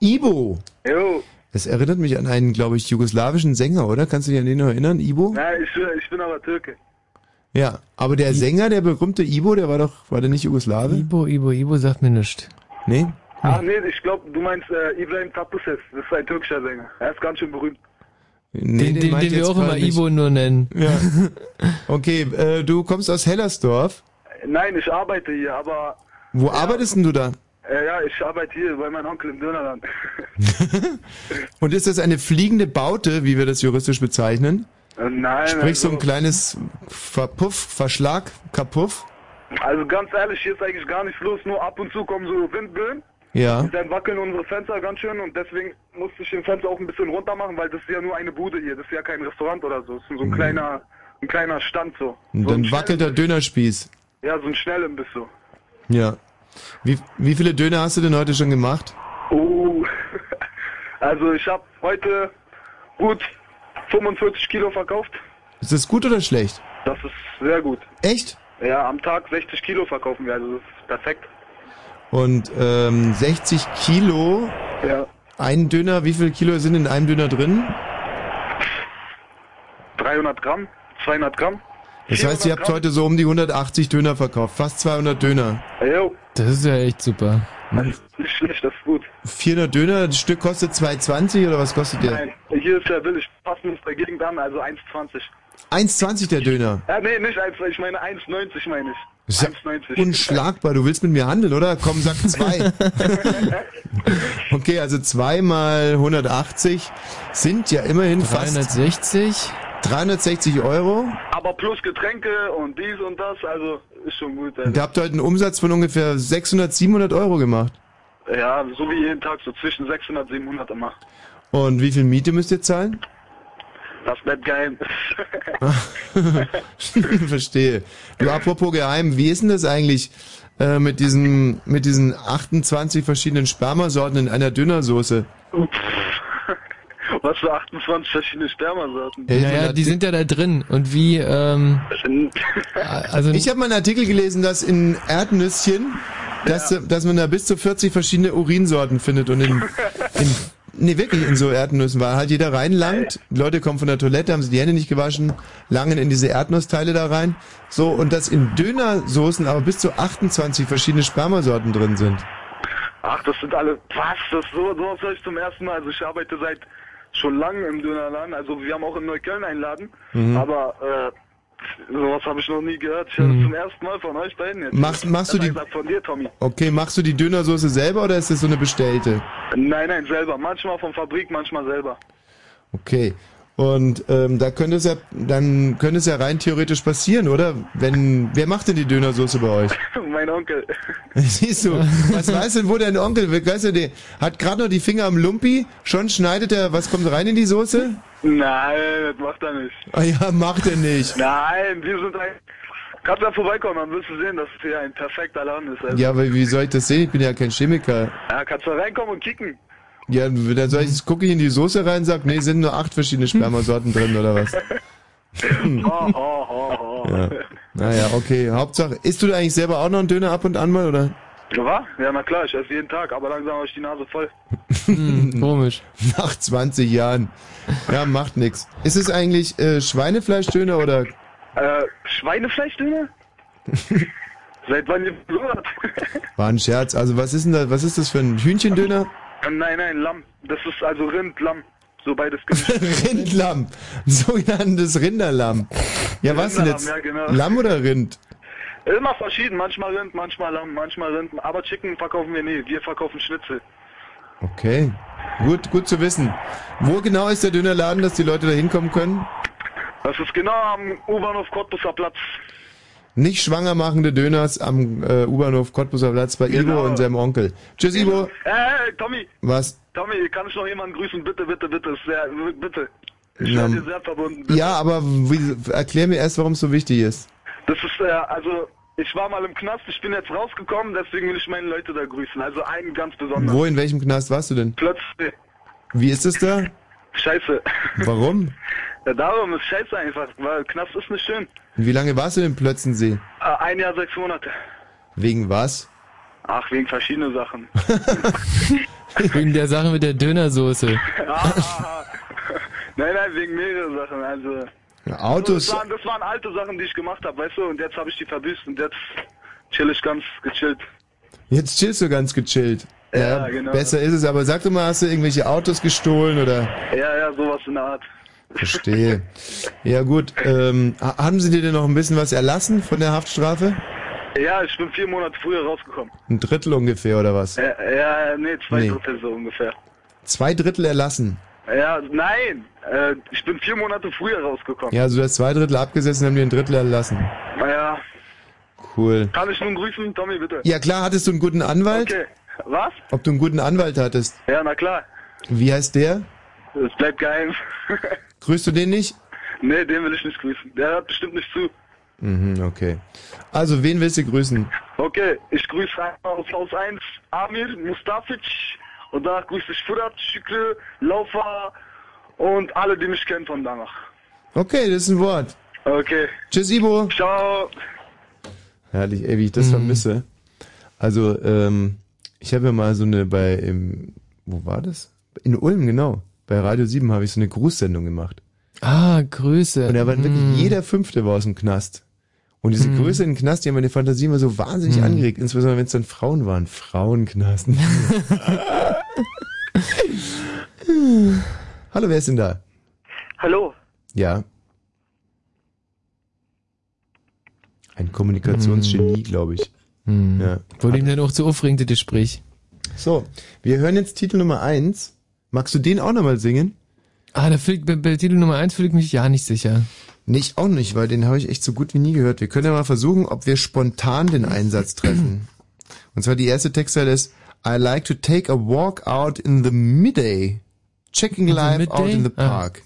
S1: Ibo.
S26: Jo.
S1: Das erinnert mich an einen, glaube ich, jugoslawischen Sänger, oder? Kannst du dich an den noch erinnern, Ibo?
S26: Nein, ich, bin- ich bin aber Türke.
S1: Ja, aber der Sänger, der berühmte Ibo, der war doch, war der nicht Jugoslawe?
S2: Ibo, Ibo, Ibo sagt mir nichts.
S1: Nee?
S26: Ach nee, ich glaube, du meinst äh, Ibrahim Tatlıses. Das ist ein türkischer Sänger. Er ist ganz schön berühmt.
S1: Nee,
S2: Den, den,
S1: meinte
S2: den wir
S1: jetzt
S2: auch immer
S1: gerade nicht.
S2: Ibo nur nennen.
S1: Ja. Okay, äh, du kommst aus Hellersdorf.
S26: Nein, ich arbeite hier, aber
S1: Wo arbeitest denn du da?
S26: äh, ja, ich arbeite hier bei meinem Onkel im Dönerland.
S1: Und ist das eine fliegende Baute, wie wir das juristisch bezeichnen?
S26: Äh, Nein,
S1: Sprich, so ein
S26: also,
S1: kleines Verpuff, Verschlag, Kapuff?
S26: also ganz ehrlich, hier ist eigentlich gar nichts los. Nur ab und zu kommen so Windböen.
S1: Ja.
S26: Und dann wackeln unsere Fenster ganz schön und deswegen musste ich den Fenster auch ein bisschen runter machen, weil das ist ja nur eine Bude hier. Das ist ja kein Restaurant oder so. Das ist so
S1: Mhm.
S26: ein kleiner, ein kleiner Stand so.
S1: Und dann wackelt der Dönerspieß.
S26: Ja, so ein Schnellimbiss so.
S1: Ja. Wie, wie viele Döner hast du denn heute schon gemacht?
S26: Oh, also ich habe heute gut 45 Kilo verkauft.
S1: Ist das gut oder schlecht?
S26: Das ist sehr gut.
S1: Echt?
S26: Ja, am Tag 60 Kilo verkaufen wir, also das ist perfekt.
S1: Und ähm, 60 Kilo,
S26: Ja.
S1: ein Döner, wie viele Kilo sind in einem Döner drin?
S26: 300 Gramm, 200 Gramm.
S1: Das heißt, ihr habt heute so um die 180 Döner verkauft, fast 200 Döner.
S26: Jo,
S2: Das ist ja echt super.
S26: nicht schlecht, das ist gut.
S1: 400 Döner, das Stück kostet 2,20 oder was kostet der?
S26: Nein, hier ist ja billig, passen uns dagegen an, also 1,20.
S1: 1,20 der Döner.
S26: Ja, nee, nicht 1, ich meine 1,90 meine ich.
S1: Das ist ja unschlagbar. Du willst mit mir handeln, oder? Komm, sag zwei. okay, also zwei mal 180 sind ja immerhin fast
S2: 360.
S1: 360 Euro.
S26: Aber plus Getränke und dies und das, also ist schon gut.
S1: Und ihr
S26: Also.
S1: habt heute einen Umsatz von ungefähr 600, 700 Euro gemacht.
S26: Ja, so wie jeden Tag, so zwischen 600 700 immer.
S1: Und wie viel Miete müsst ihr zahlen?
S26: Das bleibt geheim.
S1: Verstehe. Du, apropos geheim, wie ist denn das eigentlich äh, mit diesen, mit diesen 28 verschiedenen Spermasorten in einer Dönersoße?
S26: Was für 28 verschiedene Spermasorten.
S2: naja, die sind ja da drin. Und wie, ähm, also
S1: ich habe mal einen Artikel gelesen, dass in Erdnüsschen, dass, dass man da bis zu 40 verschiedene Urinsorten findet und in, in nee, wirklich in so Erdnüssen, weil halt jeder reinlangt, die Leute kommen von der Toilette, haben sich die Hände nicht gewaschen, langen in diese Erdnussteile da rein, so, und dass in Dönersoßen aber bis zu 28 verschiedene Spermasorten drin sind.
S26: Ach, das sind alle, was, das so, sowas höre ich zum ersten Mal. Also ich arbeite seit schon lange im Dönerladen, also wir haben auch in Neukölln einen Laden,
S1: Mhm.
S26: aber äh, sowas habe ich noch nie gehört. Ich höre
S1: Mhm.
S26: das zum ersten Mal von euch beiden jetzt.
S1: Machst- machst du
S26: Besser
S1: die-
S26: gesagt Von dir, Tommy.
S1: Okay, machst du die Dönersoße selber oder ist das so eine bestellte?
S26: Nein, nein, selber. Manchmal von Fabrik, manchmal selber.
S1: Okay. Und ähm, da könnte es ja, dann könnte es ja rein theoretisch passieren, oder? Wenn, wer macht denn die Dönersoße bei euch?
S26: mein Onkel.
S1: Siehst du, was weiß denn, wo dein Onkel, weißt du, der hat gerade noch die Finger am Lumpi, schon schneidet er, was kommt rein in die Soße?
S26: Nein, das macht er nicht.
S1: Ah ja, macht er nicht.
S26: Nein, wir sind ein. Kannst ja vorbeikommen, dann wirst du sehen, dass es hier ein perfekter Laden ist. Also.
S1: Ja, aber wie soll ich das sehen? Ich bin ja kein Chemiker.
S26: Ja, kannst du reinkommen und kicken.
S1: Ja, dann soll ich, gucke ich in die Soße rein und sag, nee, sind nur acht verschiedene Spermasorten drin, oder was?
S26: Oh, oh, oh, oh.
S1: Mhm. Ja. Naja, okay, Hauptsache, isst du da eigentlich selber auch noch einen Döner ab und an mal, oder?
S26: Ja, wa? ja, na klar, ich esse jeden Tag, aber langsam habe ich die Nase voll.
S2: komisch.
S1: Nach 20 Jahren. Ja, macht nix. Ist es eigentlich äh, Schweinefleischdöner oder
S26: Äh, Schweinefleischdöner? Seit wann ihr gehört?
S1: war ein Scherz? Also was ist denn da, was ist das für ein Hühnchendöner?
S26: Äh, nein, nein, Lamm. Das ist also Rind, Lamm. So beides gemischt.
S1: Rindlamm. Ein sogenanntes Rinderlamm. Ja, was denn jetzt?
S26: Rinderlamm, ja, genau.
S1: Lamm oder Rind?
S26: Immer verschieden, manchmal Rind, manchmal Lamm, manchmal Rind. Aber Chicken verkaufen wir nie, wir verkaufen Schnitzel.
S1: Okay. Gut, gut zu wissen. Wo genau ist der Dönerladen, dass die Leute da hinkommen können?
S26: Das ist genau am U-Bahnhof Cottbusser Platz.
S1: Nicht schwanger machende Döners am äh, U-Bahnhof Cottbuser Platz bei
S26: Genau.
S1: Ivo und seinem Onkel. Tschüss, Ivo.
S26: Äh, Tommy,
S1: Was?
S26: Tommy, kann ich noch jemanden grüßen? Bitte, bitte, bitte, sehr, bitte. Ich
S1: Na,
S26: werde dir sehr verbunden.
S1: ja, aber wie, erklär mir erst, warum es so wichtig ist.
S26: Das ist, äh, also, ich war mal im Knast, ich bin jetzt rausgekommen, deswegen will ich meine Leute da grüßen. Also einen ganz besonders.
S1: Wo, in welchem Knast warst du denn?
S26: Plötzlich.
S1: Wie ist es da?
S26: Scheiße.
S1: Warum?
S26: Ja, darum ist scheiße einfach, weil Knast ist nicht schön.
S1: Und wie lange warst du denn in Plötzensee?
S26: Äh, ein Jahr, sechs Monate.
S1: Wegen was?
S26: Ach, wegen verschiedene Sachen.
S2: Wegen der Sache mit der Dönersoße.
S26: Ah, nein, nein, wegen mehreren Sachen. Also,
S1: Autos.
S26: Das waren, das waren alte Sachen, die ich gemacht habe, weißt du, und jetzt habe ich die verbüßt und jetzt chill ich ganz gechillt.
S1: Jetzt chillst du ganz gechillt.
S26: Ja, genau.
S1: Besser ist es, aber sag doch mal, hast du irgendwelche Autos gestohlen oder?
S26: Ja, ja, sowas in der Art.
S1: Verstehe. ja gut, ähm, ha- haben sie dir denn noch ein bisschen was erlassen von der Haftstrafe?
S26: Ja, ich bin vier Monate früher rausgekommen.
S1: Ein Drittel ungefähr oder was?
S26: Ja, ja nee, zwei
S1: Nee.
S26: Drittel so ungefähr.
S1: Zwei Drittel erlassen.
S26: Ja, nein, äh, ich bin vier Monate früher rausgekommen.
S1: Ja, also du hast zwei Drittel abgesessen, haben dir ein Drittel erlassen.
S26: Naja,
S1: Cool.
S26: kann ich nun grüßen, Tommy, bitte?
S1: Ja klar, hattest du einen guten Anwalt?
S26: Okay, was?
S1: Ob du einen guten Anwalt hattest?
S26: Ja, na klar,
S1: Wie heißt der?
S26: es bleibt geheim.
S1: Grüßt du den nicht?
S26: nee, den will ich nicht grüßen, der hört bestimmt nicht zu.
S1: Mhm, okay. Also, wen willst du grüßen?
S26: Okay, ich grüße einmal aus Haus 1 Amir Mustafic und danach grüße ich Furat, Şükrü, Laufa und alle, die mich kennen von danach.
S1: Okay, das ist ein Wort.
S26: Okay.
S1: Tschüss, Ibo.
S26: Ciao.
S1: Herrlich, ey, wie ich das
S2: Mhm.
S1: vermisse. Also, ähm, ich habe ja mal so eine bei, im, wo war das? In Ulm, genau. Bei Radio 7 habe ich so eine Grußsendung gemacht.
S2: Ah, Grüße.
S1: Und da war
S2: Hm.
S1: wirklich jeder Fünfte war aus dem Knast. Und diese
S2: Hm.
S1: Größe in den Knast, die haben meine Fantasie immer so wahnsinnig
S2: Hm.
S1: angeregt, insbesondere wenn es dann Frauen waren. Frauenknasten. Hallo, wer ist denn da?
S27: Hallo,
S1: Ja. Ein Kommunikationsgenie, glaube ich. Ja.
S2: Wurde ihm dann auch zu aufregend, das Gespräch.
S1: So, wir hören jetzt Titel Nummer eins. Magst du den auch nochmal singen?
S2: Ah, da fühl, bei, bei Titel Nummer eins fühle ich mich ja nicht sicher.
S1: Nee, ich auch nicht, weil den habe ich echt so gut wie nie gehört. Wir können ja mal versuchen, ob wir spontan den Einsatz treffen. Und zwar die erste Textzeile ist I like to take a walk out in the midday, checking
S2: In the
S1: life out
S2: midday?
S1: in the
S2: Ah.
S1: park.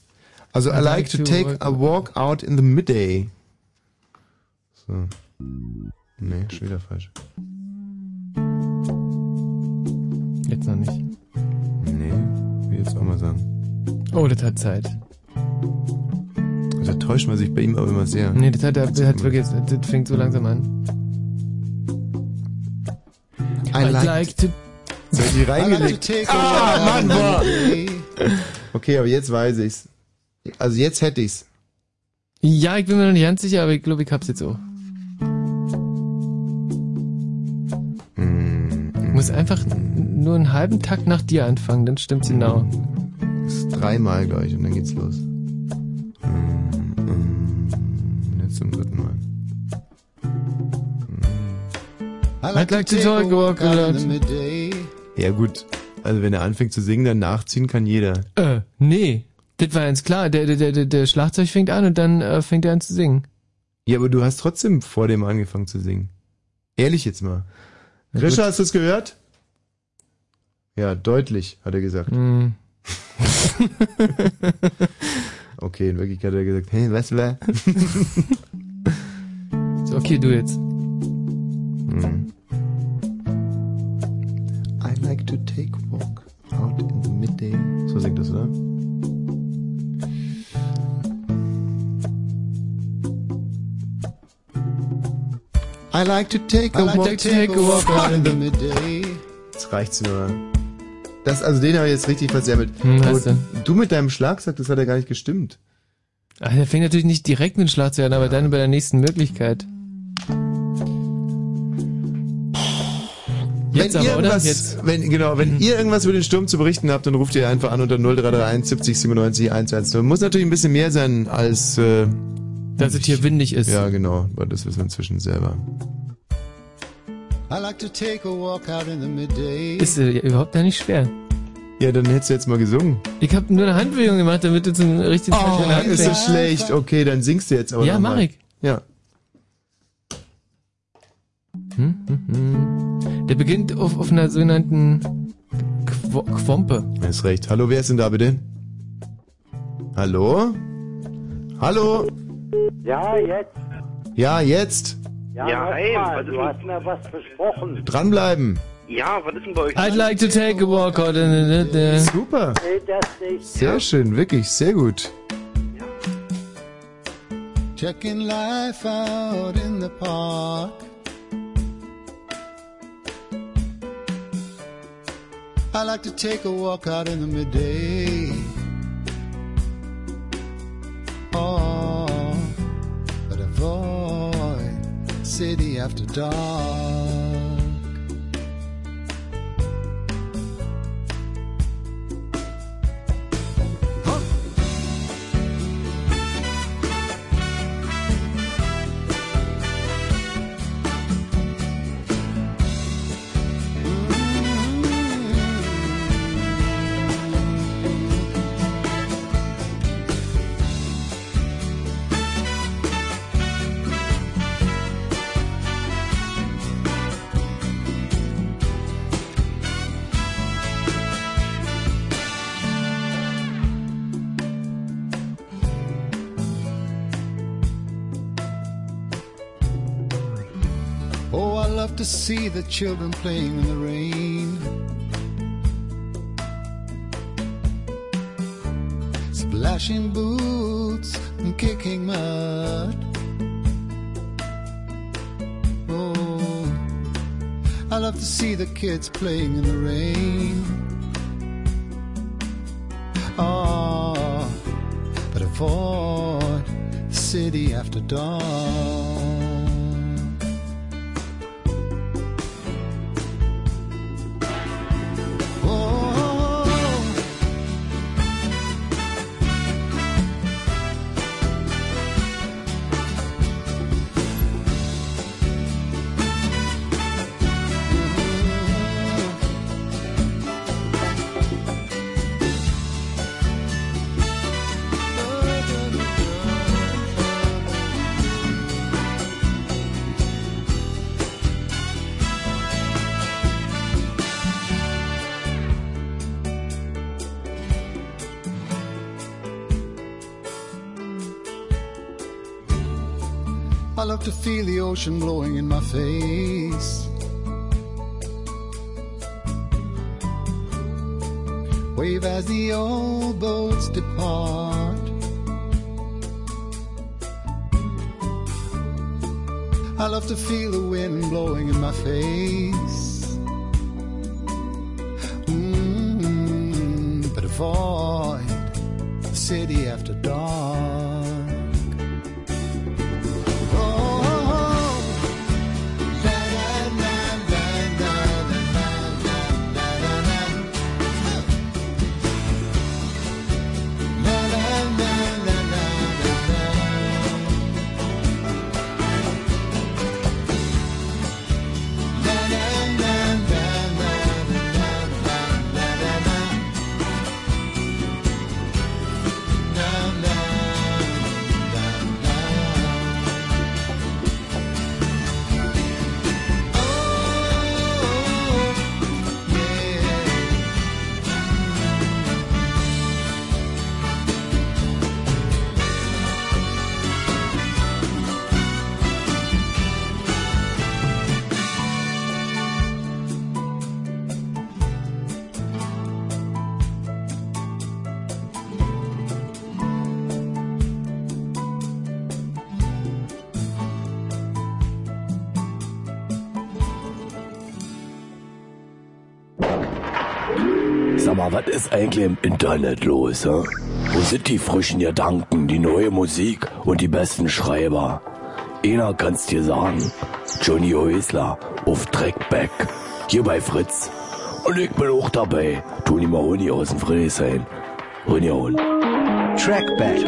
S1: Also I, like, to take
S2: walk-
S1: a walk out in the midday. So. Nee, schon wieder falsch.
S2: Jetzt noch nicht.
S1: Nee, will jetzt auch mal sagen.
S2: Oh, das hat Zeit.
S1: Da Also, täuscht man sich bei ihm aber immer sehr.
S2: Nee, das hat, das hat wirklich, das das fängt so langsam an.
S1: I like-
S2: to...
S1: Soll ich die reingelegt?
S2: I like to take a
S1: ah,
S2: walk
S1: Mann,
S2: out
S1: boah.
S2: in
S1: Okay, aber jetzt weiß ich's. Also jetzt hätte ich's.
S2: Ja, ich bin mir noch nicht ganz sicher, aber ich glaube, ich hab's jetzt auch.
S1: Hm.
S2: Muss einfach nur einen halben Takt nach dir anfangen, dann stimmt's genau.
S1: Das ist dreimal gleich und dann geht's los. Mm, mm, Jetzt zum dritten Mal.
S2: I'd like to talk walk out.
S1: Ja gut, also wenn er anfängt zu singen, dann nachziehen kann jeder.
S2: Äh, nee. Das war ganz klar. Der, der, der- der, der Schlagzeug fängt an und dann äh, fängt er an zu singen.
S1: Ja, aber du hast trotzdem vor dem angefangen zu singen. Ehrlich jetzt mal. Grisha, hast du es gehört? Ja, deutlich, hat er gesagt.
S2: Hm.
S17: Mhm.
S1: Okay, in Wirklichkeit hat er gesagt, hey, was war?
S2: So, okay, du jetzt.
S1: Hm. I like to take a walk out in the midday. So singt das, oder? I like to take
S17: I like to take a walk out in the midday.
S1: Jetzt reicht's nur. Das, also den habe ich jetzt richtig versammelt.
S2: Hm,
S1: Aber
S2: hast du.
S1: du mit deinem Schlagzeug, das hat ja gar nicht gestimmt.
S2: Ah, der fängt natürlich nicht direkt mit dem Schlagzeug an, aber dann bei der nächsten Möglichkeit. Jetzt
S1: wenn ihr
S2: aber, oder?
S1: irgendwas,
S2: Jetzt. Hm.
S1: Wenn, genau, wenn ihr irgendwas über den Sturm zu berichten habt, dann ruft ihr einfach an unter 0331 70 97 110. Muss natürlich ein bisschen mehr sein als... Äh,
S2: Dass es hier windig ist.
S1: Ja, genau. Aber das wissen wir inzwischen selber.
S17: I like to take a walk out in the midday.
S2: Ist äh, überhaupt gar nicht schwer.
S1: Ja, dann hättest du jetzt mal gesungen.
S2: Ich habe nur eine Handbewegung gemacht, damit du zum richtigen
S1: Oh,
S2: Zeitpunkt
S1: ist das
S2: anfängst.
S1: schlecht. Okay, dann singst du jetzt aber
S2: Ja,
S1: noch mal.
S2: mach ich.
S1: Ja.
S2: Hm, hm, hm. Der beginnt auf, auf einer sogenannten Qu Quompe.
S1: Er ist recht. Hallo, wer ist denn da bitte? Hallo? Hallo?
S14: Ja, jetzt.
S1: Ja, jetzt.
S14: Ja, hey, mal, du hast mir was versprochen.
S1: Dranbleiben.
S28: Ja, was ist denn bei euch?
S29: I'd like to take a walk out in the... the-
S1: Super.
S14: Nee, das nicht.
S1: Sehr schön, wirklich, sehr gut.
S17: Checking life out in the park. I like to take a walk out in the midday. Oh, but avoid city after dark. Oh, I love to see the children playing in the rain. Splashing boots and kicking mud. Oh, I love to see the kids playing in the rain. Oh, but avoid the city after dawn. Oh, I love to feel the ocean blowing in my face. Wave as the old boats depart. I love to feel the wind blowing in my face. mm But avoid the city after dark.
S30: Sag mal, was ist eigentlich im Internet los? Hä? Wo sind die frischen Gedanken, die neue Musik und die besten Schreiber? Einer kann's dir sagen. Johnny Häusler auf Trackback. Hier bei Fritz. Und ich bin auch dabei. Toni Mahoney aus dem Friesen. Union.
S11: Trackback.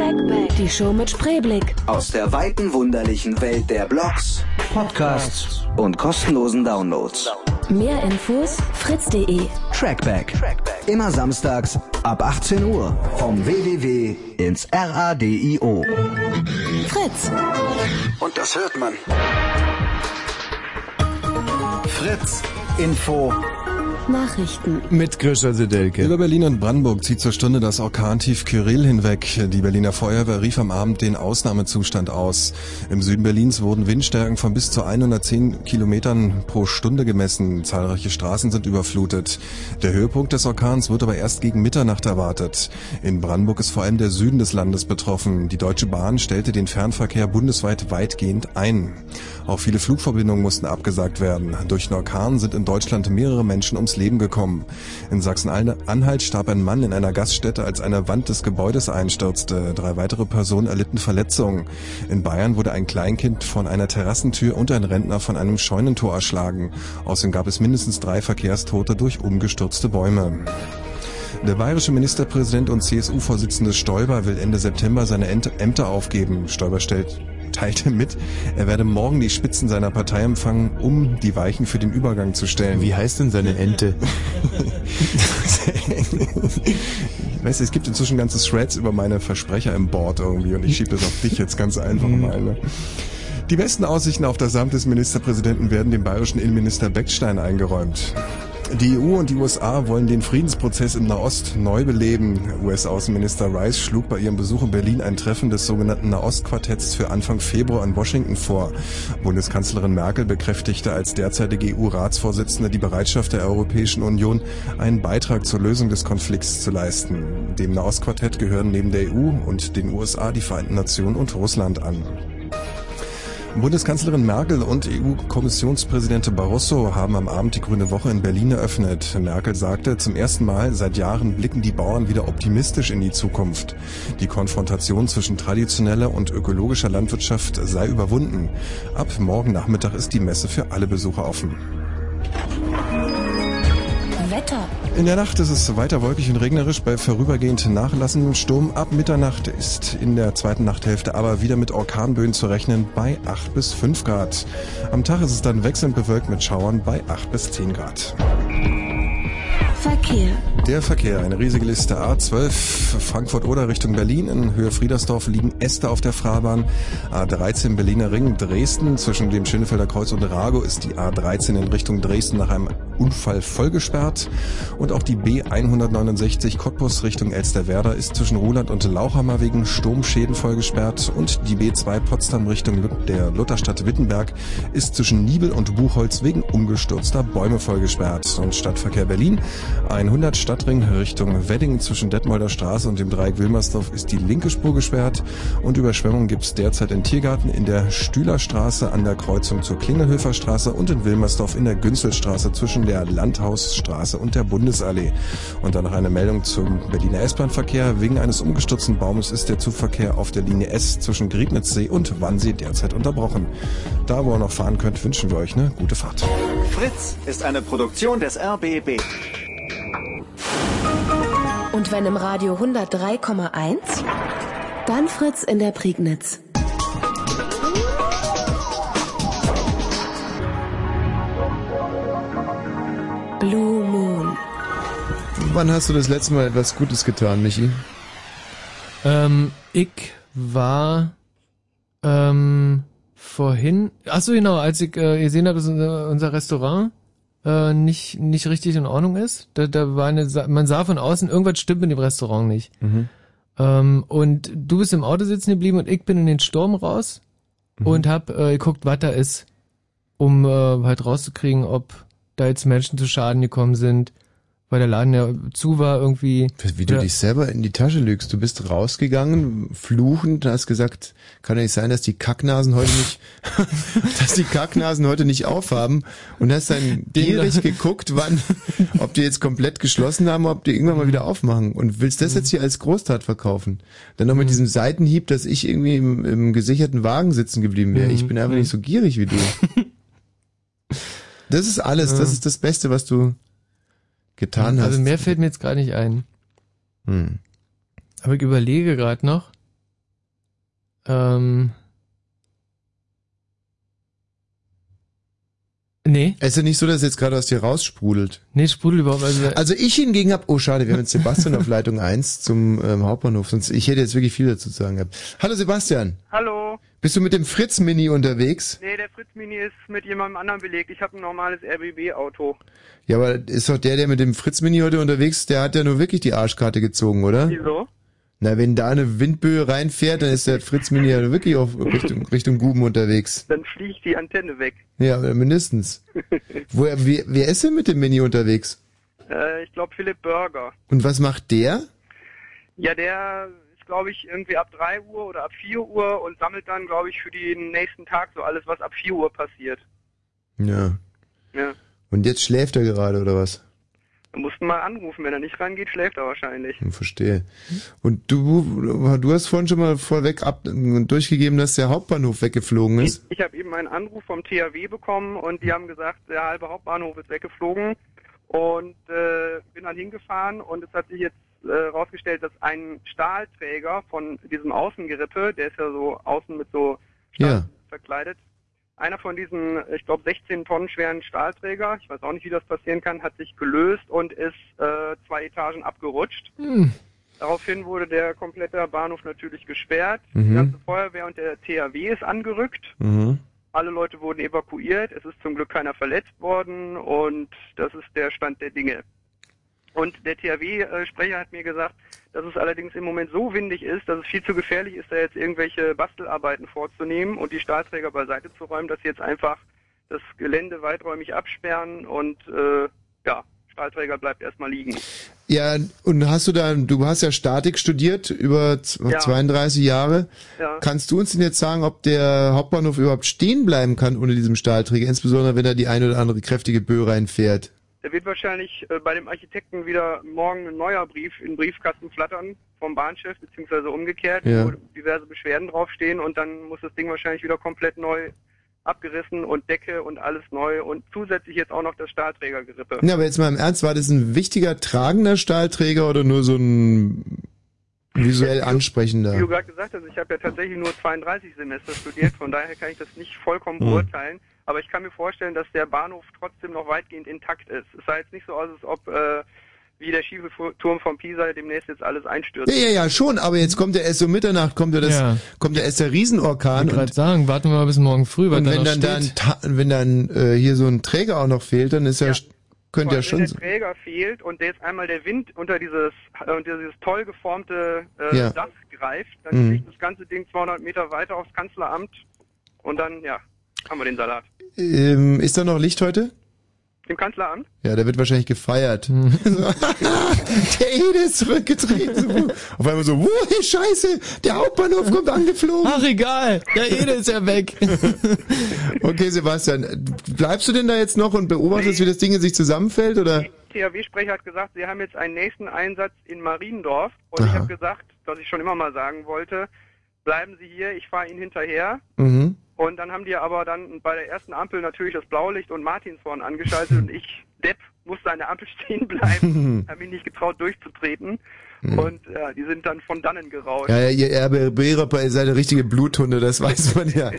S13: Die Show mit Spreeblick.
S11: Aus der weiten, wunderlichen Welt der Blogs, Podcasts und kostenlosen Downloads.
S13: Mehr Infos fritz.de.
S11: Trackback. Immer samstags ab 18 Uhr. Vom www ins RADIO.
S13: Fritz.
S11: Und das hört man. Fritz Info
S13: Nachrichten.
S1: Mit Grisha Sedelke.
S3: Über Berlin und Brandenburg zieht zur Stunde das Orkantief Kyrill hinweg. Die Berliner Feuerwehr rief am Abend den Ausnahmezustand aus. Im Süden Berlins wurden Windstärken von bis zu 110 Kilometern pro Stunde gemessen. Zahlreiche Straßen sind überflutet. Der Höhepunkt des Orkans wird aber erst gegen Mitternacht erwartet. In Brandenburg ist vor allem der Süden des Landes betroffen. Die Deutsche Bahn stellte den Fernverkehr bundesweit weitgehend ein. Auch viele Flugverbindungen mussten abgesagt werden. Durch den Orkan sind in Deutschland mehrere Menschen ums Leben gekommen. In Sachsen-Anhalt starb ein Mann in einer Gaststätte, als eine Wand des Gebäudes einstürzte. Drei weitere Personen erlitten Verletzungen. In Bayern wurde ein Kleinkind von einer Terrassentür und ein Rentner von einem Scheunentor erschlagen. Außerdem gab es mindestens drei Verkehrstote durch umgestürzte Bäume. Der bayerische Ministerpräsident und CSU-Vorsitzende Stoiber will Ende September seine Ent- Ämter aufgeben. Stoiber stellt teilte mit, er werde morgen die Spitzen seiner Partei empfangen, um die Weichen für den Übergang zu stellen.
S1: Wie heißt denn seine Ente?
S3: weißt du, es gibt inzwischen ganze Threads über meine Versprecher im Board irgendwie und ich schiebe das auf dich jetzt ganz einfach
S1: Mhm.
S3: mal. Ne? Die besten Aussichten auf das Amt des Ministerpräsidenten werden dem bayerischen Innenminister Beckstein eingeräumt. Die EU und die USA wollen den Friedensprozess im Nahost neu beleben. US-Außenminister Rice schlug bei ihrem Besuch in Berlin ein Treffen des sogenannten Nahostquartetts für Anfang Februar in Washington vor. Bundeskanzlerin Merkel bekräftigte als derzeitige EU-Ratsvorsitzende die Bereitschaft der Europäischen Union, einen Beitrag zur Lösung des Konflikts zu leisten. Dem Nahostquartett gehören neben der EU und den USA die Vereinten Nationen und Russland an. Bundeskanzlerin Merkel und EU-Kommissionspräsident Barroso haben am Abend die Grüne Woche in Berlin eröffnet. Merkel sagte, zum ersten Mal seit Jahren blicken die Bauern wieder optimistisch in die Zukunft. Die Konfrontation zwischen traditioneller und ökologischer Landwirtschaft sei überwunden. Ab morgen Nachmittag ist die Messe für alle Besucher offen.
S13: Wetter.
S3: In der Nacht ist es weiter wolkig und regnerisch bei vorübergehend nachlassendem Sturm. Ab Mitternacht ist in der zweiten Nachthälfte aber wieder mit Orkanböen zu rechnen bei 8 bis 5 Grad. Am Tag ist es dann wechselnd bewölkt mit Schauern bei 8 bis 10 Grad.
S13: Verkehr.
S3: Der Verkehr, eine riesige Liste A12 Frankfurt-Oder Richtung Berlin. In Höhe Friedersdorf liegen Äste auf der Fahrbahn. A13 Berliner Ring, Dresden. Zwischen dem Schönefelder Kreuz und Rago ist die A13 in Richtung Dresden nach einem Unfall vollgesperrt. Und auch die B169 Cottbus Richtung Elsterwerda ist zwischen Ruhland und Lauchhammer wegen Sturmschäden vollgesperrt. Und die B2 Potsdam Richtung Lut- der Lutherstadt Wittenberg ist zwischen Niebel und Buchholz wegen umgestürzter Bäume vollgesperrt. Und Stadtverkehr Berlin 100 Stadtring Richtung Wedding zwischen Detmolder Straße und dem Dreieck Wilmersdorf ist die linke Spur gesperrt und Überschwemmungen gibt es derzeit in Tiergarten, in der Stühlerstraße an der Kreuzung zur Klingelhöfer Straße und in Wilmersdorf in der Günzelstraße zwischen der Landhausstraße und der Bundesallee. Und dann noch eine Meldung zum Berliner S-Bahn-Verkehr. Wegen eines umgestürzten Baumes ist der Zugverkehr auf der Linie S zwischen Griebnitzsee und Wannsee derzeit unterbrochen. Da, wo ihr noch fahren könnt, wünschen wir euch eine gute Fahrt.
S11: Fritz ist eine Produktion des RBB.
S13: Und wenn im Radio 103,1, dann Fritz in der Prignitz. Blue Moon.
S1: Wann hast du das letzte Mal etwas Gutes getan, Michi?
S2: Ähm, ich war ähm, vorhin, ach so genau, als ich äh, gesehen habe, dass unser, unser Restaurant äh, nicht nicht richtig in Ordnung ist, da, da war eine, Sa- man sah von außen, irgendwas stimmt in dem Restaurant nicht.
S1: Mhm.
S2: Ähm, und du bist im Auto sitzen geblieben und ich bin in den Sturm raus
S1: Mhm.
S2: und hab äh, geguckt, was da ist, um äh, halt rauszukriegen, ob da jetzt Menschen zu Schaden gekommen sind, weil der Laden ja zu war irgendwie.
S1: Wie du
S2: Ja.
S1: dich selber in die Tasche lügst. Du bist rausgegangen, fluchend, hast gesagt, kann ja nicht sein, dass die Kacknasen heute nicht, dass die Kacknasen heute nicht aufhaben und hast dann gierig geguckt, wann, ob die jetzt komplett geschlossen haben, ob die irgendwann mal wieder aufmachen und willst das jetzt hier als Großtat verkaufen. Dann
S2: Mhm.
S1: noch mit diesem Seitenhieb, dass ich irgendwie im, im gesicherten Wagen sitzen geblieben wäre.
S2: Mhm.
S1: Ich bin einfach nicht so gierig wie du. Das ist alles, das ist das Beste, was du getan hast.
S2: Also mehr fällt mir jetzt gar nicht ein.
S1: Hm.
S2: Aber ich überlege gerade noch. Ähm. Nee.
S1: Es ist ja nicht so, dass es jetzt gerade aus dir raussprudelt.
S2: Nee, sprudelt überhaupt. Also,
S1: ich hingegen hab, oh schade, wir haben jetzt Sebastian auf Leitung 1 zum ähm, Hauptbahnhof, sonst ich hätte jetzt wirklich viel dazu zu sagen gehabt. Hallo Sebastian.
S31: Hallo.
S1: Bist du mit dem Fritz-Mini unterwegs?
S31: Nee, der Fritz Mini ist mit jemandem anderen belegt. Ich habe ein normales RBB-Auto.
S1: Ja, aber ist doch der, der mit dem Fritz-Mini heute unterwegs ist, der hat ja nur wirklich die Arschkarte gezogen, oder?
S31: Wieso?
S1: Na, wenn da eine Windböe reinfährt, dann ist der Fritz-Mini ja wirklich auf Richtung, Richtung Guben unterwegs.
S31: Dann fliegt die Antenne weg.
S1: Ja, äh, mindestens. Woher, wer, wer ist denn mit dem Mini unterwegs?
S31: Äh, ich glaube, Philipp Burger.
S1: Und was macht der?
S31: Ja, der ist, glaube ich, irgendwie ab 3 Uhr oder ab 4 Uhr und sammelt dann, glaube ich, für den nächsten Tag so alles, was ab 4 Uhr passiert.
S1: Ja.
S31: Ja.
S1: Und jetzt schläft er gerade, oder was?
S31: Wir mussten mal anrufen, wenn er nicht rangeht, schläft er wahrscheinlich.
S1: Ich verstehe. Und du, du hast vorhin schon mal vorweg ab, durchgegeben, dass der Hauptbahnhof weggeflogen ist.
S31: Ich habe eben einen Anruf vom THW bekommen und die haben gesagt, der halbe Hauptbahnhof ist weggeflogen und äh, bin dann hingefahren und es hat sich jetzt äh, rausgestellt, dass ein Stahlträger von diesem Außengerippe, der ist ja so außen mit so
S1: Ja.
S31: verkleidet. Einer von diesen, ich glaube, 16 Tonnen schweren Stahlträger, ich weiß auch nicht, wie das passieren kann, hat sich gelöst und ist äh, zwei Etagen abgerutscht.
S2: Hm.
S31: Daraufhin wurde der komplette Bahnhof natürlich gesperrt.
S1: Mhm.
S31: Die ganze Feuerwehr und der THW ist angerückt.
S1: Mhm.
S31: Alle Leute wurden evakuiert. Es ist zum Glück keiner verletzt worden und das ist der Stand der Dinge. Und der THW-Sprecher hat mir gesagt, dass es allerdings im Moment so windig ist, dass es viel zu gefährlich ist, da jetzt irgendwelche Bastelarbeiten vorzunehmen und die Stahlträger beiseite zu räumen, dass sie jetzt einfach das Gelände weiträumig absperren und äh, ja, Stahlträger bleibt erstmal liegen.
S1: Ja, und hast du da, du hast ja Statik studiert über z-
S31: Ja.
S1: 32 Jahre.
S31: Ja.
S1: Kannst du uns denn jetzt sagen, ob der Hauptbahnhof überhaupt stehen bleiben kann unter diesem Stahlträger, insbesondere wenn da die eine oder andere kräftige Böe reinfährt?
S31: Da wird wahrscheinlich äh, bei dem Architekten wieder morgen ein neuer Brief in den Briefkasten flattern vom Bahnchef, beziehungsweise umgekehrt,
S1: Ja.
S31: wo diverse Beschwerden draufstehen und dann muss das Ding wahrscheinlich wieder komplett neu abgerissen und Decke und alles neu und zusätzlich jetzt auch noch das Stahlträgergerippe.
S1: Na, aber jetzt mal im Ernst, war das ein wichtiger tragender Stahlträger oder nur so ein visuell ansprechender?
S31: Wie du gerade gesagt hast, ich habe ja tatsächlich nur 32 Semester studiert, von daher kann ich das nicht vollkommen
S1: Hm.
S31: beurteilen. Aber ich kann mir vorstellen, dass der Bahnhof trotzdem noch weitgehend intakt ist. Es sah jetzt nicht so aus, als ob äh, wie der schiefe Fu- Turm von Pisa demnächst jetzt alles einstürzt.
S1: Ja, ja, ja, schon, aber jetzt kommt der erst um Mitternacht, kommt ja das,
S2: Ja.
S1: kommt ja erst der Riesenorkan.
S2: Ich
S1: Und,
S2: gerade sagen, warten wir mal bis morgen früh, was
S1: und
S2: da
S1: wenn
S2: noch
S1: dann, dann,
S2: steht.
S1: ta- wenn dann äh, hier so ein Träger auch noch fehlt, dann ist ja, könnte ja
S31: Wenn
S1: schon
S31: der
S1: so.
S31: Träger fehlt und jetzt einmal der Wind unter dieses, äh, unter dieses toll geformte äh,
S1: Ja.
S31: Dach greift, dann
S1: Mhm.
S31: fliegt das ganze Ding 200 Meter weiter aufs Kanzleramt und dann, ja, haben wir den Salat.
S1: Ähm, ist da noch Licht heute?
S31: Im Kanzleramt?
S1: Ja, da wird wahrscheinlich gefeiert.
S2: Mhm.
S1: der Ede ist zurückgetreten. So, auf einmal so, woher Scheiße, der Hauptbahnhof kommt angeflogen.
S2: Ach egal, der Ede ist ja weg.
S1: okay, Sebastian, bleibst du denn da jetzt noch und beobachtest, wie das Ding in sich zusammenfällt? Oder?
S31: THW-Sprecher hat gesagt, sie haben jetzt einen nächsten Einsatz in Mariendorf und ich
S1: Aha.
S31: habe gesagt, was ich schon immer mal sagen wollte, bleiben Sie hier, ich fahre Ihnen hinterher.
S1: Mhm.
S31: Und dann haben die aber dann bei der ersten Ampel natürlich das Blaulicht und Martinshorn angeschaltet und ich, Depp, musste an der Ampel stehen bleiben, habe mich nicht getraut durchzutreten und ja, die sind dann von dannen gerauscht.
S1: Hm. Ja, ja, ihr RBB-Rapper, ihr seid eine richtige Bluthunde, das weiß man ja.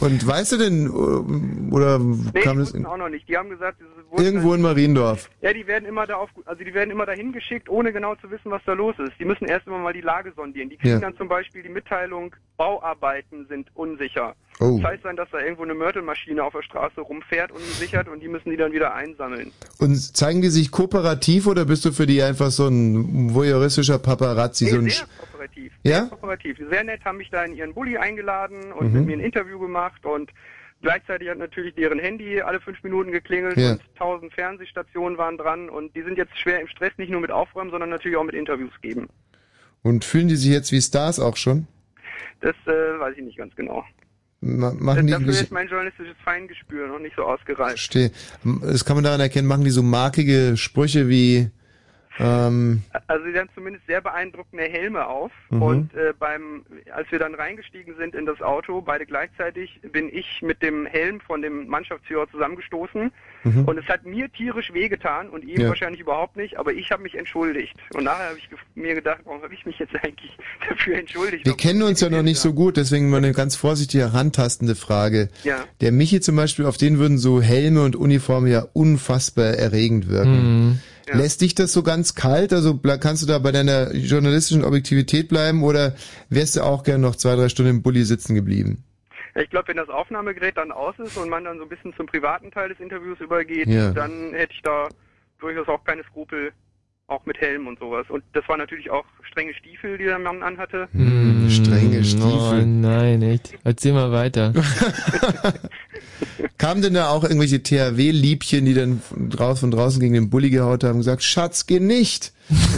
S1: Und weißt du denn, äh, oder
S31: Nee, die
S1: kam das
S31: wussten auch noch nicht. Die haben gesagt, diese wurden-
S1: irgendwo in Mariendorf?
S31: ja, die werden immer da auf, also die werden immer dahin geschickt, ohne genau zu wissen, was da los ist. Die müssen erst immer mal die Lage sondieren. Die kriegen
S1: Ja.
S31: dann zum Beispiel die Mitteilung, Bauarbeiten sind unsicher.
S1: Oh.
S31: Das heißt dann, dass da irgendwo eine Mörtelmaschine auf der Straße rumfährt und sichert und die müssen die dann wieder einsammeln.
S1: Und zeigen die sich kooperativ oder bist du für die einfach so ein voyeuristischer Paparazzi? so ein
S31: sehr
S1: Sch-
S31: kooperativ.
S1: Ja?
S31: Sehr kooperativ. Sehr nett haben mich da in ihren Bulli eingeladen und mit
S1: Mhm.
S31: mir ein Interview gemacht und gleichzeitig hat natürlich deren Handy alle fünf Minuten geklingelt
S1: Ja.
S31: und tausend Fernsehstationen waren dran und die sind jetzt schwer im Stress, nicht nur mit Aufräumen, sondern natürlich auch mit Interviews geben.
S1: Und fühlen die sich jetzt wie Stars auch schon?
S31: Das äh, weiß ich nicht ganz genau.
S1: Ma- Machen die
S31: Dafür
S1: nicht-
S31: ist mein journalistisches Feingespür noch nicht so ausgereift.
S1: Verstehe. Das kann man daran erkennen, machen die so markige Sprüche wie ähm,
S31: Also sie haben zumindest sehr beeindruckende Helme auf
S1: Mhm.
S31: und äh, beim, als wir dann reingestiegen sind in das Auto, beide gleichzeitig, bin ich mit dem Helm von dem Mannschaftsführer zusammengestoßen
S1: Mhm.
S31: und es hat mir tierisch wehgetan und ihm
S1: Ja.
S31: wahrscheinlich überhaupt nicht, aber ich habe mich entschuldigt und nachher habe ich gef- mir gedacht, warum habe ich mich jetzt eigentlich dafür entschuldigt?
S1: wir kennen uns ja noch nicht so gut, deswegen mal eine ganz vorsichtige, herantastende Frage.
S31: Ja.
S1: Der Michi zum Beispiel, auf den würden so Helme und Uniformen ja unfassbar erregend wirken.
S2: Mhm.
S1: Lässt dich das so ganz kalt? Also ble- kannst du da bei deiner journalistischen Objektivität bleiben oder wärst du auch gern noch zwei, drei Stunden im Bulli sitzen geblieben?
S31: Ich glaube, wenn das Aufnahmegerät dann aus ist und man dann so ein bisschen zum privaten Teil des Interviews übergeht,
S15: Ja.
S31: dann hätte ich da durchaus auch keine Skrupel, auch mit Helm und sowas. Und das waren natürlich auch strenge Stiefel, die der Mann anhatte.
S1: Hm,
S2: Hm.
S1: Strenge
S2: Oh
S1: Stiefel.
S2: nein, echt. Erzähl mal weiter.
S1: Kamen denn da auch irgendwelche THW-Liebchen, die dann draus von draußen gegen den Bulli gehaut haben und gesagt, Schatz, geh nicht!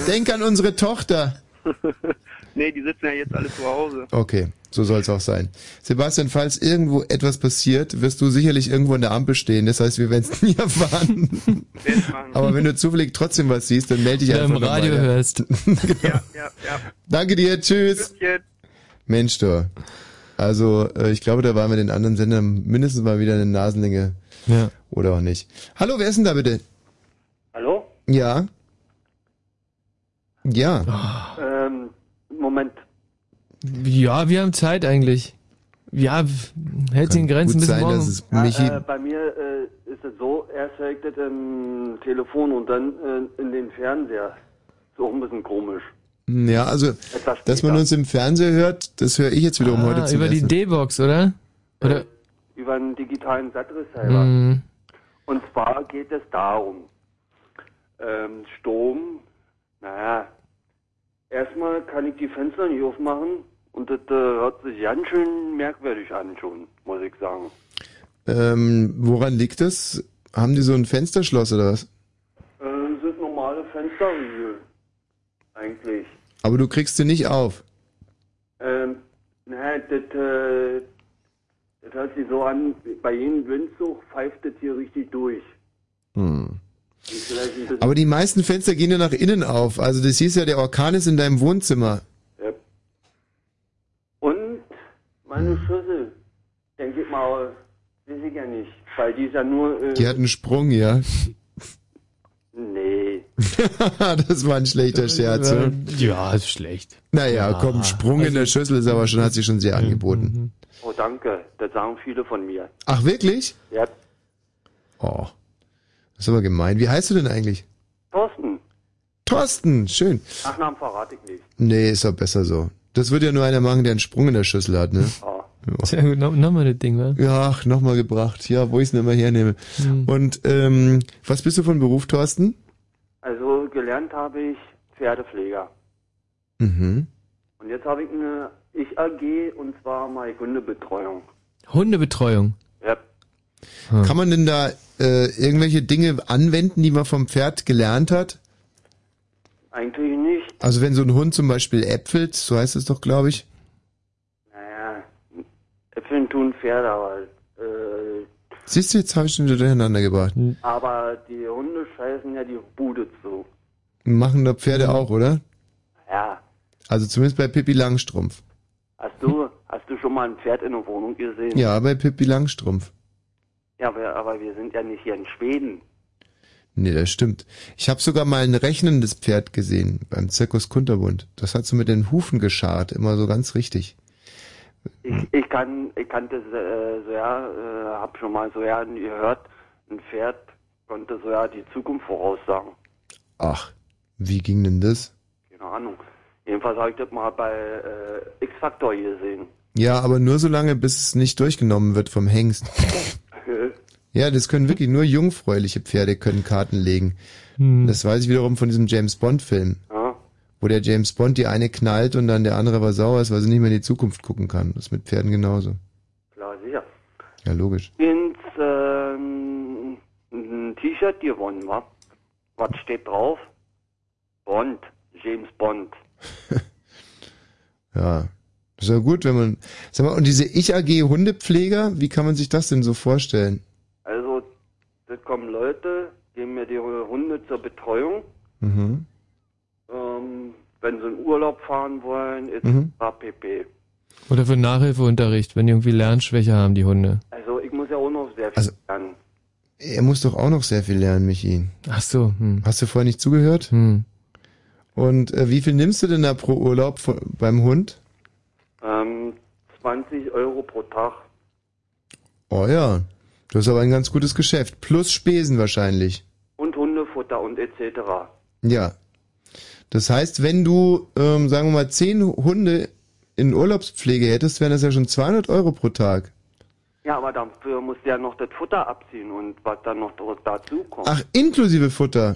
S1: Denk an unsere Tochter!
S31: nee, die sitzen ja jetzt alle zu Hause.
S1: Okay, so soll es auch sein. Sebastian, falls irgendwo etwas passiert, wirst du sicherlich irgendwo in der Ampel stehen. Das heißt, wir werden es nie erfahren. Aber wenn du zufällig trotzdem was siehst, dann melde dich
S2: Oder
S1: einfach
S2: im
S1: noch
S2: Radio
S1: weiter.
S2: hörst.
S1: genau. Danke dir, tschüss. Mensch, du. Also, äh, ich glaube, da waren wir den anderen Sendern mindestens mal wieder eine Nasenlänge.
S2: Ja.
S1: Oder auch nicht. Hallo, wer ist denn da bitte?
S16: Hallo?
S1: Ja.
S2: Ah.
S1: Ja.
S16: Ähm, Moment.
S2: Ja, wir haben Zeit eigentlich. Ja, w- hält sich in Grenzen bis morgen.
S16: Ja, äh, bei mir äh, ist es so, erst hängt es im Telefon und dann äh, in den Fernseher. Ist auch ein bisschen komisch.
S1: Ja, also,
S16: Etwas
S1: dass man uns im Fernseher hört, das höre ich jetzt wiederum um heute
S2: ah,
S1: zum
S2: über die
S1: ersten
S2: D-Box, oder? Oder
S16: Äh, Über einen digitalen Satzreceiver.
S2: hm,
S16: Und zwar geht es darum, ähm, Sturm, naja, erstmal kann ich die Fenster nicht aufmachen und das äh, hört sich ganz schön merkwürdig an schon, muss ich sagen.
S1: Ähm, woran liegt das? Haben die so ein Fensterschloss oder was?
S16: Äh, es sind normale Fensterriegel, eigentlich.
S1: Aber du kriegst sie nicht auf.
S16: Ähm, naja, das, äh, das hört sich so an, bei jedem Windzug pfeift das hier richtig durch.
S1: Hm.
S16: Und vielleicht ein bisschen-
S1: Aber die meisten Fenster gehen ja nach innen auf. Also das hieß ja, der Orkan ist in deinem Wohnzimmer.
S16: Ja. Und meine Schüssel, denke ich mal, weiß ich ja nicht, weil die ist ja nur... Äh,
S1: Die hat einen Sprung, ja.
S16: Nee.
S1: das war ein schlechter Scherz. oder?
S2: Ja, ist schlecht. Mhm.
S1: Naja,
S16: Ja.
S1: komm, Sprung in der Schüssel ist aber schon, hat sich schon sehr angeboten.
S16: Oh, danke. Das sagen viele von mir.
S1: Ach, wirklich?
S16: Ja,
S1: Oh. Das ist aber gemein. Wie heißt du denn eigentlich?
S16: Thorsten.
S1: Thorsten, schön.
S16: Nachnamen verrate ich nicht.
S1: Nee, ist doch besser so. Das wird ja nur einer machen, der einen Sprung in der Schüssel hat, ne?
S2: Sehr gut, no- nochmal das Ding, wa? Hm.
S1: Ja, ach, nochmal gebracht. Ja, wo ich es denn immer hernehme. Und ähm, was bist du von Beruf, Thorsten?
S16: Also gelernt habe ich Pferdepfleger.
S1: Mhm.
S16: Und jetzt habe ich eine Ich-AG und zwar meine Hundebetreuung.
S2: Hundebetreuung. Hm.
S16: Ja.
S1: Kann man denn da äh, irgendwelche Dinge anwenden, die man vom Pferd gelernt hat?
S16: Eigentlich nicht.
S1: Also wenn so ein Hund zum Beispiel äpfelt, so heißt es doch, glaube ich.
S16: Naja, Äpfel tun Pferde, aber, äh,
S1: Siehst du, jetzt habe ich schon wieder durcheinander gebracht.
S2: Hm.
S16: aber die Hunde scheißen ja die Bude zu.
S1: Machen da
S2: Hm.
S1: Pferde auch, oder?
S16: Ja.
S1: Also zumindest bei Pippi Langstrumpf.
S16: Hast du, hast du schon mal ein Pferd in der Wohnung gesehen?
S1: Ja, bei Pippi Langstrumpf.
S16: Ja, aber, aber wir sind ja nicht hier in Schweden.
S1: Nee, das stimmt. Ich habe sogar mal ein rechnendes Pferd gesehen beim Zirkus Kunterbund. Das hat so mit den Hufen geschart, immer so ganz richtig.
S16: Ich, ich kann, ich kannte äh, so ja, äh, hab schon mal so ja gehört, ein Pferd konnte so ja die Zukunft voraussagen.
S1: Ach, wie ging denn das?
S16: Keine Ahnung. Jedenfalls habe ich das mal bei äh, X-Factor gesehen.
S1: Ja, aber nur so lange, bis es nicht durchgenommen wird vom Hengst. Ja, das können wirklich nur jungfräuliche Pferde können Karten legen.
S2: Hm.
S1: Das weiß ich wiederum von diesem James Bond Film. Wo der James Bond die eine knallt und dann der andere aber sauer ist, weil sie nicht mehr in die Zukunft gucken kann. Das ist mit Pferden genauso.
S16: Klar, sicher.
S1: Ja, logisch.
S16: Ins ähm, ein T-Shirt gewonnen, wa? Was steht drauf? Bond, James Bond.
S1: Ja. Das ist ja gut, wenn man. Sag mal, und diese Ich-AG Hundepfleger, wie kann man sich das denn so vorstellen?
S16: Also, da kommen Leute, geben mir die Hunde zur Betreuung.
S1: Mhm.
S16: ähm, wenn sie in Urlaub fahren wollen, etc.
S2: Mhm.
S16: pp.
S2: Oder für Nachhilfeunterricht, wenn die irgendwie Lernschwäche haben, die Hunde.
S16: Also ich muss ja auch noch sehr viel lernen.
S1: Er muss doch auch noch sehr viel lernen, Michi.
S2: Ach so. Hm.
S1: Hast du vorher nicht zugehört?
S2: Hm.
S1: Und äh, wie viel nimmst du denn da pro Urlaub von, beim Hund?
S16: Ähm, 20 Euro pro Tag.
S1: Oh ja. Das ist aber ein ganz gutes Geschäft. Plus Spesen wahrscheinlich.
S16: Und Hundefutter und etc.
S1: Ja. Das heißt, wenn du, ähm, sagen wir mal, zehn Hunde in Urlaubspflege hättest, wären das ja schon 200 Euro pro Tag.
S16: Ja, aber dafür musst du ja noch das Futter abziehen und was dann noch dr- dazu kommt.
S1: Ach, inklusive Futter.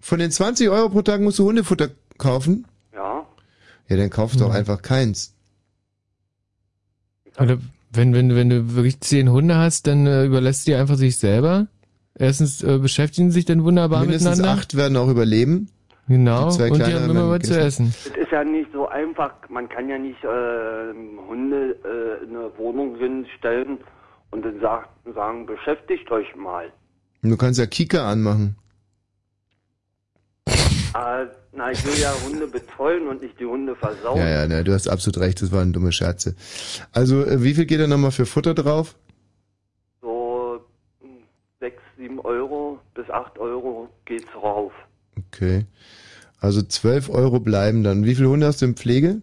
S1: Von den 20 Euro pro Tag musst du Hundefutter kaufen?
S16: Ja.
S1: Ja, dann kauf doch einfach keins.
S2: Oder wenn, wenn, wenn du wirklich zehn Hunde hast, dann äh, überlässt du die einfach sich selber. Erstens äh, beschäftigen sie sich dann wunderbar
S1: Mindestens
S2: miteinander.
S1: acht werden auch überleben.
S2: Genau,
S1: zwei
S2: und die
S1: kleineren
S2: haben immer
S1: werden
S2: was zu essen.
S16: Es ist ja nicht so einfach. Man kann ja nicht ähm, Hunde äh, in eine Wohnung hinstellen und dann sag, sagen, beschäftigt euch mal.
S1: Und Du kannst ja Kika anmachen.
S16: Äh, na, ich will ja Hunde betreuen und nicht die Hunde versauen.
S1: Ja, ja, na, du hast absolut recht, das waren dumme Scherze. Also, äh, wie viel geht da nochmal für Futter drauf?
S16: So 6, 7 Euro bis 8 Euro geht's rauf.
S1: Okay. Also 12 Euro bleiben dann. Wie viele Hunde hast du in Pflege?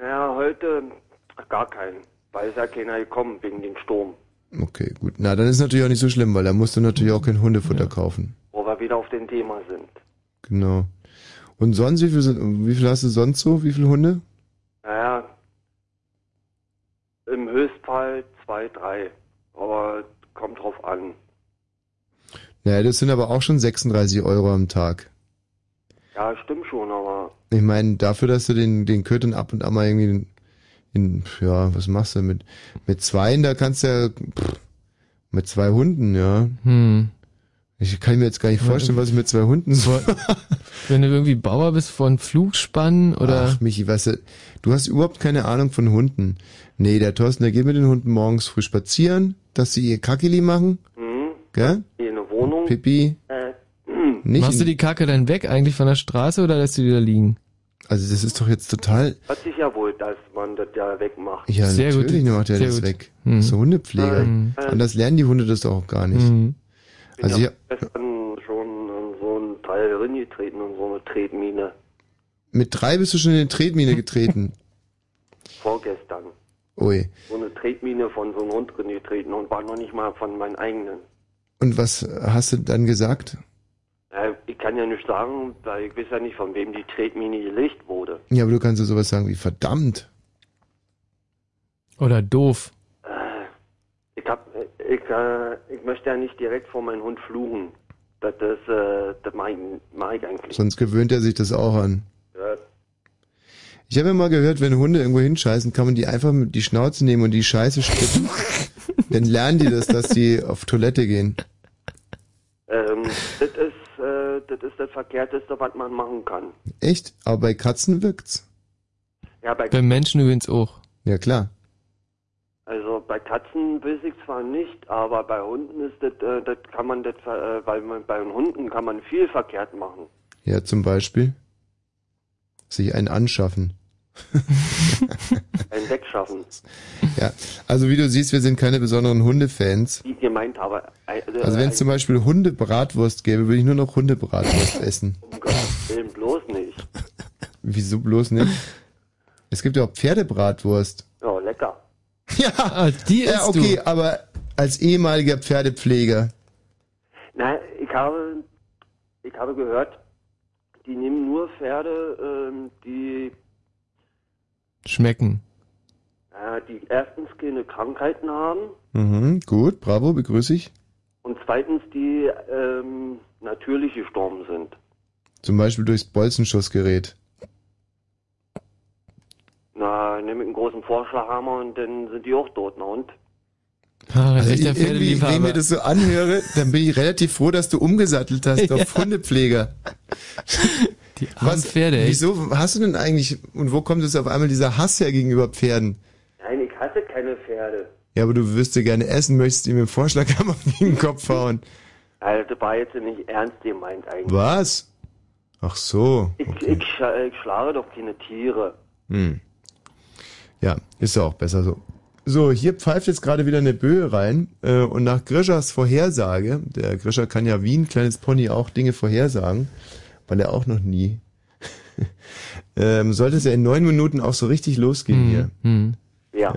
S16: Ja, heute gar keinen. Weil ist ja keiner gekommen wegen dem Sturm.
S1: Okay, gut. Na, dann ist natürlich auch nicht so schlimm, weil da musst du natürlich auch kein Hundefutter kaufen.
S16: Wo wir wieder auf dem Thema sind.
S1: Genau. Und sonst, wie viel, sind, wie viel hast du sonst so? Wie viele Hunde?
S16: Naja, im Höchstfall 2, 3. Aber kommt drauf an.
S1: Naja, das sind aber auch schon 36 Euro am Tag.
S16: Ja, stimmt schon, aber
S1: Ich meine, dafür, dass du den, den Kötern ab und an mal irgendwie in, in, ja, was machst du mit, mit zweien, da kannst du ja, pff, mit zwei Hunden, ja.
S2: Hm.
S1: Ich kann mir jetzt gar nicht
S2: Ja,
S1: vorstellen, was ich mit zwei Hunden so.
S2: Wenn du irgendwie Bauer bist von Flugspannen oder.
S1: Ach, Michi, weißt du, du hast überhaupt keine Ahnung von Hunden. Nee, der Thorsten, der geht mit den Hunden morgens früh spazieren, dass sie ihr Kakeli machen.
S16: Mhm.
S1: Gell?
S16: in eine Wohnung.
S1: Pipi.
S16: Äh,
S1: Nicht
S2: Machst du
S1: in-
S2: die Kacke dann weg eigentlich von der Straße oder lässt du die da liegen?
S1: Also das ist doch jetzt total.
S16: hat sich ja wohl, dass man das ja wegmacht.
S1: Ja,
S2: Sehr gut.
S1: natürlich macht er
S2: Sehr
S1: das
S2: gut.
S1: weg. Das ist Hundepfleger.
S16: Mhm.
S1: Und das lernen die Hunde das doch auch gar nicht.
S2: Mhm.
S1: Also ja,
S16: Gestern schon in so einen Teil reingetreten und so eine Tretmine.
S1: mit drei bist du schon in die Tretmine getreten.
S16: Vorgestern.
S1: Ui.
S16: So eine Tretmine von so einem Hund reingetreten und war noch nicht mal von meinen eigenen.
S1: Und was hast du dann gesagt?
S16: Ja, ich kann ja nicht sagen, weil ich weiß ja nicht, von wem die Tretmine gelegt wurde.
S1: Ja, aber du kannst ja sowas sagen wie verdammt.
S2: Oder doof.
S16: Äh, Ich hab, ich, äh, ich möchte ja nicht direkt vor meinen Hund fluchen. Das, das, äh, das mache ich, mach ich eigentlich.
S1: Sonst gewöhnt er sich das auch an.
S16: Ja,
S1: Ich habe ja mal gehört, wenn Hunde irgendwo hinscheißen, kann man die einfach mit die Schnauze nehmen und die Scheiße spritzen. Dann lernen die das, dass die auf Toilette gehen.
S16: ähm, das ist, äh, das ist das Verkehrteste, was man machen kann.
S1: Echt? Aber bei Katzen wirkt's.
S16: Ja, bei,
S2: Bei Menschen übrigens auch.
S1: Ja klar.
S16: also bei Katzen weiß ich zwar nicht, aber bei Hunden ist das, äh, das kann man das, ver- äh, weil man, bei Hunden kann man viel verkehrt machen.
S1: Ja, zum Beispiel sich einen anschaffen.
S16: Ein Wegschaffen.
S1: Ja, also wie du siehst, wir sind keine besonderen Hundefans.
S16: Wie ich gemeint habe. Also,
S1: Also wenn es zum Beispiel Hundebratwurst gäbe, würde ich nur noch Hundebratwurst essen.
S16: äh, Willen bloß nicht.
S1: Wieso bloß nicht? Es gibt ja auch Pferdebratwurst.
S16: Ja, lecker.
S2: Ja, Ah, die
S1: ist ja, okay, aber als ehemaliger Pferdepfleger.
S16: Nein, ich habe, ich habe gehört, die nehmen nur Pferde, ähm, die,
S2: Schmecken.
S16: äh, die erstens keine Krankheiten haben
S1: Mhm, gut, bravo, begrüße ich.
S16: und zweitens die ähm, natürlich gestorben sind.
S1: Zum Beispiel durchs Bolzenschussgerät.
S16: Na, nimm mit einem großen Vorschlaghammer und dann sind die auch tot, ne? Und?
S1: Also irgendwie, wenn
S2: echter
S1: ich mir
S2: Pferdeliebhaber.
S1: das so anhöre, dann bin ich relativ froh, dass du umgesattelt hast auf Hundepfleger. Die
S2: armen Pferde, echt.
S1: Wieso hast du denn eigentlich, und wo kommt jetzt auf einmal dieser Hass her gegenüber Pferden?
S16: Nein, ich hasse keine Pferde.
S1: Ja, aber du wirst dir gerne essen, möchtest ihm den Vorschlaghammer gegen den Kopf hauen.
S16: Also, das war jetzt nicht ernst gemeint eigentlich.
S1: Was? Ach so.
S16: Ich, ich, scha- ich schlage doch keine Tiere.
S1: Hm. Ja, ist ja auch besser so. So, hier pfeift jetzt gerade wieder eine Böe rein äh, und nach Grischers Vorhersage, der Grischer kann ja wie ein kleines Pony auch Dinge vorhersagen, weil er auch noch nie, ähm, sollte es ja in neun Minuten auch so richtig losgehen hier.
S16: Ja.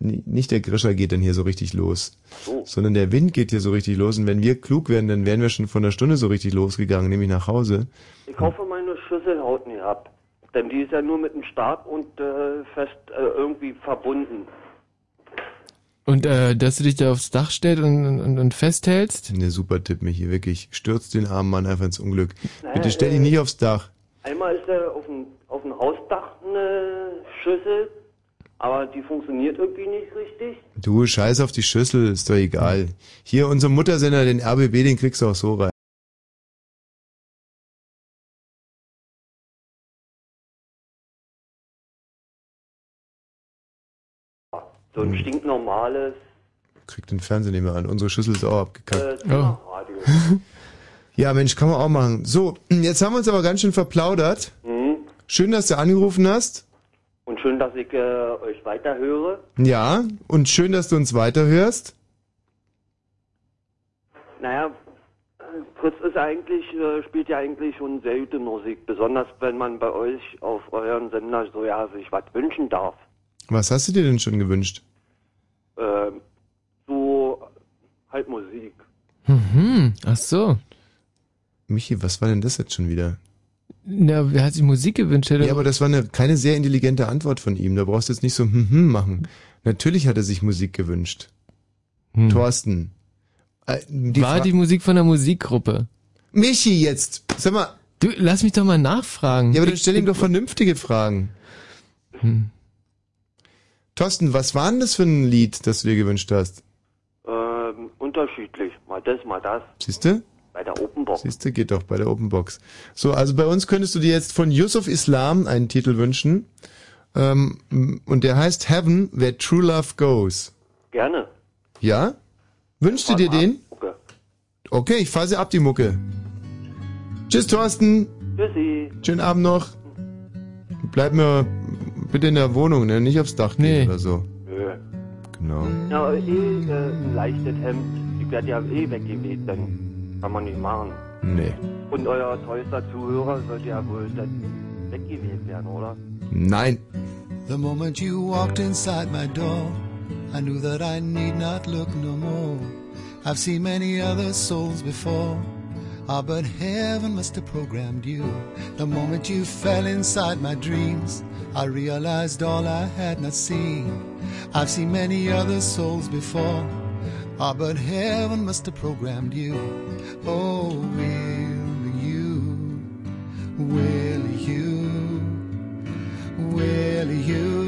S1: N- Nicht der Grischer geht dann hier so richtig los, sondern der Wind geht hier so richtig los und wenn wir klug werden, dann wären wir schon von der Stunde so richtig losgegangen, nämlich nach Hause.
S16: Ich hoffe, meine Schüssel haut nicht ab. Denn die ist ja nur mit dem Stab und äh, fest äh, irgendwie verbunden.
S2: Und äh, dass du dich da aufs Dach stellst und, und, und festhältst?
S1: Ne, super Tipp, Michi, wirklich. Stürzt den armen Mann einfach ins Unglück. Bitte stell dich nicht aufs Dach.
S16: Einmal ist er auf dem, auf dem Hausdach eine Schüssel, aber die funktioniert irgendwie nicht richtig.
S1: Du, scheiß auf die Schüssel, ist doch egal. Hier, unser Muttersender, den RBB, den kriegst du auch so rein.
S16: So ein stinknormales
S1: Kriegt den Fernseher nicht mehr an. Unsere Schüssel ist auch
S16: äh,
S1: abgekackt.
S16: Zimmerradio.
S1: Ja, Mensch, kann man auch machen. So, jetzt haben wir uns aber ganz schön verplaudert.
S16: Mhm.
S1: Schön, dass du angerufen hast.
S16: Und schön, dass ich äh, euch weiterhöre.
S1: Ja, und schön, dass du uns weiterhörst.
S16: Naja, äh, Fritz ist eigentlich, äh, spielt ja eigentlich schon sehr gute Musik, besonders wenn man bei euch auf euren Sender so ja sich was wünschen darf.
S1: Was hast du dir denn schon gewünscht?
S16: Ähm, so halt Musik.
S2: Mhm, ach so.
S1: Michi, was war denn das jetzt schon wieder?
S2: Na, wer hat sich Musik gewünscht? Hätte
S1: Ja, aber das war eine, keine sehr intelligente Antwort von ihm. Da brauchst du jetzt nicht so hm, hm machen. Natürlich hat er sich Musik gewünscht. Thorsten. Äh,
S2: Hm. war
S1: Fra-
S2: die Musik von der Musikgruppe?
S1: Michi, jetzt! Sag mal.
S2: Du, lass mich doch mal nachfragen.
S1: Ja, aber dann stell ihm doch vernünftige Fragen. Hm. Thorsten, was war denn das für ein Lied, das du dir gewünscht hast?
S16: Ähm, unterschiedlich. Mal das, mal das.
S1: Siehste?
S16: Bei der Open Box.
S1: Siehste, geht doch bei der Open Box. So, also bei uns könntest du dir jetzt von Yusuf Islam einen Titel wünschen. Ähm, und der heißt Heaven, Where True Love Goes.
S16: Gerne.
S1: Ja? Wünschst du dir den?
S16: Okay.
S1: Okay, ich fasse ab die Mucke. Tschüss, Thorsten.
S16: Tschüssi.
S1: Schönen Abend noch. Bleib mir bitte in der Wohnung, ne? Nicht aufs Dach nee. oder so.
S9: Äh,
S16: Nö.
S1: Genau.
S16: Ja, eh äh, ein leichtes Hemd. Ich werde ja eh weggeweht, dann kann man nicht machen.
S1: Nee.
S16: Und euer treuester Zuhörer sollte ja wohl dann weggeweht werden, oder?
S1: Nein.
S17: The moment you walked inside my door, I knew that I need not look no more. I've seen many other souls before. Ah, but heaven must have programmed you. The moment you fell inside my dreams, I realized all I had not seen. I've seen many other souls before. Ah, but heaven must have programmed you. Oh, will you? Will you? will you?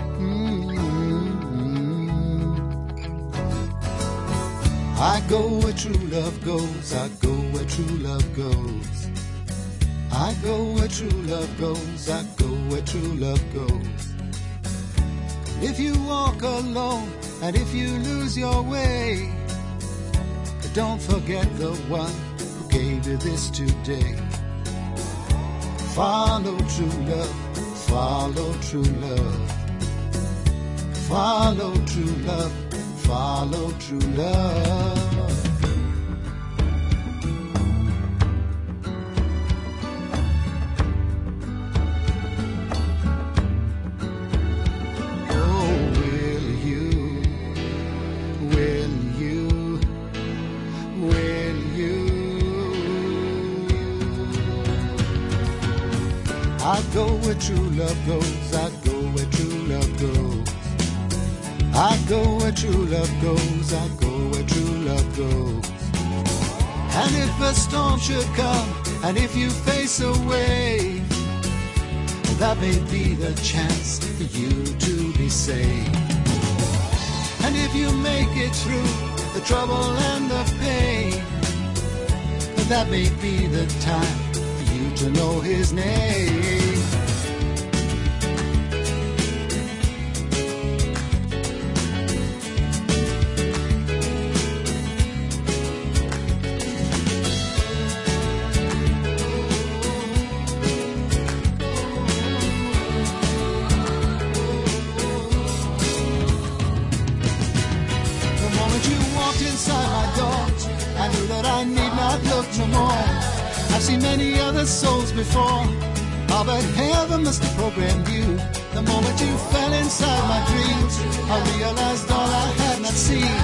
S17: Mm-hmm. I go where true love goes, I go where true love goes. I go where true love goes, I go where true love goes. If you walk alone and if you lose your way, don't forget the one who gave you this today. Follow true love, follow true love. Follow true love, follow true love. Oh, will you, will you, will you? I go where true love goes, I go where true love goes. I go where true love goes, I go where true love goes. And if a storm should come, and if you face a wave, that may be the chance for you to be saved. And if you make it through the trouble and the pain, that may be the time for you to know his name. The moment you walked inside my door, I knew that I need not look no more. I've seen many other souls before. Ah, but heaven must have programmed you. The moment you fell inside my dreams, I realized all I had not seen.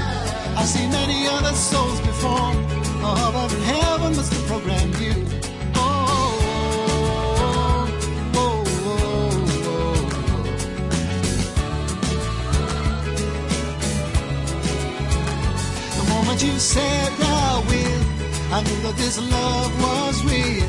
S17: I've seen many other souls before. Ah, but Oh, heaven must have programmed Oh, oh, But you said I will. I knew that this love was real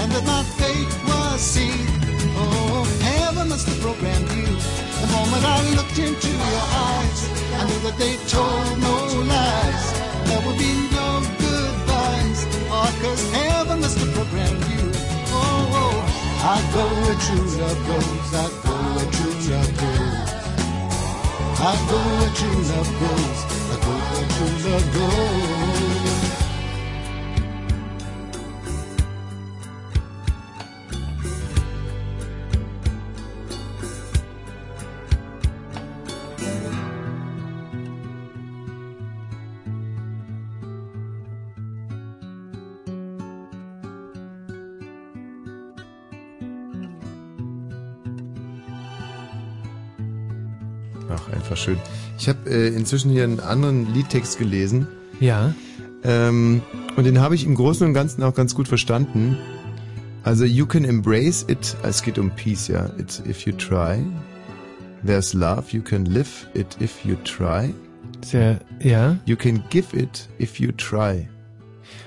S17: and that my fate was sealed. Oh, heaven must have programmed you. The moment I looked into your eyes, I knew that they told no lies. There would be no goodbyes. Oh, cause heaven must have programmed you. Oh, oh. I go where true love goes. I go where true love goes. I go where true love goes. I go where true love goes.
S1: Ach, einfach schön. Ich habe äh, inzwischen hier einen anderen Liedtext gelesen.
S2: Ja.
S1: Ähm, und den habe ich im Großen und Ganzen auch ganz gut verstanden. Also, you can embrace it, es geht um Peace, ja. It's if you try. There's love, you can live it if you try.
S2: Sehr, ja.
S1: You can give it if you try.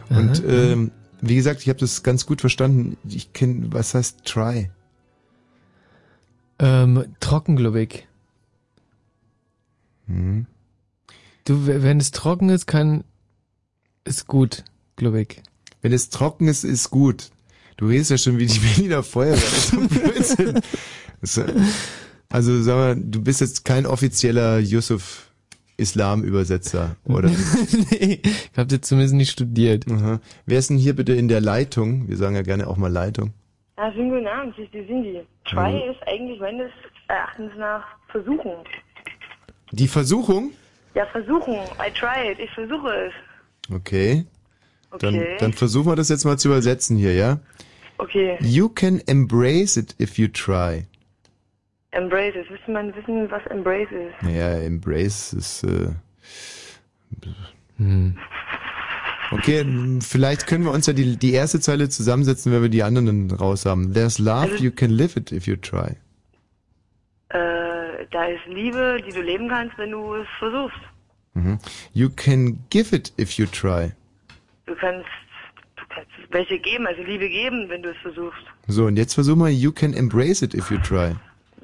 S1: Und ähm, wie gesagt, ich habe das ganz gut verstanden. Ich kenne, was heißt try?
S2: Ähm, trockenglubbig.
S1: Hm.
S2: Du, w- wenn es trocken ist, kann, ist gut, glubbig.
S1: Wenn es trocken ist, ist gut. Du redest ja schon wie die Berliner Feuerwehr. Das ist ein Blödsinn. Das ist, äh, Also sag mal, du bist jetzt kein offizieller Yusuf Islam-Übersetzer, oder?
S2: nee, ich habe jetzt zumindest nicht studiert.
S1: Wer ist denn hier bitte in der Leitung? Wir sagen ja gerne auch mal Leitung.
S15: Ja, schönen guten Abend, hier ist die Cindy. Try
S1: Hallo.
S15: ist eigentlich meines Erachtens nach versuchen.
S1: Die Versuchung?
S15: Ja, versuchen. I tried. Ich versuche es.
S1: Okay. Dann,
S15: Okay.
S1: dann versuchen wir das jetzt mal zu übersetzen hier, ja?
S15: Okay.
S1: You can embrace it if you try.
S15: Embrace it. Müsste man wissen, was Embrace ist.
S1: Naja, Embrace ist. Äh, hm. Okay, m, vielleicht können wir uns ja die, die erste Zeile zusammensetzen, wenn wir die anderen dann raus haben. There's love,
S15: Also-
S1: you can live it if you try.
S15: Äh, da ist Liebe, die du leben kannst, wenn du es versuchst.
S1: Mhm. You can give it if you try.
S15: Du kannst, du kannst welche geben, also Liebe geben, wenn du es versuchst.
S1: So, und jetzt versuchen wir, you can embrace it if you try.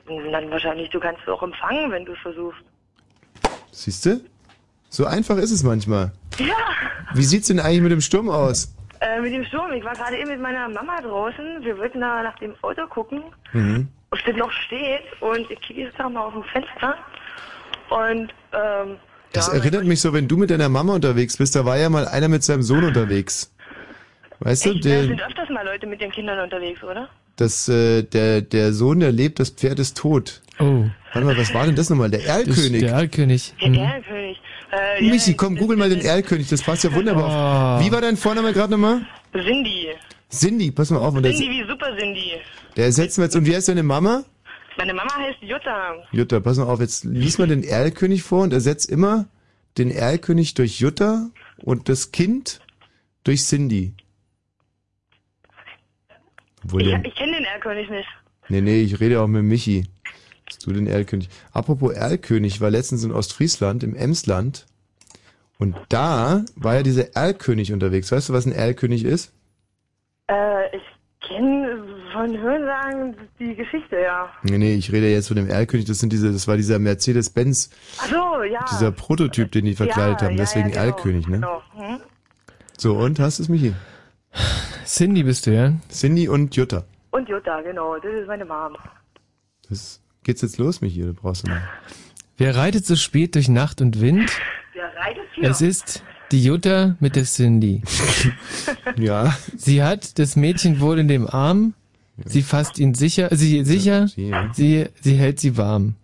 S15: Und dann wahrscheinlich, du kannst es auch empfangen, wenn du es versuchst.
S1: Siehst du? So einfach ist es manchmal.
S15: Ja!
S1: Wie sieht's denn eigentlich mit dem Sturm aus?
S15: Äh, mit dem Sturm. Ich war gerade eben mit meiner Mama draußen. Wir wollten da nach dem Auto gucken,
S1: Mhm.
S15: ob das noch steht. Und ich kicke jetzt da mal aus dem Fenster. Und, ähm,
S1: Das erinnert mich so, wenn du mit deiner Mama unterwegs bist, da war ja mal einer mit seinem Sohn unterwegs. Weißt du,
S15: da
S1: der,
S15: sind öfters mal Leute mit den Kindern unterwegs, oder?
S1: Das, äh, der, der Sohn, der lebt, das Pferd ist tot.
S2: Oh.
S1: Warte mal, was war denn das nochmal? Der Erlkönig.
S2: Der Erlkönig. Hm.
S15: Der
S1: Mhm.
S15: Erlkönig. Äh, ja,
S1: Michi, komm, google mal den Erlkönig, das passt ja wunderbar. auf.
S2: Ah.
S1: Wie war dein Vorname gerade nochmal?
S15: Cindy.
S1: Cindy, pass mal auf. Und der,
S15: Cindy wie Super Cindy.
S1: der setzen wir jetzt, und wie heißt deine Mama?
S15: Meine Mama heißt Jutta.
S1: Jutta, pass mal auf, jetzt lies mal den Erlkönig vor und ersetz immer den Erlkönig durch Jutta und das Kind durch Cindy. Obwohl
S15: Ich,
S1: der-
S15: ich kenne den Erlkönig nicht.
S1: Nee, nee, ich rede auch mit Michi. Hast du den Erlkönig? Apropos Erlkönig, ich war letztens in Ostfriesland, im Emsland. Und da war ja dieser Erlkönig unterwegs. Weißt du, was ein Erlkönig ist?
S15: Äh, ich kenne von Hörensagen die Geschichte, ja.
S1: Nee, nee, ich rede jetzt von dem Erlkönig. Das sind diese, das war dieser Mercedes-Benz,
S15: Ach so, ja.
S1: dieser Prototyp, den die verkleidet
S15: Ja,
S1: haben.
S15: ja,
S1: Deswegen
S15: ja, genau,
S1: Erlkönig, ne?
S15: Genau. Hm?
S1: So, und hast du es, Michi?
S2: Cindy bist du, ja?
S1: Cindy und Jutta.
S15: Und Jutta, genau, das ist meine Mom.
S1: Das geht's jetzt los, Michi, oder brauchst du noch?
S2: Wer reitet so spät durch Nacht und Wind?
S15: Wer reitet hier?
S2: Es ist die Jutta mit der Cindy.
S1: ja.
S2: Sie hat das Mädchen wohl in dem Arm. Sie fasst ihn sicher, sie sicher, sie, sie hält sie warm.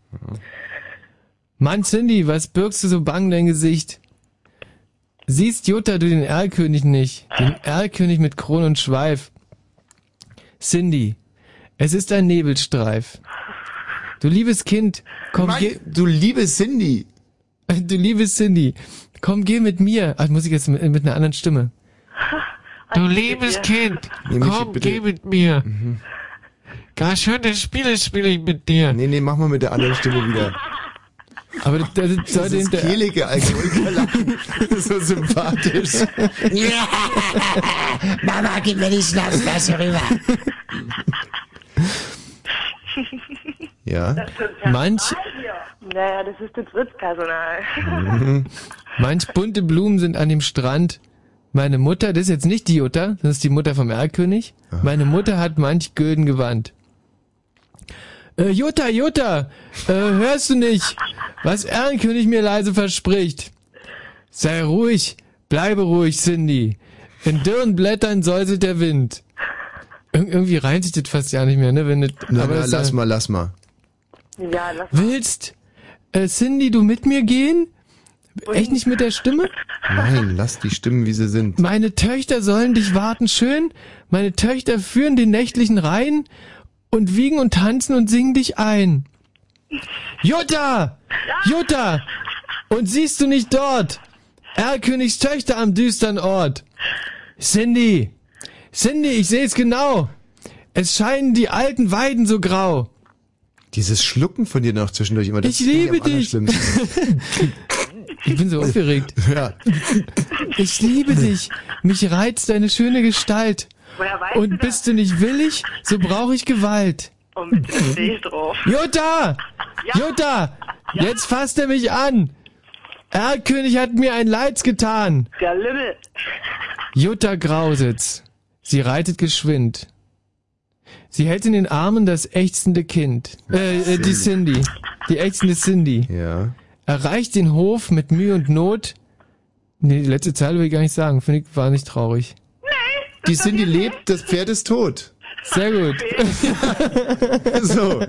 S2: Mann, Cindy, was birgst du so bang dein Gesicht? Siehst Jutta du den Erlkönig nicht, den Erlkönig mit Kron und Schweif. Cindy, es ist ein Nebelstreif. Du liebes Kind, komm
S1: Mann,
S2: geh.
S1: Du liebe Cindy.
S2: Du liebe Cindy, komm geh mit mir. Ach, muss ich jetzt mit, mit einer anderen Stimme. Du liebes Kind,
S1: Nee, Michi,
S2: komm,
S1: bitte.
S2: geh mit mir. Gar schöne Spiele spiele ich mit dir.
S1: Nee, nee, mach mal mit der anderen Stimme wieder.
S2: Aber das, das sollte
S1: Dieses
S2: hinterher-
S1: kehlige Alkoholikerlachen. so sympathisch.
S19: Mama, gib mir die Schnapsflasche rüber.
S1: Ja.
S2: Manch,
S15: Naja, das ist das Drittpersonal.
S2: manch bunte Blumen sind an dem Strand. Meine Mutter, das ist jetzt nicht die Jutta, das ist die Mutter vom Erlkönig.
S1: Ah.
S2: Meine Mutter hat manch Gülden gewandt. Äh, Jutta, Jutta, äh, hörst du nicht, was Erlkönig mir leise verspricht? Sei ruhig, bleibe ruhig, Cindy. In dürren Blättern säuselt der Wind. Ir irgendwie reimt sich das fast ja nicht mehr, ne? Wenn das,
S1: Na, na,
S2: das-
S1: lass mal, lass mal.
S15: Ja, lass
S2: Willst, äh, Cindy, du mit mir gehen? Echt nicht mit der Stimme?
S1: Nein, lass die Stimmen, wie sie sind.
S2: Meine Töchter sollen dich warten schön, meine Töchter führen den nächtlichen Rhein und wiegen und tanzen und singen dich ein. Jutta! Jutta! Und siehst du nicht dort? Erlkönigs Töchter am düstern Ort. Cindy! Cindy, ich seh's genau! Es scheinen die alten Weiden so grau.
S1: Dieses Schlucken von dir noch zwischendurch immer. das
S2: Ich
S1: finde
S2: liebe
S1: am
S2: dich.
S1: allerschlimmsten.
S2: Ich bin so aufgeregt.
S1: Ja.
S2: Ich liebe dich. Mich reizt deine schöne Gestalt. Und bist du nicht willig, so brauche ich Gewalt.
S15: Oh, bitte steh ich drauf.
S2: Jutta! Jutta! Jetzt fasst er mich an! Erlkönig hat mir ein Leids getan!
S15: Der Lümmel.
S2: Jutta Grausitz. Sie reitet geschwind. Sie hält in den Armen das ächzende Kind. Äh, äh, die Cindy. Die ächzende Cindy.
S1: Ja.
S2: Erreicht den Hof mit Mühe und Not. Nee, die letzte Zeile will ich gar nicht sagen. Finde ich, war nicht traurig.
S1: Die Cindy lebt, das Pferd ist tot.
S2: Sehr gut.
S1: so.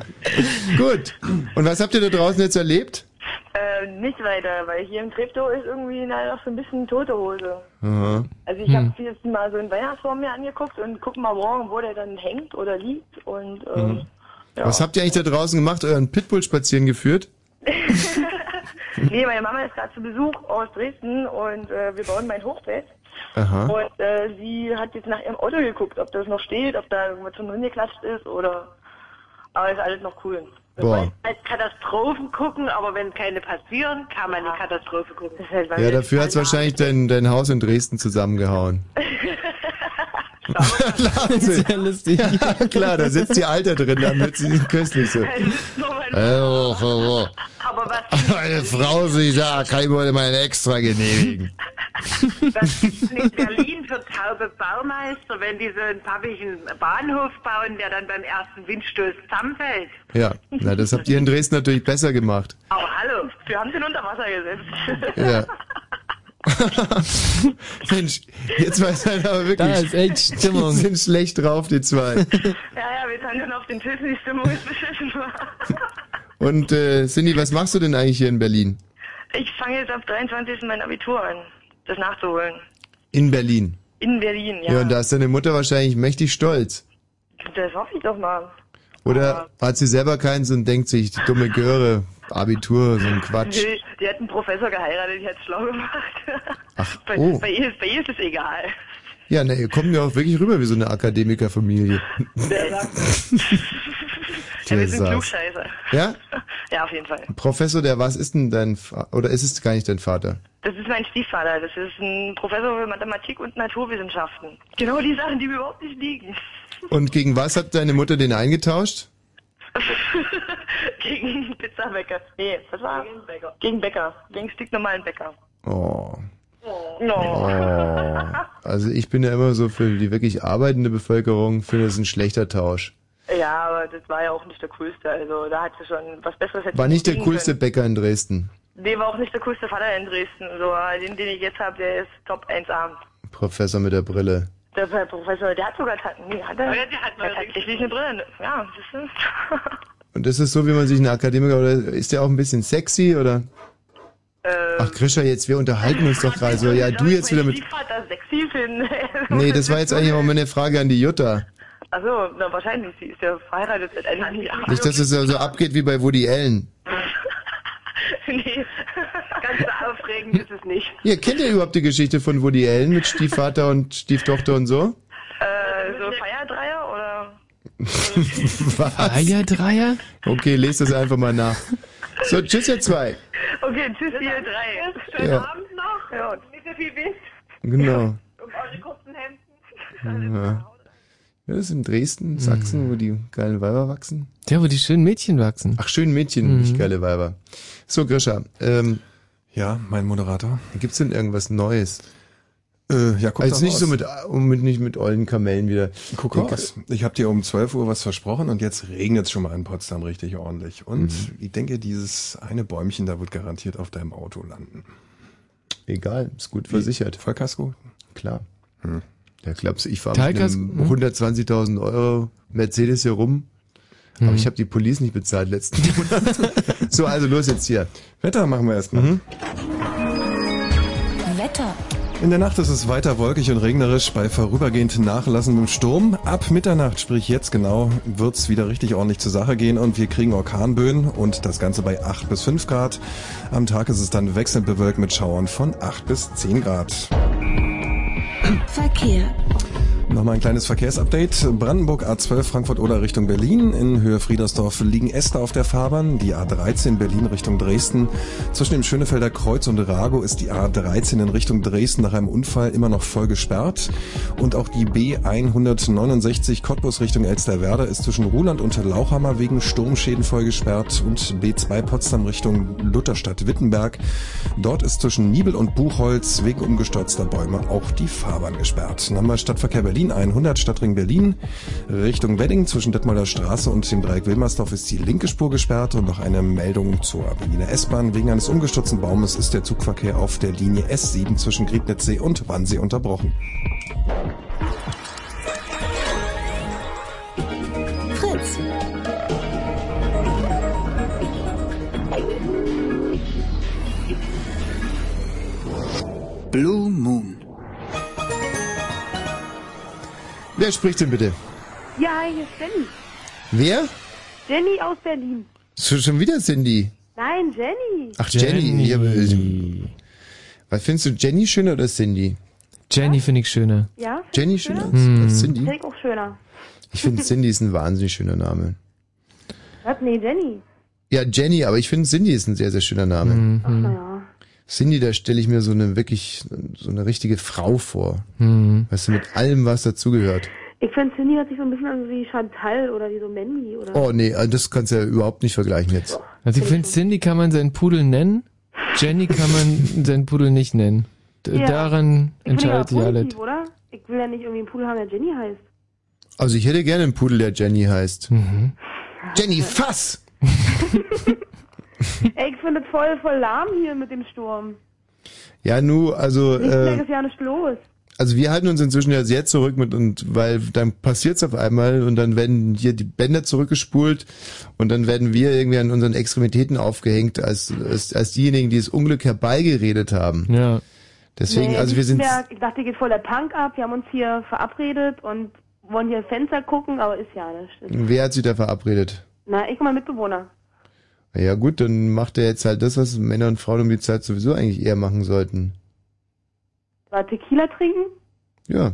S1: Gut. Und was habt ihr da draußen jetzt erlebt?
S15: Ähm, nicht weiter, weil hier im Treptow ist irgendwie na, noch so ein bisschen tote Hose.
S1: Aha.
S15: Also ich
S1: Hm.
S15: habe jetzt mal so einen Weihnachtsbaum mir angeguckt und guck mal morgen, wo der dann hängt oder liegt und ähm,
S1: Mhm. Was habt ihr eigentlich da draußen gemacht? Euren Pitbull spazieren geführt?
S15: nee, meine Mama ist gerade zu Besuch aus Dresden und äh, wir bauen mein Hochbett.
S1: Aha.
S15: Und äh, sie hat jetzt nach ihrem Auto geguckt, ob das noch steht, ob da irgendwas schon hingeklatscht ist oder. Aber ist alles noch cool.
S1: Boah.
S20: Als Katastrophen gucken, aber wenn keine passieren, kann man die Katastrophe gucken.
S1: Ja, dafür hat's wahrscheinlich dein, dein Haus in Dresden zusammengehauen.
S2: Sehr lustig.
S1: Ja, klar, da sitzt die Alter drin, damit sie köstlich sind. Oh, oh, oh.
S20: Aber
S1: Meine Frau, sie sagt, kann ich mir mal ein extra genehmigen.
S20: in Berlin für taube Baumeister, wenn die so einen pappigen Bahnhof bauen, der dann beim ersten Windstoß zusammenfällt.
S1: Ja, na, das habt ihr in Dresden natürlich besser gemacht.
S20: Aber hallo, wir haben den unter Wasser gesetzt.
S1: Ja. Mensch, jetzt weiß man aber wirklich.
S2: Da ist echt Stimmung.
S1: Die sind schlecht drauf, die zwei.
S15: Ja, ja, wir tanzen auf den Tischen, die Stimmung ist beschissen.
S1: Und äh, Cindy, was machst du denn eigentlich hier in Berlin?
S15: Ich fange jetzt am 23. mein Abitur an, das nachzuholen.
S1: In Berlin.
S15: In Berlin,
S1: Ja,
S15: ja.
S1: und da ist deine Mutter wahrscheinlich mächtig stolz.
S15: das hoffe ich doch mal.
S1: Oder hat sie selber keins und denkt sich, die dumme Göre, Abitur, so ein Quatsch.
S15: Die, die hat einen Professor geheiratet, die hat schlau gemacht.
S1: Ach,
S15: bei,
S1: oh.
S15: bei, ihr, ist- bei ihr ist es egal.
S1: Ja, ne, ihr kommt ja auch wirklich rüber wie so eine Akademikerfamilie.
S15: Der sagt, ja, wir sind
S1: Desaster.
S15: Klugscheißer.
S1: Ja?
S15: Ja, auf jeden Fall.
S1: Professor, der was ist denn dein, Fa oder ist es gar nicht dein Vater?
S15: Das ist mein Stiefvater. Das ist ein Professor für Mathematik und Naturwissenschaften. Genau die Sachen, die mir überhaupt nicht liegen.
S1: Und gegen was hat deine Mutter den eingetauscht?
S15: Gegen Pizzabäcker. Nee, was war? Gegen Bäcker. Gegen Bäcker. Gegen sticknormalen Bäcker.
S1: Oh.
S15: No.
S1: Oh. Also ich bin ja immer so für die wirklich arbeitende Bevölkerung, finde es ein schlechter Tausch.
S15: Ja, aber das war ja auch nicht der coolste. Also da hat sie schon was Besseres hätte
S1: War
S15: sie
S1: nicht der
S15: kriegen
S1: coolste
S15: können.
S1: Bäcker in Dresden.
S15: Nee, war auch nicht der coolste Vater in Dresden. So, den, den ich jetzt habe, der ist Top 1A.
S1: Professor mit der Brille.
S15: Der Herr Professor, der hat sogar Tatten. Nee, hat er. Der hat, tatsächlich eine Brille. Ja, siehst du?
S1: Und ist es so, wie man sich einen Akademiker, oder ist der auch ein bisschen sexy, oder? Ach, Grisha, jetzt, wir unterhalten uns doch gerade so. Ja, du jetzt wieder mit...
S15: Stiefvater sexy finden.
S1: Nee, das war jetzt eigentlich auch meine Frage an die Jutta.
S15: Achso, na wahrscheinlich. Sie ist ja verheiratet seit einigen Jahren.
S1: Nicht, dass es ja so abgeht wie bei Woody Allen.
S15: nee, ganz so aufregend ist es nicht.
S1: Ihr kennt ja überhaupt die Geschichte von Woody Allen mit Stiefvater und Stieftochter und so?
S20: Also
S15: Äh, so Feierdreier oder?
S1: Was?
S2: Dreier, Dreier?
S1: Okay, lest das einfach mal nach. So, tschüss ihr zwei.
S20: Okay, tschüss, ihr drei.
S1: Schönen Ja.
S20: Abend noch. Ja. Nicht so viel Wind
S1: Genau.
S20: um eure kurzen Hemden.
S1: Ja. Ja, das ist in Dresden, Sachsen, wo die geilen Weiber wachsen.
S2: Hm. Ja, wo die schönen Mädchen wachsen.
S1: Ach, schönen Mädchen,
S2: Mhm.
S1: nicht geile Weiber. So, Grisha. Ähm,
S3: ja, mein Moderator.
S1: Gibt's denn irgendwas Neues?
S3: Äh, ja, guck
S1: also
S3: doch
S1: nicht so
S3: raus.
S1: mit, um, mit, nicht mit ollen Kamellen wieder.
S3: Guck raus. Ich habe dir um 12 Uhr was versprochen und jetzt regnet es schon mal in Potsdam richtig ordentlich. Und
S1: Mhm.
S3: ich denke, dieses eine Bäumchen da wird garantiert auf deinem Auto landen.
S1: Egal, ist gut versichert.
S3: Vollkasko? Hm.
S1: Klar. Da glaubst du, ich fahre mit
S2: Teilkas-
S1: einem
S2: hm?
S1: 120.000 Euro Mercedes hier rum. Aber
S2: Mhm.
S1: ich habe die Police nicht bezahlt letzten Monat. so, also los jetzt hier.
S3: Wetter machen wir erstmal. Mhm.
S13: Wetter.
S3: In der Nacht ist es weiter wolkig und regnerisch bei vorübergehend nachlassendem Sturm. Ab Mitternacht, sprich jetzt genau, wird's wieder richtig ordentlich zur Sache gehen und wir kriegen Orkanböen und das Ganze bei 8 bis 5 Grad. Am Tag ist es dann wechselnd bewölkt mit Schauern von 8 bis 10 Grad.
S13: Verkehr.
S3: Nochmal ein kleines Verkehrsupdate. Brandenburg A12 Frankfurt oder Richtung Berlin. In Höhe Friedersdorf liegen Äste auf der Fahrbahn. Die A13 Berlin Richtung Dresden. Zwischen dem Schönefelder Kreuz und Rago ist die A13 in Richtung Dresden nach einem Unfall immer noch voll gesperrt. Und auch die B169 Cottbus Richtung Elsterwerda ist zwischen Ruhland und Lauchhammer wegen Sturmschäden voll gesperrt. Und B2 Potsdam Richtung Lutherstadt-Wittenberg. Dort ist zwischen Niebel und Buchholz wegen umgestürzter Bäume auch die Fahrbahn gesperrt. Dann haben wir Stadtverkehr Berlin 100, Stadtring Berlin Richtung Wedding zwischen Detmolder Straße und dem Dreieck Wilmersdorf ist die linke Spur gesperrt und noch eine Meldung zur Berliner S-Bahn. Wegen eines umgestürzten Baumes ist der Zugverkehr auf der Linie S7 zwischen Griebnitzsee und Wannsee unterbrochen.
S13: Fritz.
S1: Blue Moon. Wer spricht denn bitte?
S4: Ja, hier ist Jenny.
S1: Wer?
S4: Jenny aus Berlin.
S1: Schon schon wieder Cindy.
S4: Nein, Jenny.
S1: Ach, Jenny. Ja, ähm, was findest du, Jenny schöner oder Cindy?
S2: Jenny finde ich schöner.
S4: Ja?
S1: Jenny schöner als,
S2: Hm.
S1: als Cindy?
S4: Klingt auch schöner.
S1: Ich finde, Cindy ist ein wahnsinnig schöner Name.
S4: Was? Nee, Jenny.
S1: Ja, Jenny, aber ich finde, Cindy ist ein sehr, sehr schöner Name.
S2: Mhm. Hm.
S4: Ja.
S1: Cindy, da stelle ich mir so eine wirklich, so eine richtige Frau vor.
S2: Mhm.
S1: Weißt du, mit allem, was dazugehört.
S4: Ich finde, Cindy hört sich so ein bisschen an wie Chantal oder wie so Mandy oder.
S1: Oh nee, also das kannst du ja überhaupt nicht vergleichen jetzt.
S2: Also ich finde, Cindy kann man seinen Pudel nennen, Jenny kann man seinen Pudel nicht nennen. D
S4: Ja.
S2: Daran
S4: ich finde
S2: Äh, entscheidet sich
S4: ja
S2: alles.
S4: positiv, oder? Ich will ja nicht irgendwie einen Pudel haben, der Jenny heißt.
S1: Also ich hätte gerne einen Pudel, der Jenny heißt.
S2: Mhm.
S1: Jenny Fass!
S4: Ey, ich finde es voll, voll lahm hier mit dem Sturm.
S1: Ja, nu, also,
S4: Nichts äh,
S1: äh,
S4: ist ja nicht los.
S1: also wir halten uns inzwischen ja sehr zurück mit und weil dann passiert's auf einmal und dann werden hier die Bänder zurückgespult und dann werden wir irgendwie an unseren Extremitäten aufgehängt als, als, als diejenigen, die das Unglück herbeigeredet haben.
S2: Ja.
S1: Deswegen, also wir sind,
S4: Lichtenberg, Ich dachte, hier geht voll der Punk ab. Wir haben uns hier verabredet und wollen hier Fenster gucken, aber ist ja nicht. Ist-
S1: wer hat sich da verabredet?
S4: Na, ich und mein Mitbewohner.
S1: Ja gut, dann macht er jetzt halt das, was Männer und Frauen um die Zeit sowieso eigentlich eher machen sollten.
S4: War Tequila trinken?
S1: Ja.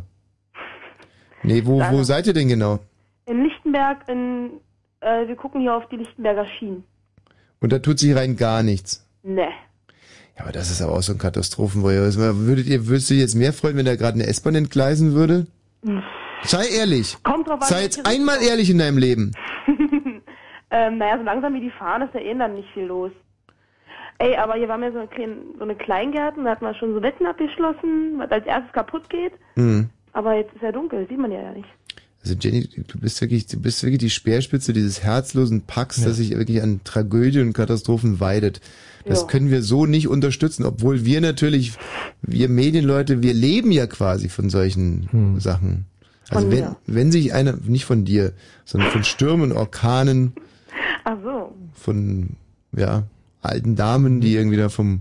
S1: Nee, wo, wo seid ihr denn genau?
S4: In Lichtenberg, in, äh, wir gucken hier auf die Lichtenberger Schienen.
S1: Und da tut sich rein gar nichts.
S4: Ne.
S1: Ja, aber das ist aber auch so ein Katastrophenvoyeurismus. Würdet ihr, würdest du dich jetzt mehr freuen, wenn da gerade eine S-Bahn entgleisen würde? Sei ehrlich.
S4: Kommt drauf an,
S1: Sei jetzt
S4: welche
S1: einmal ehrlich in deinem Leben.
S4: Ähm, naja, so langsam wie die fahren, ist ja eh dann nicht viel los. Ey, aber hier waren wir so eine, klein, so eine Kleingärten, da hatten wir schon so Wetten abgeschlossen, was als erstes kaputt geht.
S1: Hm.
S4: Aber jetzt ist ja dunkel, sieht man ja ja nicht.
S1: Also Jenny, du bist wirklich, du bist wirklich die Speerspitze dieses herzlosen Packs, das sich wirklich an Tragödien und Katastrophen weidet. Das
S4: Ja.
S1: können wir so nicht unterstützen, obwohl wir natürlich, wir Medienleute, wir leben ja quasi von solchen Sachen. Also
S4: Von
S1: wenn,
S4: mir.
S1: wenn sich einer, nicht von dir, sondern von Stürmen, Orkanen,
S4: Ach so.
S1: von ja, alten Damen,
S2: Mhm.
S1: die irgendwie da vom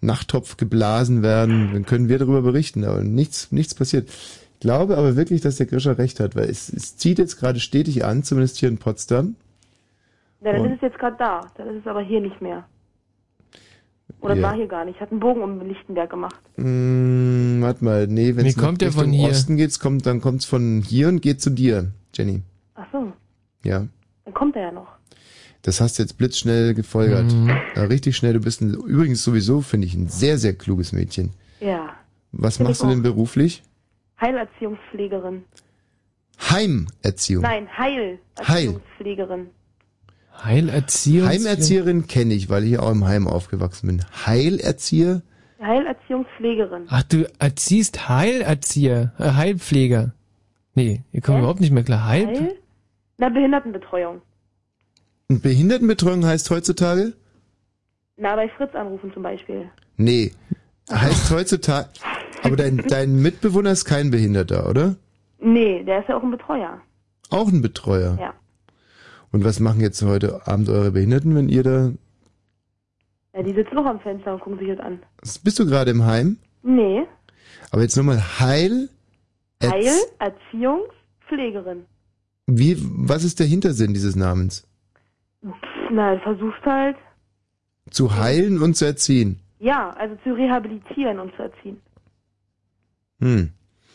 S1: Nachttopf geblasen werden, dann können wir darüber berichten, aber nichts, nichts passiert. Ich glaube aber wirklich, dass der Grischer recht hat, weil es, es zieht jetzt gerade stetig an, zumindest hier in Potsdam.
S4: Ja, dann
S1: Und-
S4: ist es jetzt gerade da, dann ist es aber hier nicht mehr. Oder es
S1: Ja.
S4: war hier gar nicht, hat einen Bogen um Lichtenberg gemacht.
S1: Hm, warte mal, nee, wenn
S2: Nee,
S1: es
S2: kommt der
S1: Richtung
S2: von hier?
S1: Osten geht, kommt, dann kommt es von hier und geht zu dir, Jenny.
S4: Ach so,
S1: Ja.
S4: dann kommt er ja noch.
S1: Das hast du jetzt blitzschnell gefolgert.
S2: Mhm.
S1: Ja, richtig schnell. Du bist ein, übrigens sowieso, finde ich, ein sehr, sehr kluges Mädchen.
S4: Ja.
S1: Was
S4: Find
S1: machst
S4: ich
S1: du
S4: auch.
S1: denn beruflich?
S4: Heilerziehungspflegerin.
S1: Heimerziehung.
S4: Nein, Heilerziehungspflegerin.
S2: Heilerzieher.
S1: Heimerzieherin kenne ich, weil ich ja auch im Heim aufgewachsen bin. Heilerzieher?
S4: Heilerziehungspflegerin.
S2: Ach, du erziehst Heilerzieher, äh, Heilpfleger. Nee, ihr kommt überhaupt nicht mehr klar. Heil?
S4: Heil? Na, Behindertenbetreuung.
S1: Und Behindertenbetreuung heißt heutzutage?
S4: Na, bei Fritz anrufen zum Beispiel.
S1: Nee. Heißt heutzutage. Aber dein, dein Mitbewohner ist kein Behinderter, oder?
S4: Nee, der ist ja auch ein Betreuer.
S1: Auch ein Betreuer.
S4: Ja.
S1: Und was machen jetzt heute Abend eure Behinderten, wenn ihr da.
S4: ja die sitzen noch am Fenster und gucken sich das an.
S1: Bist du gerade im Heim?
S4: Nee,
S1: Aber jetzt nochmal Heil. Erz-
S4: Heilerziehungspflegerin.
S1: Wie, was ist der Hintersinn dieses Namens?
S4: Pff, Na, versucht halt,
S1: Zu heilen und zu erziehen.
S4: ja, also zu rehabilitieren und zu erziehen.
S1: Hm.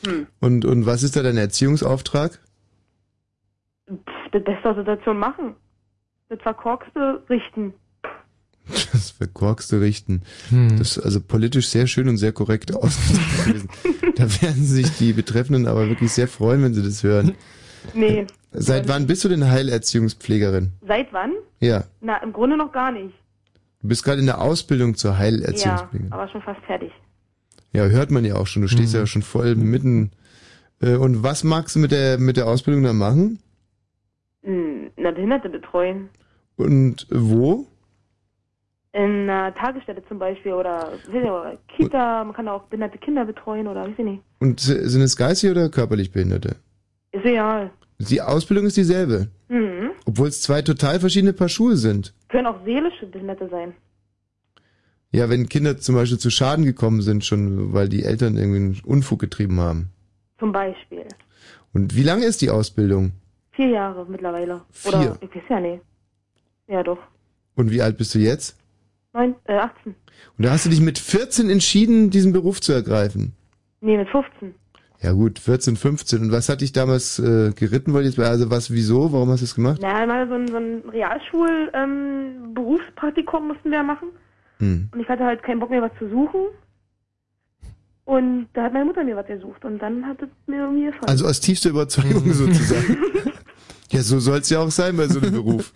S4: Hm.
S1: Und, und was ist da dein Erziehungsauftrag?
S4: Pff, das Beste aus der Situation machen. Das Verkorkste richten.
S1: Das verkorkste Richten. Das ist also politisch sehr schön und sehr korrekt ausgedrückt gewesen. Da werden sich die Betreffenden aber wirklich sehr freuen, wenn sie das hören.
S4: Nee,
S1: Seit wann bist du denn Heilerziehungspflegerin?
S4: seit wann?
S1: Ja,
S4: Na, im Grunde noch gar nicht.
S1: du bist gerade in der Ausbildung zur
S4: Ja,
S1: Heilerziehungspflegerin.
S4: aber schon fast fertig.
S1: Ja, hört man ja auch schon. Du stehst ja schon voll mitten. Äh, Und was magst du mit der, mit der Ausbildung dann machen?
S4: Hm, Na, Behinderte betreuen.
S1: Und wo?
S4: In einer Tagesstätte zum Beispiel oder, weiß nicht, oder Kita, man kann da auch behinderte Kinder betreuen oder weiß ich nicht.
S1: Und äh, sind es geistig oder körperlich Behinderte?
S4: Ist egal.
S1: Die Ausbildung ist dieselbe,
S4: Mhm.
S1: obwohl es zwei total verschiedene Paar Schuhe sind.
S4: Können auch seelische Behinderte sein.
S1: Ja, wenn Kinder zum Beispiel zu Schaden gekommen sind, schon weil die Eltern irgendwie einen Unfug getrieben haben.
S4: Zum Beispiel.
S1: Und wie lange ist die Ausbildung?
S4: Vier Jahre mittlerweile.
S1: Vier.
S4: Oder ich weiß ja nicht. Ja doch.
S1: Und wie alt bist du jetzt?
S4: Neun, äh, 18.
S1: Und da hast du dich mit 14 entschieden, diesen Beruf zu ergreifen.
S4: Nee, mit 15.
S1: Ja gut, 14, 15. Und was hat dich damals äh, geritten? Wollte ich jetzt- Also was, wieso? Warum hast du es gemacht?
S4: Naja, mal so ein, so ein Realschul ähm, Berufspraktikum mussten wir machen.
S1: Hm.
S4: Und ich hatte halt keinen Bock mehr was zu suchen. Und da hat meine Mutter mir was gesucht und dann hat es mir irgendwie gefallen.
S1: Also aus tiefster Überzeugung sozusagen. ja, so soll's ja auch sein bei so einem Beruf.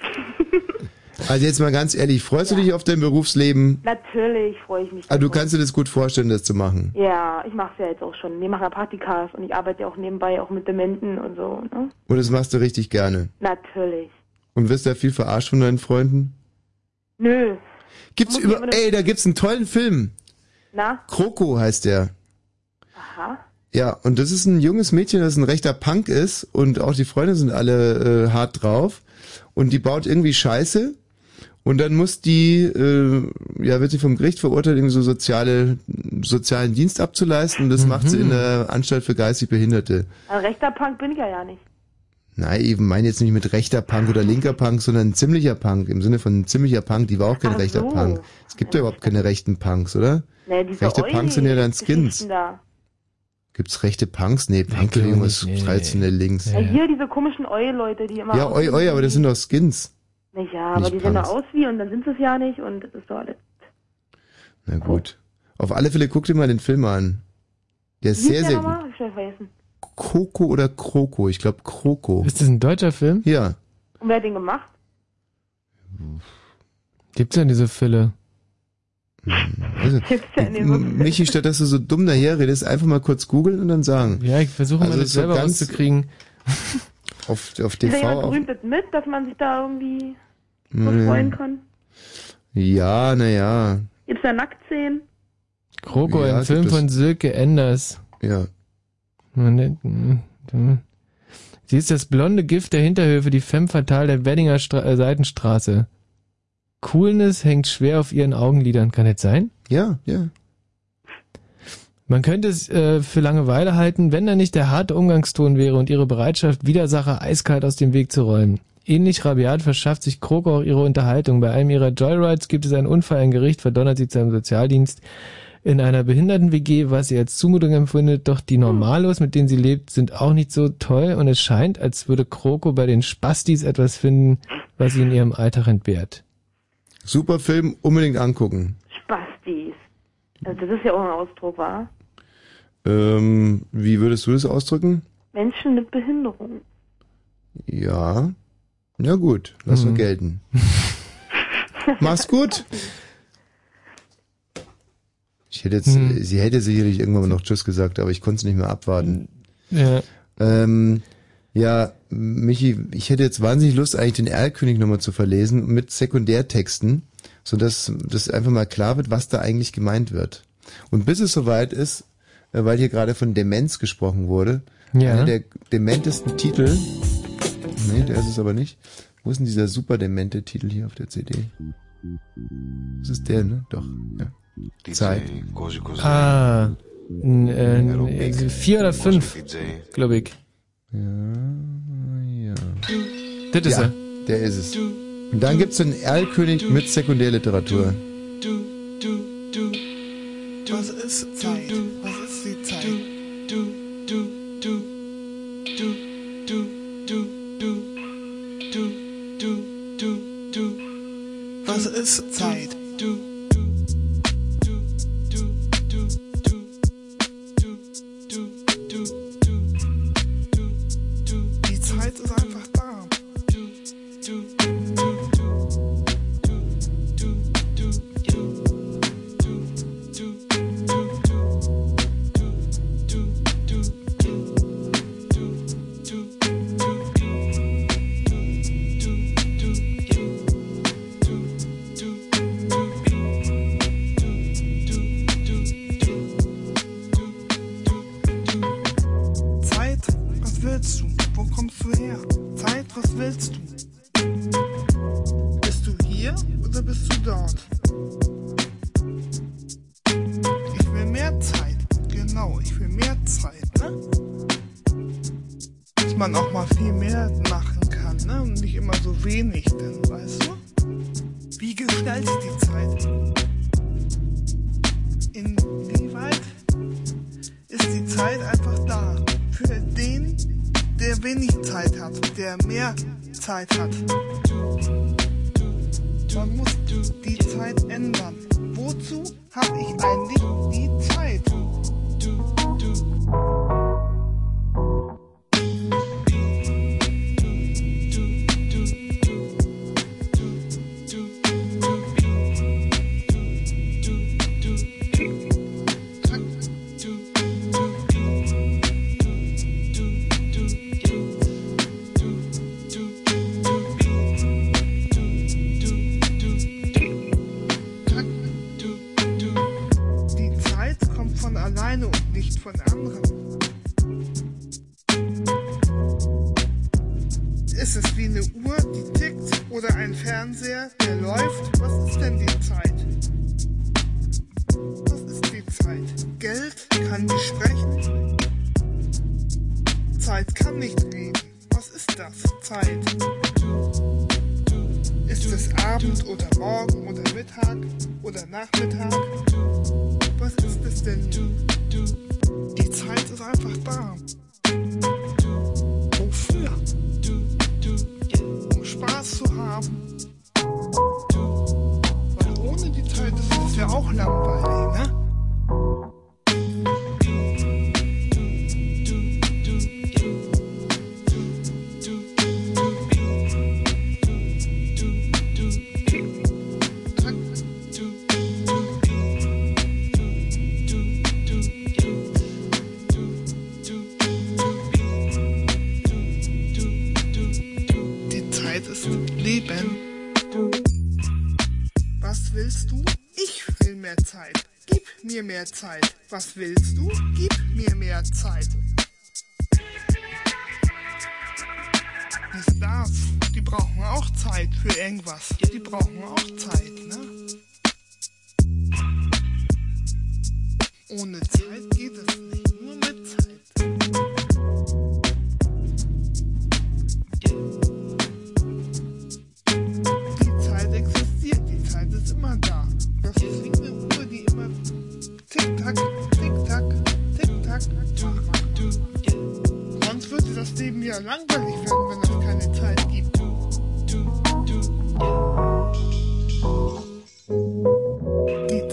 S1: Also jetzt mal ganz ehrlich, freust du dich auf dein Berufsleben?
S4: Natürlich freue ich mich.
S1: Ah, du kannst dir das gut vorstellen, das zu machen.
S4: Ja, ich mache es ja jetzt auch schon. Wir machen ja Praktikas und ich arbeite ja auch nebenbei auch mit Dementen und so. Ne?
S1: Und das machst du richtig gerne.
S4: Natürlich.
S1: Und wirst da viel verarscht von deinen Freunden?
S4: Nö.
S1: Gibt's
S4: Muss ich aber
S1: über,
S4: noch-
S1: ey, da gibt's einen tollen Film.
S4: Na?
S1: Kroko heißt der.
S4: Aha.
S1: Ja, und das ist ein junges Mädchen, das ein rechter Punk ist und auch die Freunde sind alle äh, hart drauf und die baut irgendwie Scheiße und dann muss die, äh, ja, wird sie vom Gericht verurteilt, irgendwie so soziale, sozialen Dienst abzuleisten und das macht sie in der Anstalt für geistig Behinderte.
S4: Ein rechter Punk bin ich ja ja nicht.
S1: Nein, eben meine jetzt nicht mit rechter Punk oder linker Punk, sondern ein ziemlicher Punk. Im Sinne von ein ziemlicher Punk, die war auch kein
S4: Ach
S1: rechter
S4: so.
S1: Punk. Es gibt ja überhaupt keine rechten Punks, oder?
S4: Nee, diese
S1: rechte Punks sind ja dann
S4: Geschichten
S1: Skins.
S4: Da.
S1: Gibt's rechte Punks? Nee, Punkbewegung ist traditionell links.
S4: Ja, hier diese komischen Eul-Leute, die immer.
S1: Ja, oi, oi, aber das sind doch Skins.
S4: Naja, aber
S1: nicht
S4: die sehen doch
S1: Punks.
S4: aus wie und dann sind sie es ja nicht und das ist doch alles. Oh.
S1: Na gut. Auf alle Fälle guck dir mal den Film an. Der ist
S4: Wie
S1: sehr,
S4: hieß der
S1: sehr gut.
S4: nochmal? Hab Ich schon vergessen.
S1: Koko oder Kroko? Ich glaube Kroko. Ist
S2: das ein deutscher Film?
S1: Ja.
S4: Und wer hat den gemacht?
S2: Gibt's denn diese Fille? Hm.
S1: Also, M- Michi, statt dass du so dumm daher redest, einfach mal kurz googeln und dann sagen.
S2: Ja, ich versuche
S1: Also
S2: mal das selber rauszukriegen.
S1: Auf, auf
S4: Ist da
S1: TV.
S4: jemand
S1: Auf,
S4: berühmt das mit, dass man sich da irgendwie so
S1: Mm.
S4: freuen kann?
S1: ja, naja.
S4: Gibt's da Nacktszenen?
S2: Kroko,
S1: Ja,
S2: ein Film
S1: gibt es.
S2: von Silke Enders.
S1: Ja.
S2: hm, Sie ist das blonde Gift der Hinterhöfe, die femme fatale der Weddinger Stra äh, Seitenstraße. Coolness hängt schwer auf ihren Augenlidern, kann das sein?
S1: Ja, ja.
S2: Man könnte es äh, für Langeweile halten, wenn da nicht der harte Umgangston wäre und ihre Bereitschaft, Widersacher eiskalt aus dem Weg zu räumen. Ähnlich rabiat verschafft sich Krog auch ihre Unterhaltung. Bei einem ihrer Joyrides gibt es einen Unfall, ein Gericht verdonnert sie zu einem Sozialdienst in einer Behinderten-WG, was sie als Zumutung empfindet, doch die Normalos, mit denen sie lebt, sind auch nicht so toll und es scheint, als würde Kroko bei den Spastis etwas finden, was ihn ihrem Alltag entbehrt.
S1: Super Film, unbedingt angucken.
S4: Spastis. Also das ist ja auch ein Ausdruck, wa?
S1: Ähm, wie würdest du das ausdrücken?
S4: Menschen mit Behinderung.
S1: Ja. Na gut, lass
S2: Mhm.
S1: wir gelten. Mach's gut. Ich hätte jetzt,
S2: Hm.
S1: sie hätte sicherlich irgendwann mal noch Tschüss gesagt, aber ich konnte es nicht mehr abwarten.
S2: Ja.
S1: Ähm, ja, Michi, ich hätte jetzt wahnsinnig Lust, eigentlich den Erlkönig nochmal zu verlesen mit Sekundärtexten, sodass das einfach mal klar wird, was da eigentlich gemeint wird. Und bis es soweit ist, äh, weil hier gerade von Demenz gesprochen wurde,
S2: Ja.
S1: einer der dementesten Titel. Nee, der ist es aber nicht. Wo ist denn dieser super demente Titel hier auf der CD? Das ist der, ne? Doch, ja. Zeit.
S2: Ah, n, äh, n, äh, vier oder fünf, glaube ich.
S1: Ja, ja.
S2: Das ist
S1: ja,
S2: er.
S1: Der ist es. Und dann gibt's den Erlkönig mit Sekundärliteratur.
S21: Was ist Zeit? Was ist die Zeit? Du, du, du, du, du, du, du, du, du, du, du. Was ist Zeit? Du, die Zeit ist einfach da. Zeit, was willst du? Wo kommst du her? Zeit, was willst du? Bist du hier oder bist du dort? Ich will mehr Zeit. Genau, ich will mehr Zeit, ne? Dass man auch mal viel mehr machen kann, ne? Und nicht immer so wenig, denn, weißt du? Wie gestaltet die Zeit? Inwieweit ist die Zeit einfach da? Für den, der wenig Zeit hat, der mehr Zeit hat. Man muss die Zeit ändern. Wozu habe ich eigentlich die Zeit? Die Zeit kommt von alleine und nicht von anderen. Ist es wie eine Uhr, die tickt, oder ein Fernseher, der läuft? Was ist denn die Zeit? Was ist die Zeit? Geld kann nicht sprechen. Zeit kann nicht reden. Was ist das? Zeit. Ist es Abend oder Morgen oder Mittag oder Nachmittag? Was ist es denn? Die Zeit ist einfach da. Wofür? Um Spaß zu haben. Weil ohne die Zeit ist es ja auch langweilig, ne? Die Zeit ist Leben. Was willst du? Ich will mehr Zeit. Gib mir mehr Zeit. Was willst du? Gib mir mehr Zeit. Die Stars, die brauchen auch Zeit für irgendwas. Die brauchen auch Zeit, ne? Ohne Zeit geht es nicht. Nur mit Zeit. Die Zeit existiert, die Zeit ist immer da. Das ist wie eine Uhr, die immer tick-tack, tick-tack, tick-tack macht. Sonst würde das Leben ja langweilig werden, wenn es keine Zeit gibt.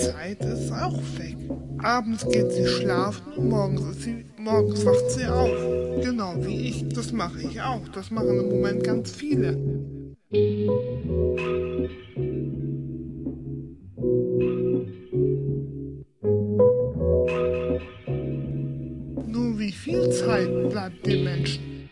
S21: Zeit ist auch weg. Abends geht sie schlafen, morgens, ist sie, morgens wacht sie auf. Genau wie ich. Das mache ich auch. Das machen im Moment ganz viele. Nur wie viel Zeit bleibt dem Menschen?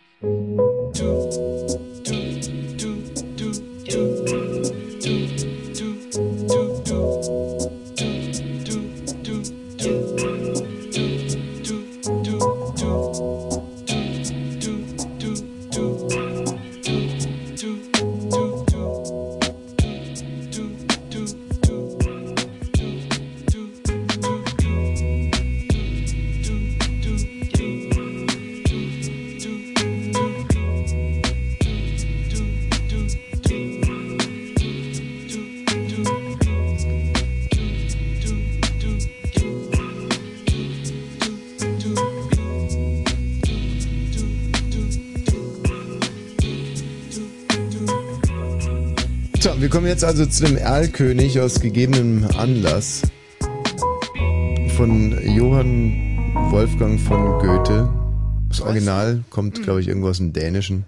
S1: So, wir kommen jetzt also zu dem Erlkönig aus gegebenem Anlass von Johann Wolfgang von Goethe. Das Original kommt, glaube ich, irgendwo aus dem Dänischen.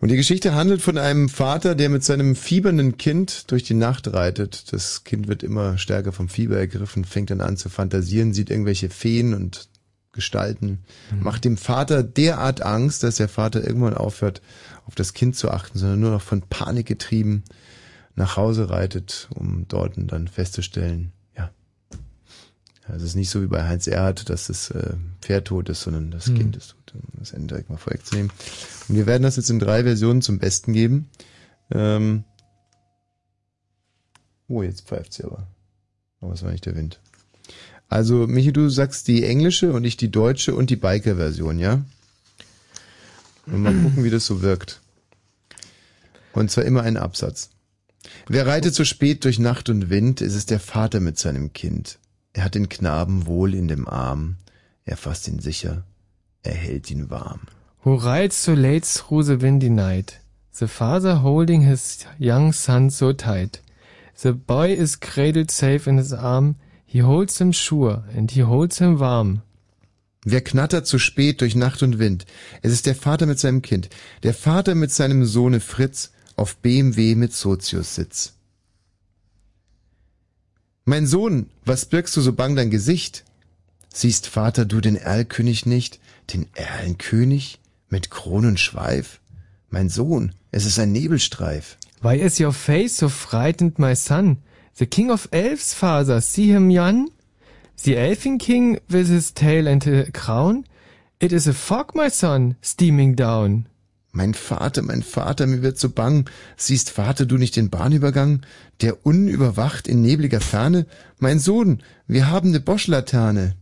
S1: Und die Geschichte handelt von einem Vater, der mit seinem fiebernden Kind durch die Nacht reitet. Das Kind wird immer stärker vom Fieber ergriffen, fängt dann an zu fantasieren, sieht irgendwelche Feen und Gestalten, macht dem Vater derart Angst, dass der Vater irgendwann aufhört, auf das Kind zu achten, sondern nur noch von Panik getrieben nach Hause reitet, um dort dann festzustellen, ja. Also es ist nicht so wie bei Heinz Erhardt, dass das äh, Pferd tot ist, sondern das
S2: Mhm.
S1: Kind ist tot, um das Ende direkt mal vorwegzunehmen. Und wir werden das jetzt in drei Versionen zum Besten geben. Ähm, oh, jetzt pfeift sie aber. Aber es war nicht der Wind. Also, Michi, du sagst die englische und ich die deutsche und die Biker-Version, ja? Und mal gucken, wie das so wirkt. Und zwar immer ein Absatz. Wer reitet so spät durch Nacht und Wind, es ist der Vater mit seinem Kind. Er hat den Knaben wohl in dem Arm. Er fasst ihn sicher. Er hält ihn warm.
S2: Who rides so late through the windy night? The father holding his young son so tight. The boy is cradled safe in his arm. He holds him sure and he holds him warm.
S1: Wer knattert zu spät durch Nacht und Wind? Es ist der Vater mit seinem Kind, der Vater mit seinem Sohne Fritz auf BMW mit Sozius Sitz. Mein Sohn, was birgst du so bang dein Gesicht? Siehst Vater du den Erlkönig nicht, den Erlenkönig mit Kronenschweif? Mein Sohn, es ist ein Nebelstreif.
S2: Why is your face so frightened, my son? The king of elves, father, see him yon? The elfin king with his tail and a crown? It is a fog, my son, steaming down.
S1: Mein Vater, mein Vater, mir wird so bang. Siehst, Vater, du nicht den Bahnübergang, der unüberwacht in nebliger Ferne? Mein Sohn, wir haben ne Bosch-Laterne.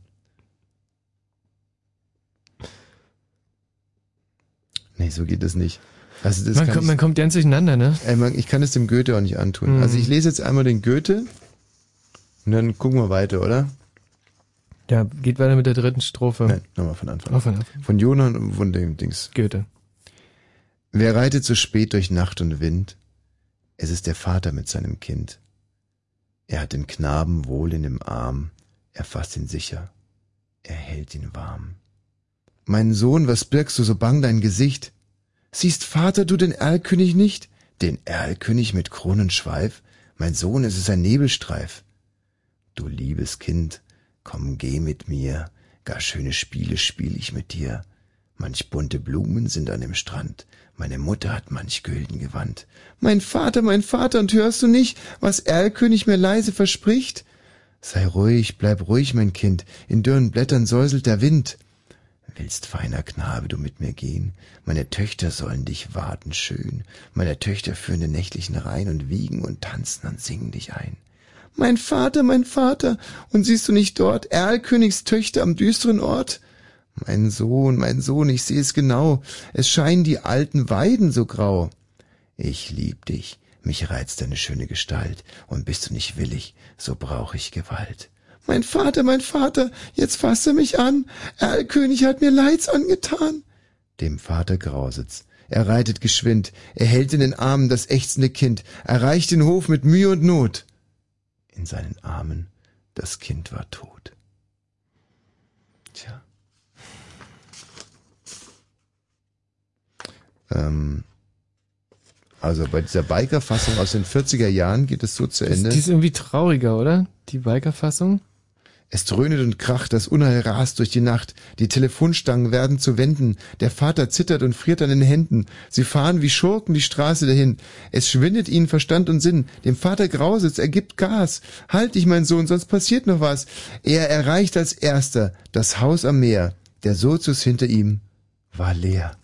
S1: Nee, so geht das nicht. Also das
S2: Man
S1: kann
S2: kommt-
S1: ich,
S2: man kommt ganz durcheinander, ne?
S1: Ey, man, ich kann es dem Goethe auch nicht antun.
S2: Mhm.
S1: Also ich lese jetzt einmal den Goethe und dann gucken wir weiter, oder?
S2: Ja, geht weiter mit der dritten Strophe.
S1: Nein, nochmal von Anfang.
S2: Oh, von Anfang.
S1: Von Jonan und von dem Dings.
S2: Goethe.
S1: Wer reitet so spät durch Nacht und Wind? Es ist der Vater mit seinem Kind. Er hat den Knaben wohl in dem Arm, er fasst ihn sicher, er hält ihn warm. Mein Sohn, was birgst du so bang dein Gesicht? Siehst Vater du den Erlkönig nicht? Den Erlkönig mit Kronenschweif? Mein Sohn, es ist ein Nebelstreif. Du liebes Kind, komm, geh mit mir, gar schöne Spiele spiel ich mit dir. Manch bunte Blumen sind an dem Strand, meine Mutter hat manch gülden Gewand. Mein Vater, mein Vater, und hörst du nicht, was Erlkönig mir leise verspricht? Sei ruhig, bleib ruhig, mein Kind, in dürren Blättern säuselt der Wind. Willst, feiner Knabe, du mit mir gehen? Meine Töchter sollen dich warten schön, meine Töchter führen den nächtlichen Rhein und wiegen und tanzen und singen dich ein. Mein Vater, mein Vater, und siehst du nicht dort Erlkönigs Töchter am düsteren Ort? Mein Sohn, mein Sohn, ich seh es genau, es scheinen die alten Weiden so grau. Ich lieb dich, mich reizt deine schöne Gestalt, und bist du nicht willig, so brauch ich Gewalt. Mein Vater, mein Vater, jetzt fasst er mich an, Erlkönig hat mir Leids angetan. Dem Vater grausitz. Er reitet geschwind, er hält in den Armen das ächzende Kind, erreicht den Hof mit Mühe und Not. In seinen Armen Das Kind war tot. Tja. Ähm, also bei dieser Biker-Fassung aus den 40er Jahren geht es so zu Ende.
S2: Die ist irgendwie trauriger, oder? Die Biker-Fassung?
S1: Es dröhnet und kracht, das Unheil rast durch die Nacht. Die Telefonstangen werden zu Wänden. Der Vater zittert und friert an den Händen. Sie fahren wie Schurken die Straße dahin. Es schwindet ihnen Verstand und Sinn. Dem Vater grauset's, er gibt Gas. Halt dich, mein Sohn, sonst passiert noch was. Er erreicht als erster das Haus am Meer. Der Sozius hinter ihm war leer.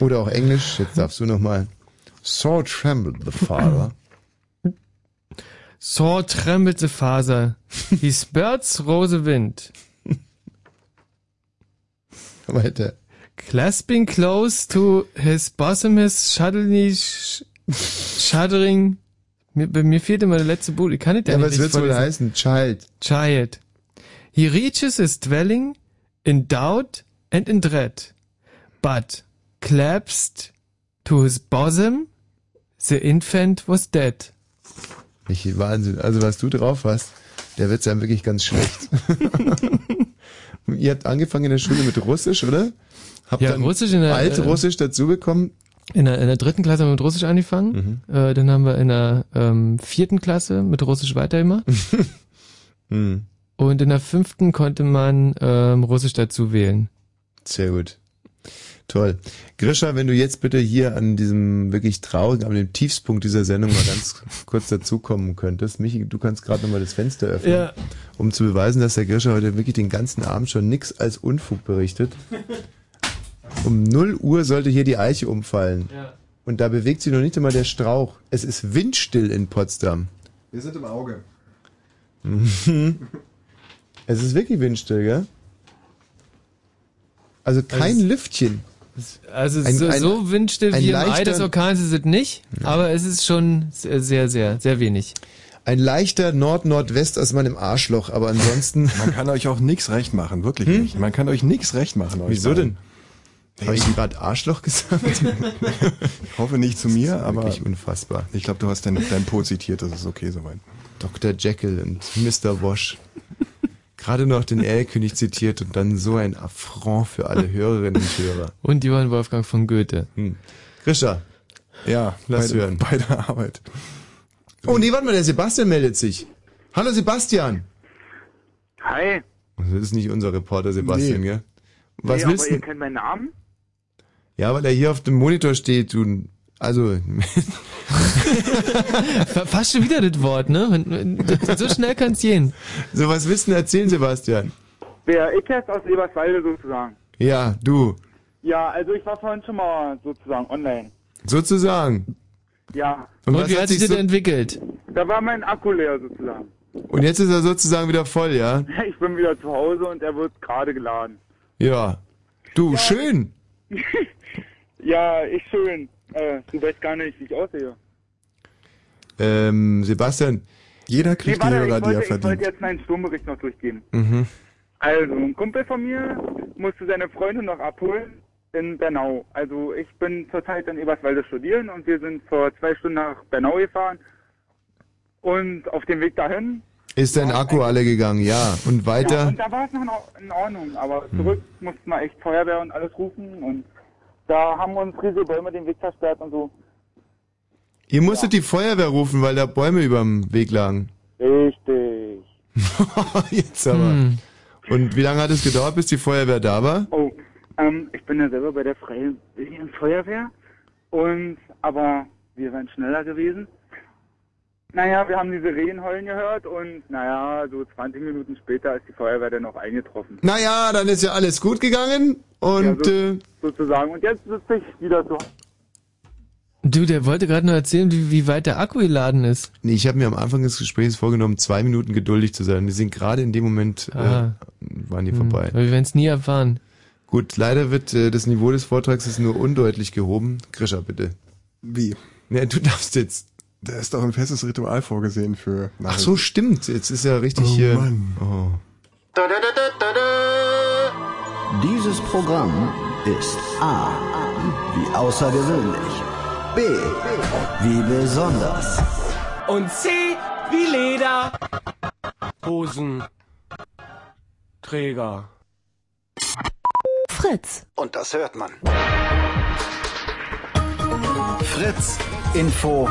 S1: Oder auch Englisch, jetzt darfst du nochmal. So trembled the father.
S2: So tremmelte Faser. Die Spurts rose Wind.
S1: Weiter.
S2: Clasping close to his bosom, his shuddering, sh- shuddering. Mir, bei mir fehlt immer der letzte Buch. Ich kann nicht
S1: Ja, was wird's wohl
S2: heißen?
S1: Child.
S2: Child. He reaches his dwelling in doubt and in dread, but clasped to his bosom, the infant was dead.
S1: Ich, Wahnsinn. Also was du drauf hast, der wird's dann wirklich ganz schlecht. Ihr habt angefangen in der Schule mit Russisch, oder? Habt
S2: Ja,
S1: dann
S2: Russisch in der- äh,
S1: Altrussisch dazu bekommen?
S2: In der, in der dritten Klasse haben wir mit Russisch angefangen.
S1: Mhm.
S2: Äh, dann haben wir in der ähm, vierten Klasse mit Russisch weitergemacht.
S1: Hm,
S2: Und in der fünften konnte man ähm, Russisch dazu wählen.
S1: sehr gut. Toll. Grisha, wenn du jetzt bitte hier an diesem wirklich traurigen, an dem Tiefspunkt dieser Sendung mal ganz kurz dazukommen könntest. Michi, du kannst gerade nochmal das Fenster öffnen,
S2: Ja.
S1: um zu beweisen, dass der Grisha heute wirklich den ganzen Abend schon nix als Unfug berichtet. Um 0 Uhr sollte hier die Eiche umfallen.
S3: Ja.
S1: Und da bewegt sich noch nicht einmal der Strauch. Es ist windstill in Potsdam.
S3: Wir sind im Auge.
S1: Mhm. es ist wirklich windstill, gell? Also kein
S2: Also-
S1: Lüftchen.
S2: Also
S1: Ein-
S2: so,
S1: ein-
S2: so windstill
S1: ein
S2: wie im Ei
S1: leichter-
S2: des Orkans ist es nicht, aber es ist schon sehr, sehr, sehr, sehr wenig.
S1: Ein leichter Nord-Nordwest aus meinem Arschloch, aber ansonsten.
S3: Man kann euch auch nichts recht machen, wirklich nicht. Man kann euch nichts recht machen. Euch
S1: Hm? Wieso
S3: beiden.
S1: Habe ich gerade Arschloch gesagt?
S3: Ich hoffe nicht zu mir, aber.
S1: wirklich unfassbar.
S3: Ich glaube, du hast dein, dein Po zitiert, das ist okay soweit.
S1: Dr. Jekyll und Mr. Wash. Gerade noch den Erlkönig zitiert und dann so ein Affront für alle Hörerinnen und Hörer.
S2: Und Johann Wolfgang von Goethe.
S1: Hm. Grisha.
S3: Ja,
S1: lass
S3: bei-
S1: hören.
S3: Bei der Arbeit.
S1: Oh nee, warte mal, der Sebastian meldet sich. Hallo Sebastian.
S5: Hi.
S1: Das ist nicht unser Reporter Sebastian,
S5: Nee.
S1: gell? Was
S5: nee,
S1: willst
S5: aber
S1: du?
S5: ihr kennt meinen Namen?
S1: Ja, weil er hier auf dem Monitor steht, du. Also,
S2: Fa- Fast schon wieder das Wort, ne? So schnell kann's gehen.
S1: So was wissen erzählen, Sebastian.
S10: Wer ich jetzt aus Eberswalde sozusagen.
S1: Ja, du.
S10: Ja, also ich war vorhin schon mal sozusagen online.
S1: Sozusagen.
S10: Ja.
S1: Und Und was wie hat hat sich sich das so-
S2: entwickelt?
S10: Da war mein Akku leer sozusagen.
S1: Und jetzt ist er sozusagen wieder voll, ja?
S10: Ich bin wieder zu Hause und er wird gerade geladen.
S1: Ja. Du, schön.
S10: Ja, ich schön. Äh, du weißt gar nicht, wie ich aussehe.
S1: Ähm, Sebastian.
S3: Jeder
S10: Nee, warte, ich, wollte, ich wollte jetzt meinen Sturmbericht noch durchgehen.
S1: Mhm.
S10: Also, ein Kumpel von mir musste seine Freundin noch abholen in Bernau. Also, ich bin zurzeit in Eberswalde studieren und wir sind vor zwei Stunden nach Bernau gefahren. Und auf dem Weg dahin.
S1: Ist dein Akku alle gegangen, ja. Und
S10: Ja,
S1: weiter?
S10: und da war es noch in Or- in Ordnung, aber zurück mussten wir echt Feuerwehr und alles rufen und da haben uns riesige Bäume den Weg versperrt und so.
S1: Ihr musstet die Feuerwehr rufen, weil da Bäume überm Weg lagen. Oh,
S10: Richtig.
S1: Jetzt aber. Und wie lange hat es gedauert, bis die Feuerwehr da war?
S10: Oh, ähm, ich bin ja selber bei der Freien Berliner Feuerwehr und aber wir wären schneller gewesen. Naja, wir haben diese Rehen heulen gehört und naja, so 20 Minuten später ist die Feuerwehr dann auch eingetroffen.
S1: Naja, dann ist ja alles gut gegangen. Und äh,
S10: Sozusagen. Und jetzt sitze ich wieder so.
S2: Du, der wollte gerade nur erzählen, wie, wie weit der Akku geladen ist.
S1: nee, ich habe mir am Anfang des Gesprächs vorgenommen, zwei Minuten geduldig zu sein. Die sind gerade in dem Moment äh,
S2: Ah.
S1: waren die
S2: Hm.
S1: vorbei.
S2: Aber wir werden es nie erfahren.
S1: Gut, leider wird äh, das Niveau des Vortrags ist nur undeutlich gehoben. Grisha, bitte.
S3: Wie?
S1: Ja, du darfst jetzt.
S3: Da ist doch ein festes Ritual vorgesehen für.
S1: Ach so, stimmt. Jetzt ist ja richtig
S3: Oh,
S1: hier.
S3: Mann.
S1: Oh.
S11: Dieses Programm ist A. Wie außergewöhnlich. B. Wie besonders.
S19: Und C
S7: wie Leder. Hosen. Träger.
S13: Fritz.
S11: Und das hört man. Fritz, Info.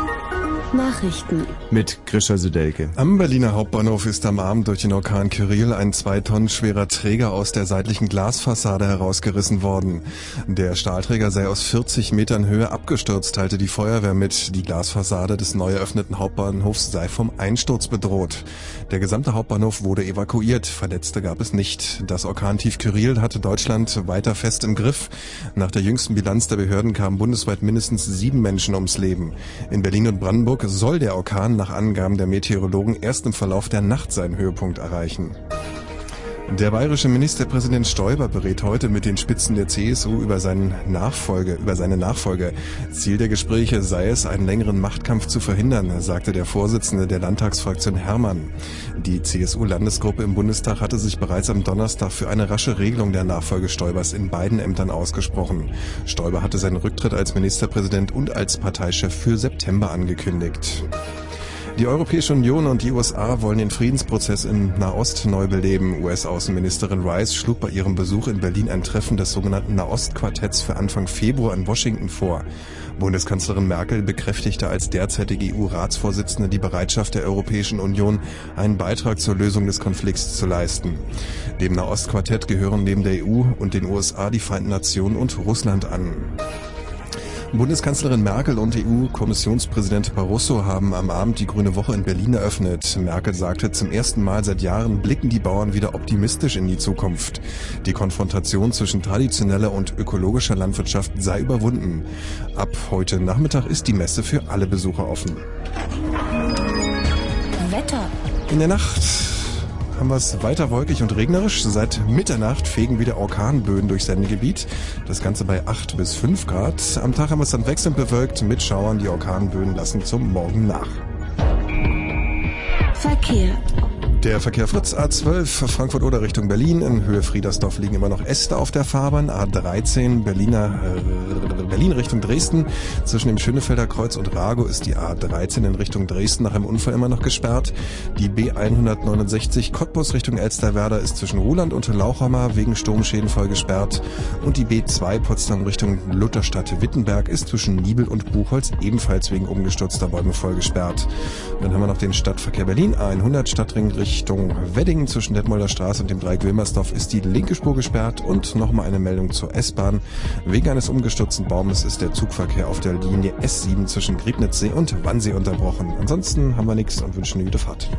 S13: Nachrichten.
S3: Mit Grisha Sudelke. Am Berliner Hauptbahnhof ist am Abend durch den Orkan Kyrill ein zwei Tonnen schwerer Träger aus der seitlichen Glasfassade herausgerissen worden. Der Stahlträger sei aus 40 Metern Höhe abgestürzt, teilte die Feuerwehr mit. Die Glasfassade des neu eröffneten Hauptbahnhofs sei vom Einsturz bedroht. Der gesamte Hauptbahnhof wurde evakuiert. Verletzte gab es nicht. Das Orkantief Kyrill hatte Deutschland weiter fest im Griff. Nach der jüngsten Bilanz der Behörden kamen bundesweit mindestens sieben Menschen ums Leben. In Berlin und Brandenburg soll der Orkan nach Angaben der Meteorologen erst im Verlauf der Nacht seinen Höhepunkt erreichen. Der bayerische Ministerpräsident Stoiber berät heute mit den Spitzen der CSU über, seinen Nachfolge, über seine Nachfolge. Ziel der Gespräche sei es, einen längeren Machtkampf zu verhindern, sagte der Vorsitzende der Landtagsfraktion Hermann. Die CSU-Landesgruppe im Bundestag hatte sich bereits am Donnerstag für eine rasche Regelung der Nachfolge Stoibers in beiden Ämtern ausgesprochen. Stoiber hatte seinen Rücktritt als Ministerpräsident und als Parteichef für September angekündigt. Die Europäische Union und die USA wollen den Friedensprozess im Nahost neu beleben. US-Außenministerin Rice schlug bei ihrem Besuch in Berlin ein Treffen des sogenannten Nahost-Quartetts für Anfang Februar in Washington vor. Bundeskanzlerin Merkel bekräftigte als derzeitige EU-Ratsvorsitzende die Bereitschaft der Europäischen Union, einen Beitrag zur Lösung des Konflikts zu leisten. Dem Nahost-Quartett gehören neben der EU und den USA die Vereinten Nationen und Russland an. Bundeskanzlerin Merkel und EU-Kommissionspräsident Barroso haben am Abend die Grüne Woche in Berlin eröffnet. Merkel sagte, zum ersten Mal seit Jahren blicken die Bauern wieder optimistisch in die Zukunft. Die Konfrontation zwischen traditioneller und ökologischer Landwirtschaft sei überwunden. Ab heute Nachmittag ist die Messe für alle Besucher offen.
S13: Wetter.
S3: In der Nacht haben wir es weiter wolkig und regnerisch. Seit Mitternacht fegen wieder Orkanböen durchs Sendegebiet. Das Ganze bei 8 bis 5 Grad. Am Tag haben wir es dann wechselnd bewölkt mit Schauern. Die Orkanböen lassen zum Morgen nach.
S13: Verkehr.
S3: Der Verkehr Fritz A12 Frankfurt oder Richtung Berlin. In Höhe Friedersdorf liegen immer noch Äste auf der Fahrbahn. A13 Berliner, äh, Berlin Richtung Dresden. Zwischen dem Schönefelder Kreuz und Rago ist die A13 in Richtung Dresden nach einem Unfall immer noch gesperrt. Die B169 Cottbus Richtung Elsterwerder ist zwischen Ruhland und Lauchhammer wegen Sturmschäden voll gesperrt. Und die B2 Potsdam Richtung Lutherstadt Wittenberg ist zwischen Niebel und Buchholz ebenfalls wegen umgestürzter Bäume voll gesperrt. Und dann haben wir noch den Stadtverkehr Berlin A100 Stadtring Richtung Richtung Wedding zwischen Detmolder Straße und dem Dreieck Wilmersdorf ist die linke Spur gesperrt und nochmal eine Meldung zur S-Bahn. Wegen eines umgestürzten Baumes ist der Zugverkehr auf der Linie S7 zwischen Griebnitzsee und Wannsee unterbrochen. Ansonsten haben wir nichts und wünschen eine gute Fahrt.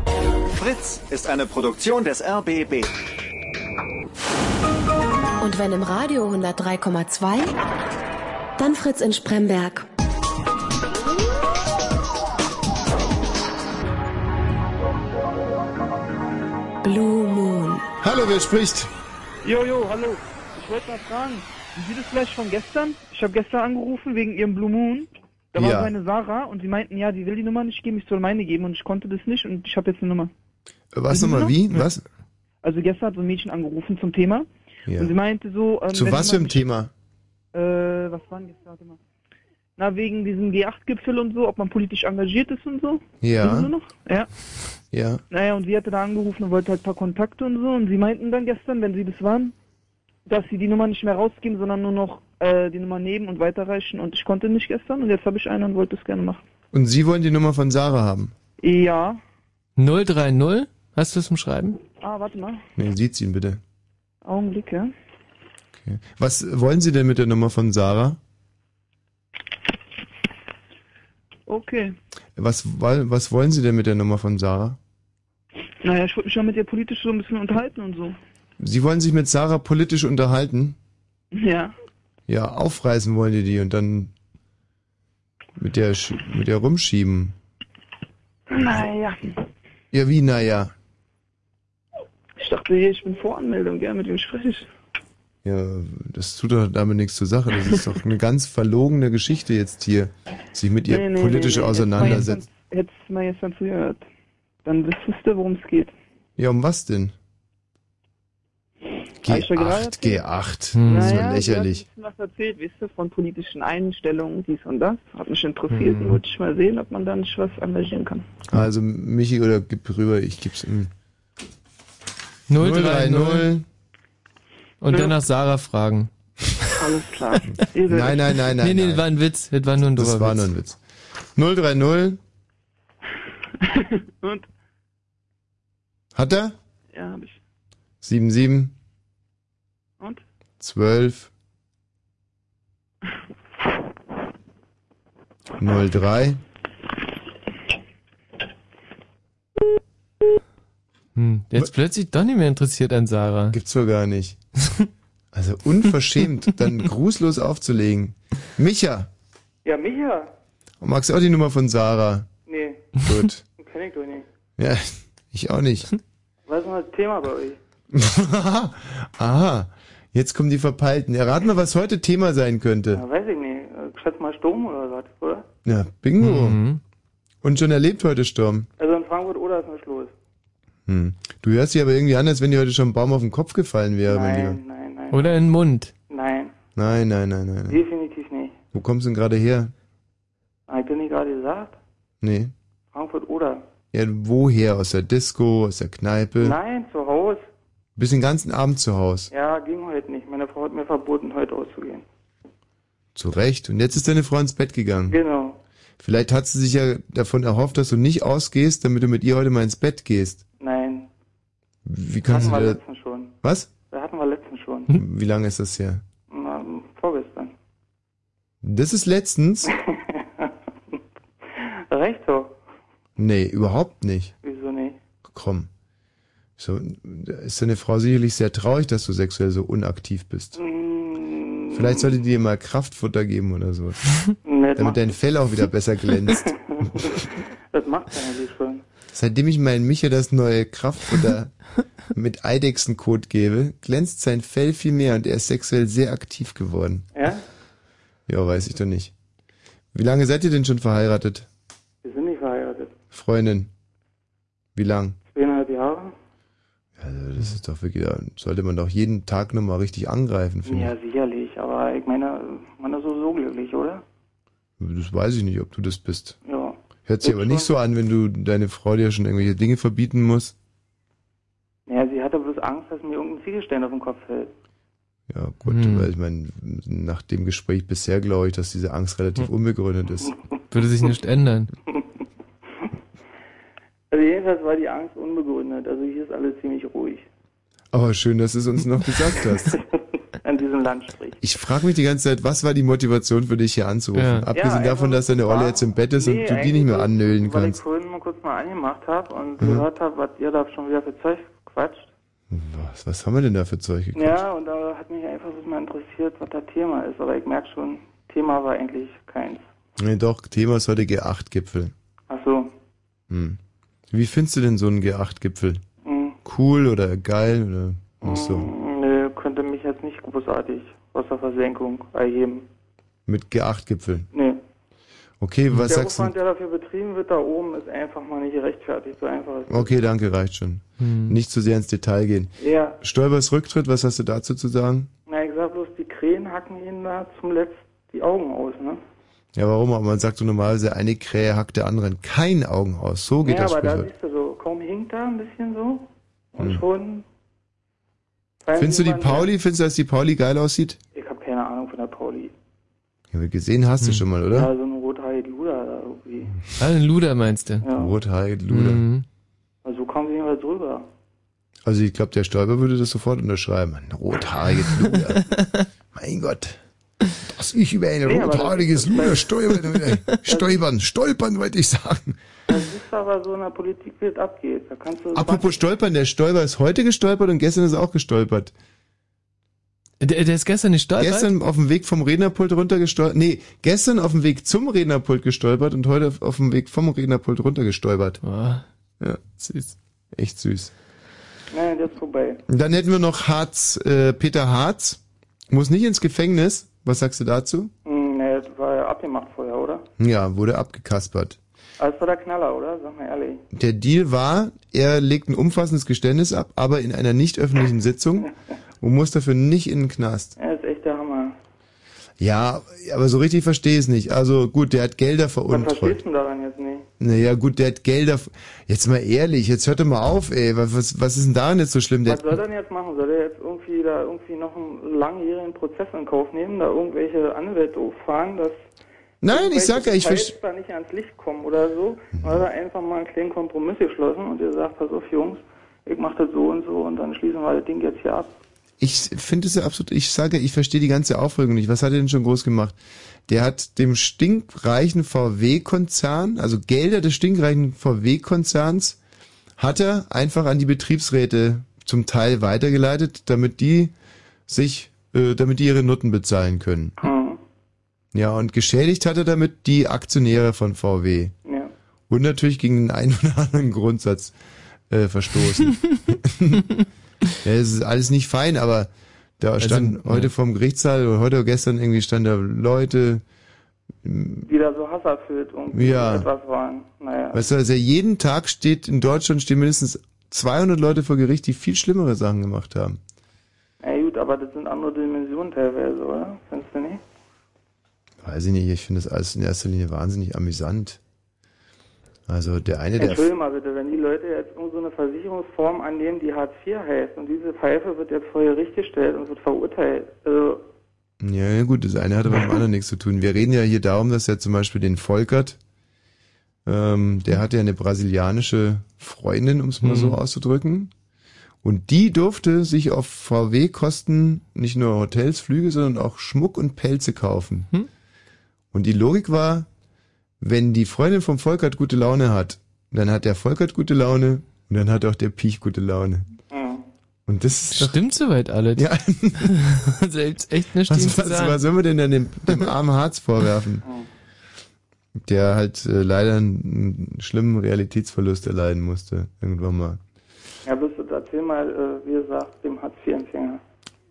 S11: Fritz ist eine Produktion des RBB.
S13: Und wenn im Radio 103,2, dann Fritz in Spremberg. Blue Moon.
S1: Hallo, wer spricht?
S22: Jojo, hallo. Ich wollte mal fragen, wie das Flash von gestern? Ich habe gestern angerufen wegen ihrem Blue Moon. Da war
S1: Ja.
S22: so eine Sarah und sie meinten, ja, die will die Nummer nicht geben, ich soll meine geben und ich konnte das nicht und ich habe jetzt eine Nummer.
S1: Was
S22: Wissen
S1: nochmal,
S22: Sie
S1: wie?
S22: noch? Ja.
S1: Was?
S22: Also gestern hat so ein Mädchen angerufen zum Thema
S1: Ja.
S22: und sie meinte so... Ähm,
S1: Zu
S22: wenn
S1: was für einem
S22: jemand-
S1: Thema?
S22: Äh, was waren gestern? Warte mal. Na, wegen diesem G8-Gipfel und so, ob man politisch engagiert ist und so.
S1: Ja.
S22: Wissen Sie noch? Ja.
S1: Ja.
S22: Naja, und sie hatte da angerufen und wollte halt ein paar Kontakte und so. Und sie meinten dann gestern, wenn sie das waren, dass sie die Nummer nicht mehr rausgeben, sondern nur noch äh, die Nummer nehmen und weiterreichen. Und ich konnte nicht gestern und jetzt habe ich eine und wollte es gerne machen.
S1: Und Sie wollen die Nummer von Sarah haben?
S22: Ja.
S2: 030? Hast du es zum Schreiben?
S22: Ah, warte mal.
S1: Nee, sieht sie ihn bitte.
S22: Augenblick, ja.
S1: Okay. Was wollen Sie denn mit der Nummer von Sarah?
S22: Okay.
S1: Was, wa- was wollen Sie denn mit der Nummer von Sarah?
S22: Naja, ich wollte mich ja mit ihr politisch so ein bisschen unterhalten und so.
S1: Sie wollen sich mit Sarah politisch unterhalten?
S22: Ja.
S1: Ja, aufreißen wollen die die und dann mit der, sch- mit der rumschieben.
S22: Naja.
S1: Ja, wie, naja.
S22: Ich dachte, hier, ich bin Voranmeldung, ja, mit wem spreche ich?
S1: Ja, das tut doch damit nichts zur Sache. Das ist doch eine ganz verlogene Geschichte jetzt hier, sich mit ihr politisch auseinandersetzen.
S22: Hättest du mal gestern zugehört, dann wüsstest du, worum es geht.
S1: Ja, um was denn?
S22: G8,
S1: G8, G8. Hm. Das ist
S22: Naja,
S1: mal lächerlich.
S22: Ich habe was erzählt, wisst ihr, von politischen Einstellungen, dies und das. Hat mich interessiert
S1: Hm.
S22: und wollte ich mal sehen, ob man da nicht was engagieren kann.
S1: Also Michi oder gib rüber, ich gib's ihm.
S2: 030. Und
S1: Ja.
S2: dann nach Sarah fragen.
S22: Alles klar.
S1: Nein, nein, nein, nein.
S2: Nee, nee,
S1: nein.
S2: war ein Witz. Das war nur ein
S1: Das
S2: doofer
S1: war nur ein Witz. 030.
S22: Und?
S1: Hat er?
S22: Ja, habe ich.
S1: 77.
S22: Und?
S1: 12. 03.
S2: Hm. Jetzt plötzlich doch nicht mehr interessiert an Sarah.
S1: Gibt's wohl gar nicht. Also unverschämt, dann grußlos aufzulegen. Micha,
S25: Ja, Micha?
S1: magst du auch die Nummer von Sarah?
S25: Nee,
S1: Gut.
S25: kenn ich doch nicht.
S1: Ja, ich auch nicht.
S25: Was ist denn das Thema bei euch?
S1: Aha, jetzt kommen die Verpeilten. Errat mal, was heute Thema sein könnte.
S25: Ja, weiß ich nicht. Äh, Ich schätze mal Sturm oder was, oder?
S1: Ja, Bingo. Und schon erlebt heute Sturm.
S25: Also in Frankfurt oder ist nicht los.
S1: Hm. Du hörst dich aber irgendwie an, als wenn dir heute schon ein Baum auf den Kopf gefallen wäre, mein
S25: Nein,
S1: Lieber.
S25: nein, nein.
S1: Oder in den Mund.
S25: Nein,
S1: Nein, nein, nein, nein. nein.
S25: definitiv nicht.
S1: Wo kommst du denn gerade her?
S25: Hab ich dir nicht gerade gesagt?
S1: Nee.
S25: Frankfurt oder?
S1: Ja, woher? Aus der Disco, aus der Kneipe?
S25: Nein, zu Hause.
S1: Bist den ganzen Abend zu Hause.
S25: Ja, ging heute nicht. Meine Frau hat mir verboten, heute auszugehen.
S1: Zu Recht. Und jetzt ist deine Frau ins Bett gegangen.
S25: Genau.
S1: Vielleicht hat sie sich ja davon erhofft, dass du nicht ausgehst, damit du mit ihr heute mal ins Bett gehst.
S25: Nein,
S1: Wie kannst
S25: hatten wir
S1: du da...
S25: letztens schon.
S1: Was? Hm?
S25: Da hatten wir letztens schon.
S1: Wie lange ist das her?
S25: Na, vorgestern.
S1: Das ist letztens?
S25: Recht so.
S1: Nee, überhaupt nicht.
S25: Wieso nicht?
S1: Komm. So, da ist deine Frau sicherlich sehr traurig, dass du sexuell so unaktiv bist.
S25: Mm.
S1: Vielleicht sollte die dir mal Kraftfutter geben oder so. damit dein Fell auch wieder besser glänzt.
S25: Das macht keiner so schon.
S1: Seitdem ich meinem Micha das neue Kraftfutter mit Eidechsenkot gebe, glänzt sein Fell viel mehr und er ist sexuell sehr aktiv geworden.
S25: Ja?
S1: Ja, weiß ich doch nicht. Wie lange seid ihr denn schon verheiratet?
S25: Wir sind nicht verheiratet.
S1: Freundin. Wie lang?
S25: Zweieinhalb Jahre?
S1: Also das ist doch wirklich, da sollte man doch jeden Tag nochmal richtig angreifen, finde
S25: Ja, sicherlich. Aber ich meine, man ist so, so glücklich, oder?
S1: ich. Das weiß ich nicht, ob du das bist.
S25: Ja.
S1: Hört sich aber nicht so an, wenn du deine Frau dir schon irgendwelche Dinge verbieten musst.
S25: Ja, sie hatte bloß Angst, dass mir irgendein Ziegelstein auf den Kopf fällt.
S1: Ja, gut,
S2: Hm.
S1: weil ich meine, nach dem Gespräch bisher glaube ich, dass diese Angst relativ unbegründet ist.
S2: Hm. Würde sich nicht ändern.
S25: Also jedenfalls war die Angst unbegründet. Also hier ist alles ziemlich ruhig.
S1: Aber schön, dass du es uns noch gesagt hast.
S25: An diesem Landstrich.
S1: Ich frage mich die ganze Zeit, was war die Motivation für dich hier anzurufen?
S25: Ja. Ja,
S1: Abgesehen
S25: einfach
S1: davon, dass deine Olle jetzt im Bett ist
S25: Nee,
S1: und du die nicht mehr annölen
S25: Weil
S1: kannst.
S25: ich vorhin mal kurz mal angemacht habe und
S1: Mhm.
S25: gehört habe, was ihr da schon wieder für Zeug quatscht.
S1: Was, was haben wir denn da für Zeug gekriegt?
S25: Ja, und da hat mich einfach so mal interessiert, was das Thema ist. Aber ich merke schon, Thema war eigentlich keins.
S1: Nee, doch, Thema ist heute G8-Gipfel.
S25: Ach so.
S1: Hm. Wie findest du denn so einen G8-Gipfel?
S25: Hm.
S1: Cool oder geil oder nicht so?
S25: Nö, könnte mich jetzt nicht großartig aus der Versenkung erheben.
S1: Mit G8-Gipfel.
S25: Nee.
S1: Okay, was
S25: der
S1: sagst du?
S25: Aufwand, der dafür betrieben wird, da oben, ist einfach mal nicht gerechtfertigt. So einfach ist
S1: Okay, danke, reicht schon.
S2: Hm.
S1: Nicht zu sehr ins Detail gehen.
S25: Ja.
S1: Stolbers Rücktritt, was hast du dazu zu sagen?
S25: Na, ich sag bloß, die Krähen hacken ihnen da zum Letzten die Augen aus, ne?
S1: Ja, warum? Aber man sagt so normalerweise, eine Krähe hackt der anderen kein Augen aus. So geht
S25: ja,
S1: das
S25: aber da
S1: Sprichwort.
S25: siehst du so, kaum hinkt da ein bisschen so und
S1: Hm.
S25: schon.
S1: Findest du die
S25: Irgendwann-
S1: Pauli, findest du, dass die Pauli geil aussieht?
S25: Ich habe keine Ahnung von der Pauli.
S1: Ja, wir gesehen hast
S2: Hm.
S1: du schon mal, oder?
S25: Ja, so ein rothaarige Luder da irgendwie.
S2: Also ein Luder meinst du? Hm.
S1: Ja. Rothaarig, Luder.
S25: Also so kam sie jedenfalls rüber.
S1: Also ich glaube, der Stolper würde das sofort unterschreiben. Ein rothaariges Luder. mein Gott. Dass ich über ein
S25: Nee, aber das-
S1: rothaariges Luder stolpern, stolpern, stolpern wollte ich sagen.
S25: Das ist aber so in der Politik, wie es abgeht. Da kannst du.
S1: Apropos stolpern, der Stolper ist heute gestolpert und gestern ist er auch gestolpert.
S2: Der, der ist gestern nicht stolpert?
S1: Gestern auf dem Weg vom Rednerpult runtergestolpert. Nee, gestern auf dem Weg zum Rednerpult gestolpert und heute auf- auf dem Weg vom Rednerpult runtergestolpert.
S2: Ah.
S1: Ja, süß. Echt süß.
S25: Nein, das ist vorbei.
S1: Und dann hätten wir noch Harz, äh, Peter Harz. Muss nicht ins Gefängnis. Was sagst du dazu?
S25: Hm, ne, das war ja abgemacht vorher, oder?
S1: Ja, wurde abgekaspert.
S25: Aber das war der Knaller, oder? Sag mal ehrlich.
S1: Der Deal war, er legt ein umfassendes Geständnis ab, aber in einer nicht öffentlichen Sitzung. und muss dafür nicht in den Knast.
S25: Ja, ist echt der Hammer.
S1: Ja, aber so richtig verstehe ich es nicht. Also gut, der hat Gelder
S25: Was
S1: veruntreut.
S25: verstehst du daran jetzt nicht?
S1: Naja, gut, der hat Gelder. Jetzt mal ehrlich, jetzt hört doch mal auf, ey. Was- Was, was ist denn daran jetzt so schlimm? Der
S25: Was soll er denn jetzt machen? Soll er jetzt irgendwie da irgendwie noch einen langjährigen Prozess in Kauf nehmen, da irgendwelche Anwälte fahren, dass
S1: Nein, ich sag ja, ich Mhm. verstehe.
S25: verstehe. da nicht ans Licht kommen oder so, weil er einfach mal einen kleinen Kompromiss geschlossen und ihr sagt, pass auf Jungs, ich mach das so und so und dann schließen wir das Ding jetzt hier ab.
S1: Ich finde es ja absolut, ich sage, ich verstehe die ganze Aufregung nicht. Was hat er denn schon groß gemacht? Der hat dem stinkreichen VW-Konzern, also Gelder des stinkreichen VW-Konzerns, hat er einfach an die Betriebsräte zum Teil weitergeleitet, damit die sich, äh, damit die ihre Nutten bezahlen können. Ja, und geschädigt hat er damit die Aktionäre von VW.
S25: Ja.
S1: Und natürlich gegen den einen oder anderen Grundsatz äh, verstoßen. ja, es ist alles nicht fein, aber da stand heute vorm Gerichtssaal oder heute oder gestern irgendwie stand da Leute,
S25: Die da so hasserfüllt irgendwie
S1: Ja.
S25: etwas waren. Naja.
S1: weißt du, also jeden Tag steht in Deutschland stehen mindestens 200 Leute vor Gericht, die viel schlimmere Sachen gemacht haben.
S25: Na gut, aber das sind andere Dimensionen teilweise, oder? Findest du nicht?
S1: Weiß ich nicht, ich finde das alles in erster Linie wahnsinnig amüsant. Also der eine, der
S25: Entschuldige mal bitte, wenn die Leute jetzt irgendeine so Versicherungsform annehmen, die Hartz IV heißt und diese Pfeife wird jetzt vor Gericht gestellt und wird verurteilt. Also,
S1: Ja, ja, gut, das eine hat aber mit dem anderen nichts zu tun. Wir reden ja hier darum, dass er zum Beispiel den Volkert, ähm, der hatte ja eine brasilianische Freundin, um es mal so
S26: Mhm.
S1: auszudrücken. Und die durfte sich auf VW-Kosten nicht nur Hotels, Flüge, sondern auch Schmuck und Pelze kaufen.
S2: Hm?
S1: Und die Logik war, wenn die Freundin vom Volkert gute Laune hat, dann hat der Volkert gute Laune und dann hat auch der Piech gute Laune. Und das ist
S2: Stimmt soweit alles.
S1: Ja.
S2: Selbst echt nicht
S1: was, was, was soll man denn dann dem, dem armen Harz vorwerfen? Der halt äh, leider einen, einen schlimmen Realitätsverlust erleiden musste, irgendwann mal.
S25: ja, bist du, erzähl mal, äh, wie gesagt, dem Hartz IV-Empfänger.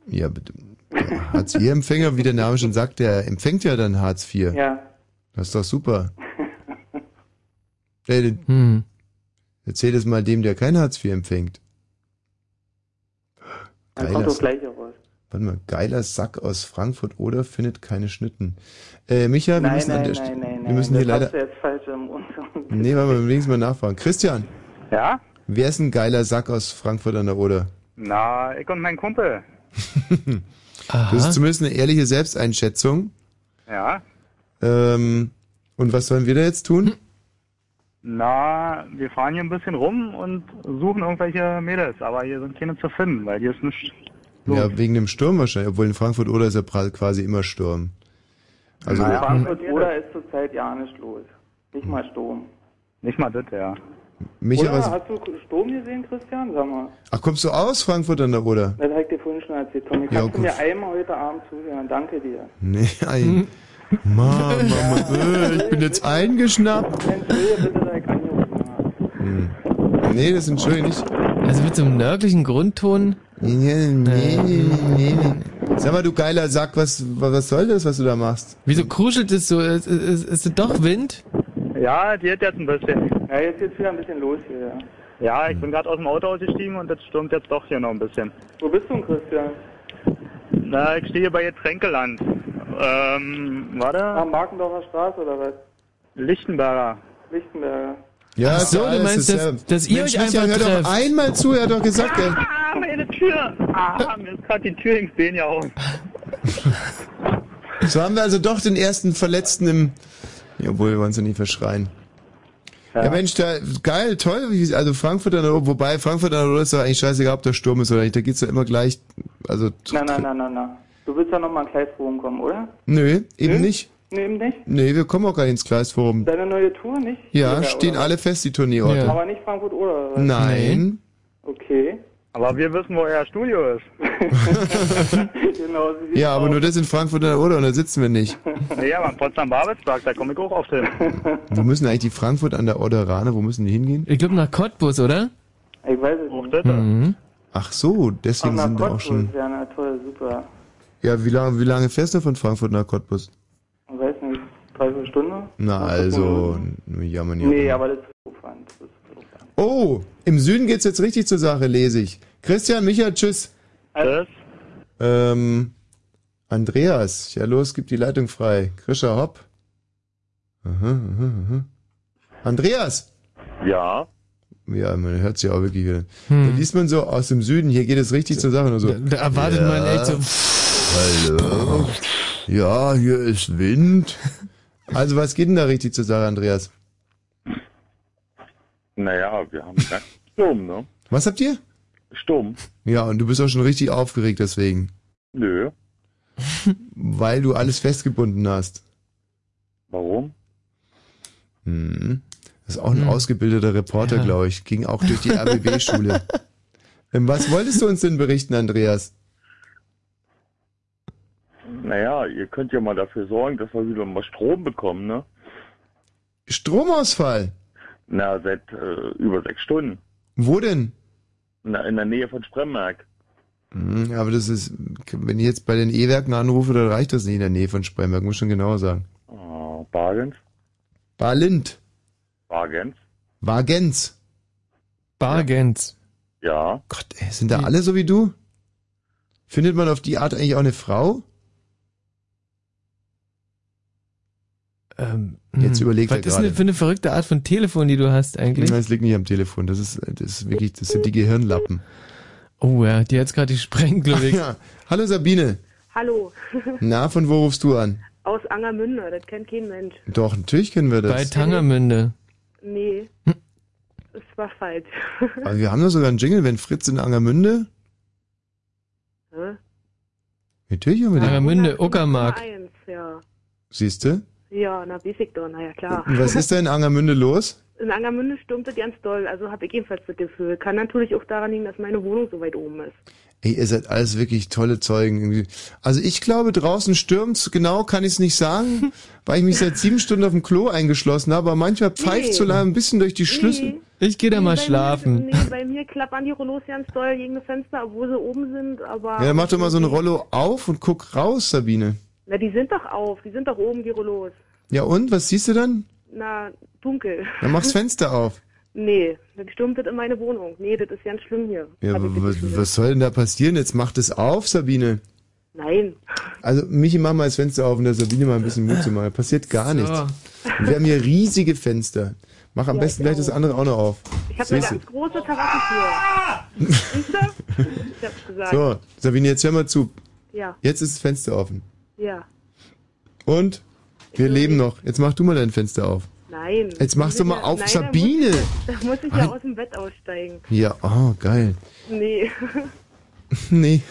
S1: Ja, bitte. Der Hartz-IV-Empfänger, wie der Name schon sagt, der empfängt ja dann Hartz IV.
S25: Ja.
S1: Das ist doch super. Ey, den- Erzähl es mal dem, der kein Hartz IV empfängt.
S25: Dann kommt das
S1: Sack.
S25: gleiche raus.
S1: Warte mal, geiler Sack aus Frankfurt oder findet keine Schnitten. Äh, Micha, wir
S25: nein,
S1: müssen, an
S25: nein,
S1: der
S25: nein,
S1: Stelle-
S25: nein, nein,
S1: wir müssen
S25: das
S1: hier leider
S25: hast du jetzt falsch im Untergrund.
S1: Nee, wollen wir wenigstens mal nachfragen. Christian.
S5: Ja?
S1: Wer ist ein geiler Sack aus Frankfurt an der Oder?
S5: Na, ich und mein Kumpel.
S1: Das ist zumindest eine ehrliche Selbsteinschätzung.
S5: Ja.
S1: Ähm, und was sollen wir da jetzt tun?
S5: Na, wir fahren hier ein bisschen rum und suchen irgendwelche Mädels, aber hier sind keine zu finden, weil hier ist nichts.
S1: Ja, wegen dem Sturm wahrscheinlich. Obwohl in Frankfurt Oder ist ja pra- quasi immer Sturm. Also,
S25: In Frankfurt oder ist zurzeit ja nicht los. Nicht mal Sturm.
S5: Nicht mal das, ja.
S1: Micha,
S25: oder
S1: was,
S25: hast du Sturm gesehen, Christian? Sag mal.
S1: ach, kommst du aus Frankfurt an der Oder?
S25: Das habe ich dir vorhin schon erzählt, Tommy.
S1: Ja,
S25: Kannst du
S1: gut.
S25: mir einmal heute Abend zuhören? Danke dir.
S1: Nee, ein. Mama, Mama, äh, ich bin jetzt eingeschnappt. Hm. Nee, das entschuldige ich.
S2: Also mit so einem nörglichen Grundton. Äh,
S1: Nee, nee, nee, nee. Sag mal, du geiler Sack, was, wa- was soll das, was du da machst?
S2: Wieso kruschelt es so? Ist, ist, ist es doch Wind?
S5: Ja, die hat jetzt ein bisschen.
S25: Ja, jetzt geht's wieder ein bisschen los hier. ja.
S5: Ja, ich bin gerade aus dem Auto ausgestiegen und jetzt stürmt jetzt doch hier noch ein bisschen.
S25: Wo bist du denn, Christian?
S5: Na, ich stehe hier bei Getränkeland. Ähm, warte,
S25: Am Markendorfer Straße oder was?
S5: Lichtenberger.
S25: Lichtenberger.
S1: Ja,
S2: Ach so,
S1: ist ja
S2: du
S1: alles
S2: meinst,
S1: dasselbe.
S2: dass- dass ihr
S1: Mensch,
S2: euch
S1: Micha,
S2: einfach
S1: hör
S2: trefft.
S1: doch einmal zu, er hat doch gesagt, ey.
S5: Ah, meine Tür! Ah, mir ist gerade die Tür hängt sehen ja aus.
S1: So haben wir also doch den ersten Verletzten im... Ja, Obwohl, wir wollen es ja nicht verschreien. Ja, Mensch, da, geil, toll, wie- also Frankfurt an der Oder, wobei Frankfurt an der Oder ist doch eigentlich scheißegal, ob der Sturm ist oder nicht, da geht's ja immer gleich, also...
S25: Na, na, na, na, na. Du willst ja nochmal ein kleines Forum kommen, oder?
S1: Nö, eben
S2: Hm?
S25: Nö?
S1: nicht.
S25: Nee, eben nicht.
S1: Nee, wir kommen auch gar nicht ins Gleisforum.
S25: Deine neue Tour nicht?
S1: Ja,
S25: Oder-
S1: stehen alle fest, die Turnierorte.
S25: Aber nicht Frankfurt oder? was?
S1: Nein.
S25: Okay.
S5: Aber wir wissen, wo euer Studio ist.
S25: genau, sie
S1: Ja, aber nur das in Frankfurt an der Oder und da sitzen wir nicht.
S5: Nee, aber am Potsdam-Babelsberg, da komme ich auch oft hin.
S1: Wo müssen eigentlich die Frankfurt an der Oderane, wo müssen die hingehen?
S2: Ich glaube nach Cottbus, oder?
S25: Ich weiß es nicht.
S2: Hm,
S1: Ach so, deswegen
S25: Ach,
S1: sind
S25: na,
S1: da auch schon...
S25: Cottbus, Ja, na toll, super.
S1: Ja, wie lange, wie lange fährst du von Frankfurt nach Cottbus?
S25: Ich weiß nicht, dreiviertel Stunde?
S1: Na also, n- jammern ja.
S25: Nee, aber das ist Aufwand. Das ist
S1: Oh, im Süden geht's jetzt richtig zur Sache, lese ich. Christian, Micha, tschüss.
S25: Tschüss.
S1: Ähm, Andreas, ja los, gib die Leitung frei. Krischer Hopp. Aha, aha, aha. Andreas!
S26: Ja.
S1: Ja, man hört sich auch wirklich äh, wieder.
S2: Hm.
S1: Da liest man so aus dem Süden, hier geht es richtig zur Sache. Nur so.
S2: Da- da erwartet man echt so-
S1: Hallo. Ja, hier ist Wind. Also was geht denn da richtig zur Sache, Andreas?
S26: Naja, wir haben ganz Sturm, ne?
S1: Was habt ihr?
S26: Sturm.
S1: Ja, und du bist auch schon richtig aufgeregt deswegen.
S26: Nö.
S1: Weil du alles festgebunden hast.
S26: Warum?
S1: Mhm. Das ist auch ein
S26: Hm.
S1: ausgebildeter Reporter,
S26: Ja.
S1: glaube ich. Ging auch durch die RBB-Schule. Ähm, Was wolltest du uns denn berichten, Andreas?
S26: Naja, ihr könnt ja mal dafür sorgen, dass wir wieder mal Strom bekommen, ne?
S1: Stromausfall?
S26: Na, seit äh, über sechs Stunden.
S1: Wo denn?
S26: Na, in der Nähe von Spremberg.
S1: Mhm, aber das ist, wenn ich jetzt bei den E-Werken anrufe, dann reicht das nicht in der Nähe von Spremberg, muss schon genauer sagen.
S26: Ah, Bargens?
S1: Barlind.
S26: Bargens?
S1: Wagens.
S2: Bargens.
S26: Ja.
S1: Gott, ey, sind da alle so wie du? Findet man auf die Art eigentlich auch eine Frau?
S2: Ähm,
S1: Jetzt
S2: hm.
S1: überlegt
S2: Was
S1: er
S2: ist denn
S1: gerade.
S2: für eine verrückte Art von Telefon, die du hast eigentlich?
S1: Nein, es liegt nicht am Telefon. Das ist, das ist wirklich, das sind die Gehirnlappen.
S2: Oh ja, die hat's gerade gesprengt, glaube ich.
S1: Ja. Hallo Sabine.
S27: Hallo,
S1: Na, von wo rufst du an?
S27: aus Angermünde, das kennt kein Mensch.
S1: Doch, natürlich kennen wir das.
S2: Bei Tangermünde.
S27: Nee,
S1: Hm.
S27: das war falsch.
S1: Aber wir haben da sogar einen Jingle, wenn Fritz in Angermünde.
S27: Hä?
S1: Natürlich haben wir den.
S2: Angermünde, Uckermark.
S27: Eins, ja.
S1: Siehst du?
S27: Ja, na, weiß ich doch, na ja, klar.
S1: Und was ist da in Angermünde los?
S27: In Angermünde stürmt es ganz doll, also habe ich ebenfalls das Gefühl. Kann natürlich auch daran liegen, dass meine Wohnung so weit oben ist.
S1: Ey, ihr seid alles wirklich tolle Zeugen. irgendwie. Also ich glaube, draußen stürmt's, genau kann ich's nicht sagen, weil ich mich seit sieben Stunden auf dem Klo eingeschlossen habe, aber manchmal pfeift
S27: Nee.
S1: so lange ein bisschen durch die Schlüssel.
S2: Ich gehe da
S1: mal
S27: Bei mir, nee, bei mir klappern die Rollos ganz doll gegen das Fenster, obwohl sie oben sind, aber...
S1: Ja, dann mach doch mal so ein Rollo auf und guck raus, Sabine.
S27: Na, die sind doch auf, die sind doch oben, die Rollos.
S1: Ja und, was siehst du dann?
S27: Na, dunkel.
S1: Dann mach's Fenster auf.
S27: Nee, das stürmt das in meine Wohnung. Nee, das ist ganz schlimm hier.
S1: Ja, was, was soll denn da passieren? Jetzt mach das auf, Sabine.
S27: Nein.
S1: Also Michi, mach mal das Fenster auf und der Sabine mal ein bisschen Mut zu machen. Da Passiert gar
S27: So.
S1: nichts. Wir haben hier riesige Fenster. Mach am
S27: Ja,
S1: besten
S27: ich
S1: gleich das andere auch noch auf.
S27: Ich habe eine
S1: Siehst du?
S27: ganz große Terrassentür. Siehst du? Ich hab's gesagt.
S1: So, Sabine, jetzt hör mal zu.
S27: Ja,
S1: Jetzt ist das Fenster offen.
S27: ja.
S1: Und? Wir leben noch. Jetzt mach du mal dein Fenster auf.
S27: Nein.
S1: Jetzt machst du
S27: Muss
S1: mal
S27: ich
S1: auf,
S27: nein,
S1: Sabine.
S27: Da muss ich, da muss ich
S1: Nein.
S27: ja aus dem Bett aussteigen.
S1: Ja, oh, geil.
S27: Nee.
S1: nee.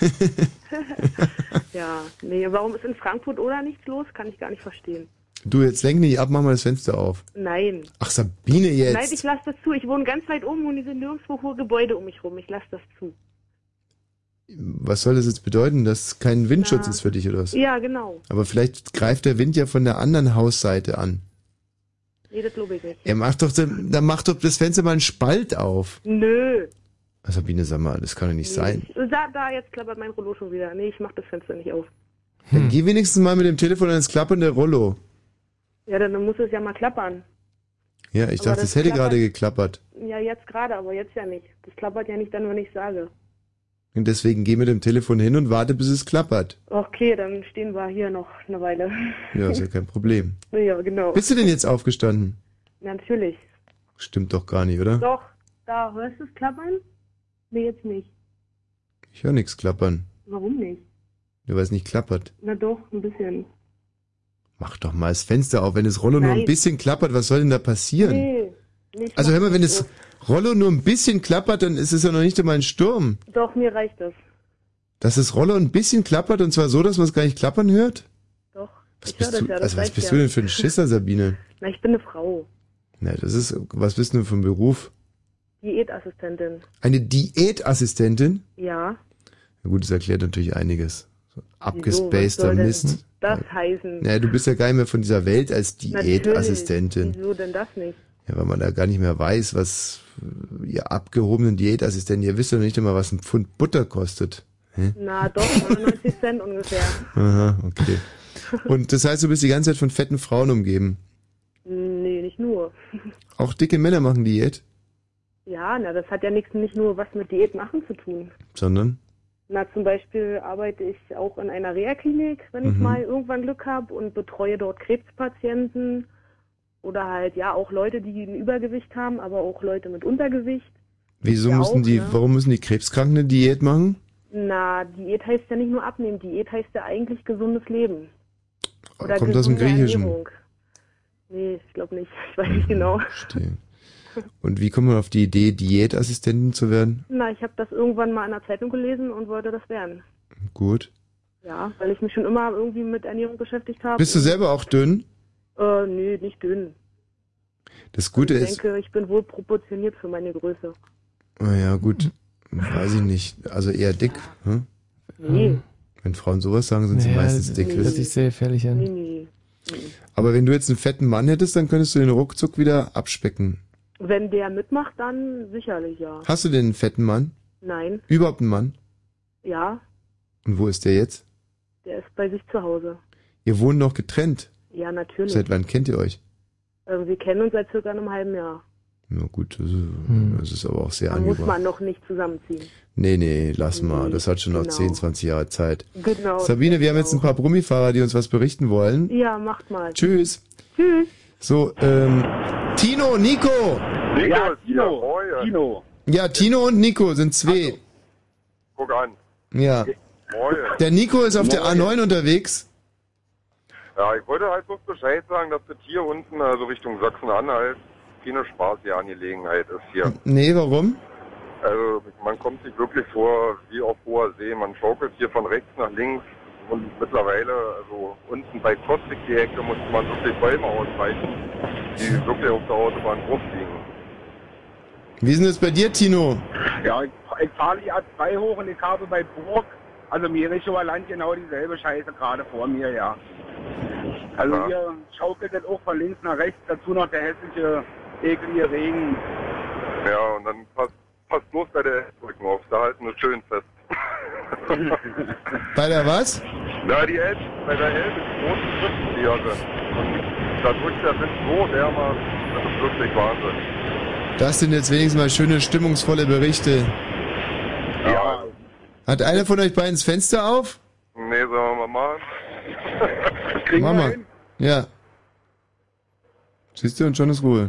S27: ja, nee. Warum ist in Frankfurt oder nichts los? Kann ich gar nicht verstehen.
S1: Du, jetzt lenk nicht ab, mach mal das Fenster auf.
S27: Nein.
S1: Ach, Sabine
S27: Nein,
S1: jetzt.
S27: ich lasse das zu. Ich wohne ganz weit oben und die sind nirgendwo hohe Gebäude um mich rum. Ich lasse das zu.
S1: Was soll das jetzt bedeuten, dass kein Windschutz
S27: Na.
S1: ist für dich oder was?
S27: Ja, genau.
S1: Aber vielleicht greift der Wind ja von der anderen Hausseite an.
S27: Nee, das glaube ich nicht.
S1: Er macht doch, den- dann macht doch das Fenster mal einen Spalt auf.
S27: Nö.
S1: Ah, Sabine, sag mal, das kann doch nicht sein.
S27: Nee. Da, da, jetzt klappert mein Rollo schon wieder. Nee, ich mach das Fenster nicht auf.
S1: Dann geh wenigstens mal mit dem Telefon ans klappernde Rollo.
S27: Ja, dann muss es ja mal klappern.
S1: Ja, ich
S27: Aber
S1: dachte,
S27: das
S1: das hätte
S27: klappert-
S1: gerade geklappert.
S27: Ja, jetzt gerade, aber jetzt ja nicht. Das klappert ja nicht dann, wenn ich sage.
S1: Und deswegen geh mit dem Telefon hin und warte, bis es klappert.
S27: Okay, dann stehen wir hier noch eine Weile.
S1: Ja, ist ja kein Problem.
S27: ja, genau.
S1: Bist du denn jetzt aufgestanden?
S27: Natürlich.
S1: Stimmt doch gar nicht, oder?
S27: Doch, da hörst du es klappern? Nee, jetzt nicht.
S1: Ich höre nichts klappern.
S27: Warum nicht?
S1: Nur weil es nicht klappert.
S27: Na doch, ein bisschen.
S1: Mach doch mal das Fenster auf. Wenn das Rollo nur ein
S27: Nein.
S1: bisschen klappert, was soll denn da passieren?
S27: Nee, nicht
S1: Also hör
S27: machen.
S1: mal, wenn das Rollo nur ein bisschen klappert, dann ist es ja noch nicht einmal ein Sturm.
S27: Doch, mir reicht das.
S1: Dass das Rollo ein bisschen klappert und zwar so, dass man es gar nicht klappern hört?
S27: Doch.
S1: Was
S27: ich
S1: bist
S27: höre
S1: du,
S27: das ja, das
S1: also was
S27: reicht
S1: bist
S27: ja.
S1: du denn für ein Schisser, Sabine?
S27: Na, ich bin eine Frau.
S1: Na, das ist, was bist du denn für ein Beruf?
S27: Diätassistentin.
S1: Eine Diätassistentin?
S27: Ja.
S1: Na gut, das erklärt natürlich einiges. So
S27: Wieso?
S1: abgespaceter
S27: Was soll denn
S1: Mist.
S27: Das heißen.
S1: Naja, du bist ja gar nicht mehr von dieser Welt als
S27: Natürlich.
S1: Diätassistentin.
S27: Wieso denn das nicht?
S1: Ja, weil man da gar nicht mehr weiß, was äh, ihr abgehobenen Diätassistenten, ihr wisst ja noch nicht einmal, was ein Pfund Butter kostet. Hä?
S27: Na doch, 99 Cent ungefähr.
S1: Aha, okay. Und das heißt, du bist die ganze Zeit von fetten Frauen umgeben.
S27: Nee, nicht nur.
S1: Auch dicke Männer machen Diät,
S27: Ja, na, das hat ja nichts, nicht nur was mit Diät machen zu tun.
S1: sondern
S27: Na, zum Beispiel arbeite ich auch in einer Reha-Klinik, wenn ich
S1: Mhm.
S27: mal irgendwann Glück habe und betreue dort Krebspatienten oder halt ja auch Leute, die ein Übergewicht haben, aber auch Leute mit Untergewicht.
S1: Wieso
S27: Ja,
S1: müssen
S27: auch,
S1: die,
S27: ne?
S1: warum müssen die Krebskranken eine Diät machen?
S27: Na, Diät heißt ja nicht nur abnehmen, Diät heißt ja eigentlich gesundes Leben. Oder
S1: Kommt aus dem
S27: gesunde
S1: Griechischen. Mhm.
S27: Ernährung. Nee, ich glaube nicht. Ich weiß nicht genau.
S1: Verstehe. Und wie kommt man auf die Idee, Diätassistentin zu werden?
S27: Na, ich habe das irgendwann mal in der Zeitung gelesen und wollte das werden.
S1: Gut.
S27: Ja, weil ich mich schon immer irgendwie mit Ernährung beschäftigt habe.
S1: Bist du selber auch dünn?
S27: Äh, nee, nicht dünn. Also
S1: Das Gute
S27: ich
S1: ist,
S27: denke, ich bin wohl proportioniert für meine Größe.
S1: naja, gut, weiß ich nicht. Also eher dick. Hm?
S27: Nee.
S1: Wenn Frauen sowas sagen, sind sie
S2: Naja,
S1: meistens
S2: das-
S1: dick.
S2: das
S1: wisst
S2: hört sich
S1: ihr?
S2: sehr gefährlich an.
S27: Nee.
S1: Aber wenn du jetzt einen fetten Mann hättest, dann könntest du den ruckzuck wieder abspecken.
S27: Wenn der mitmacht, dann sicherlich ja.
S1: Hast du denn einen fetten Mann?
S27: Nein,
S1: Überhaupt einen Mann?
S27: ja,
S1: Und wo ist der jetzt?
S27: der ist bei sich zu Hause.
S1: Ihr wohnt noch getrennt.
S27: Ja, natürlich.
S1: Seit wann kennt ihr euch?
S27: Äh, wir kennen uns seit circa einem halben Jahr.
S1: Na gut, das ist,
S2: Hm.
S1: das ist aber auch sehr
S27: Da muss
S1: angebracht.
S27: man noch nicht zusammenziehen.
S1: Nee, nee, lass mal. Das hat schon noch
S27: Genau.
S1: 10, 20 Jahre Zeit.
S27: Genau.
S1: Sabine, wir haben jetzt ein paar Brummifahrer, die uns was berichten wollen.
S27: Ja, macht mal.
S1: Tschüss.
S27: Tschüss.
S1: So, ähm, Tino, Nico.
S32: Ja, Tino. Tino.
S1: Ja, Tino und Nico sind zwei.
S32: Guck an.
S1: Ja.
S32: Moin.
S1: Der Nico ist auf der
S32: Moin.
S1: A9 unterwegs.
S32: Ja, ich wollte halt bloß Bescheid sagen, dass das hier unten, also Richtung Sachsen-Anhalt, keine spaßige Angelegenheit ist hier.
S1: Nee, warum?
S32: Also man kommt sich wirklich vor wie auf hoher See. Man schaukelt hier von rechts nach links und mittlerweile, also unten bei Kostik die Ecke, muss man wirklich Bäume ausweichen, die wirklich auf der Autobahn rumfliegen.
S1: Wie ist denn das bei dir, Tino?
S32: Ja,
S14: Ich fahre die A2 hoch und ich habe bei Burg, also Merichower Land, genau dieselbe Scheiße gerade vor mir, ja. Also
S32: Ja.
S14: hier schaukelt es auch von links nach rechts, dazu noch der hässliche, eklige Regen.
S32: Ja, und dann passt, passt bloß bei der Elbbrücken auf. Da halten wir schön fest.
S1: Bei der was?
S32: Na, die Elbe, bei der Elbe, die großen Schriften, die hier sind. Und da drückt der Wind so dermaßen, das ist wirklich Wahnsinn.
S1: Das sind jetzt wenigstens mal schöne, stimmungsvolle Berichte.
S32: Ja. also,
S1: Hat einer von euch beiden das Fenster auf?
S32: Nee, sagen wir mal machen.
S1: Mama. Ja. Siehst du, und schon ist Ruhe.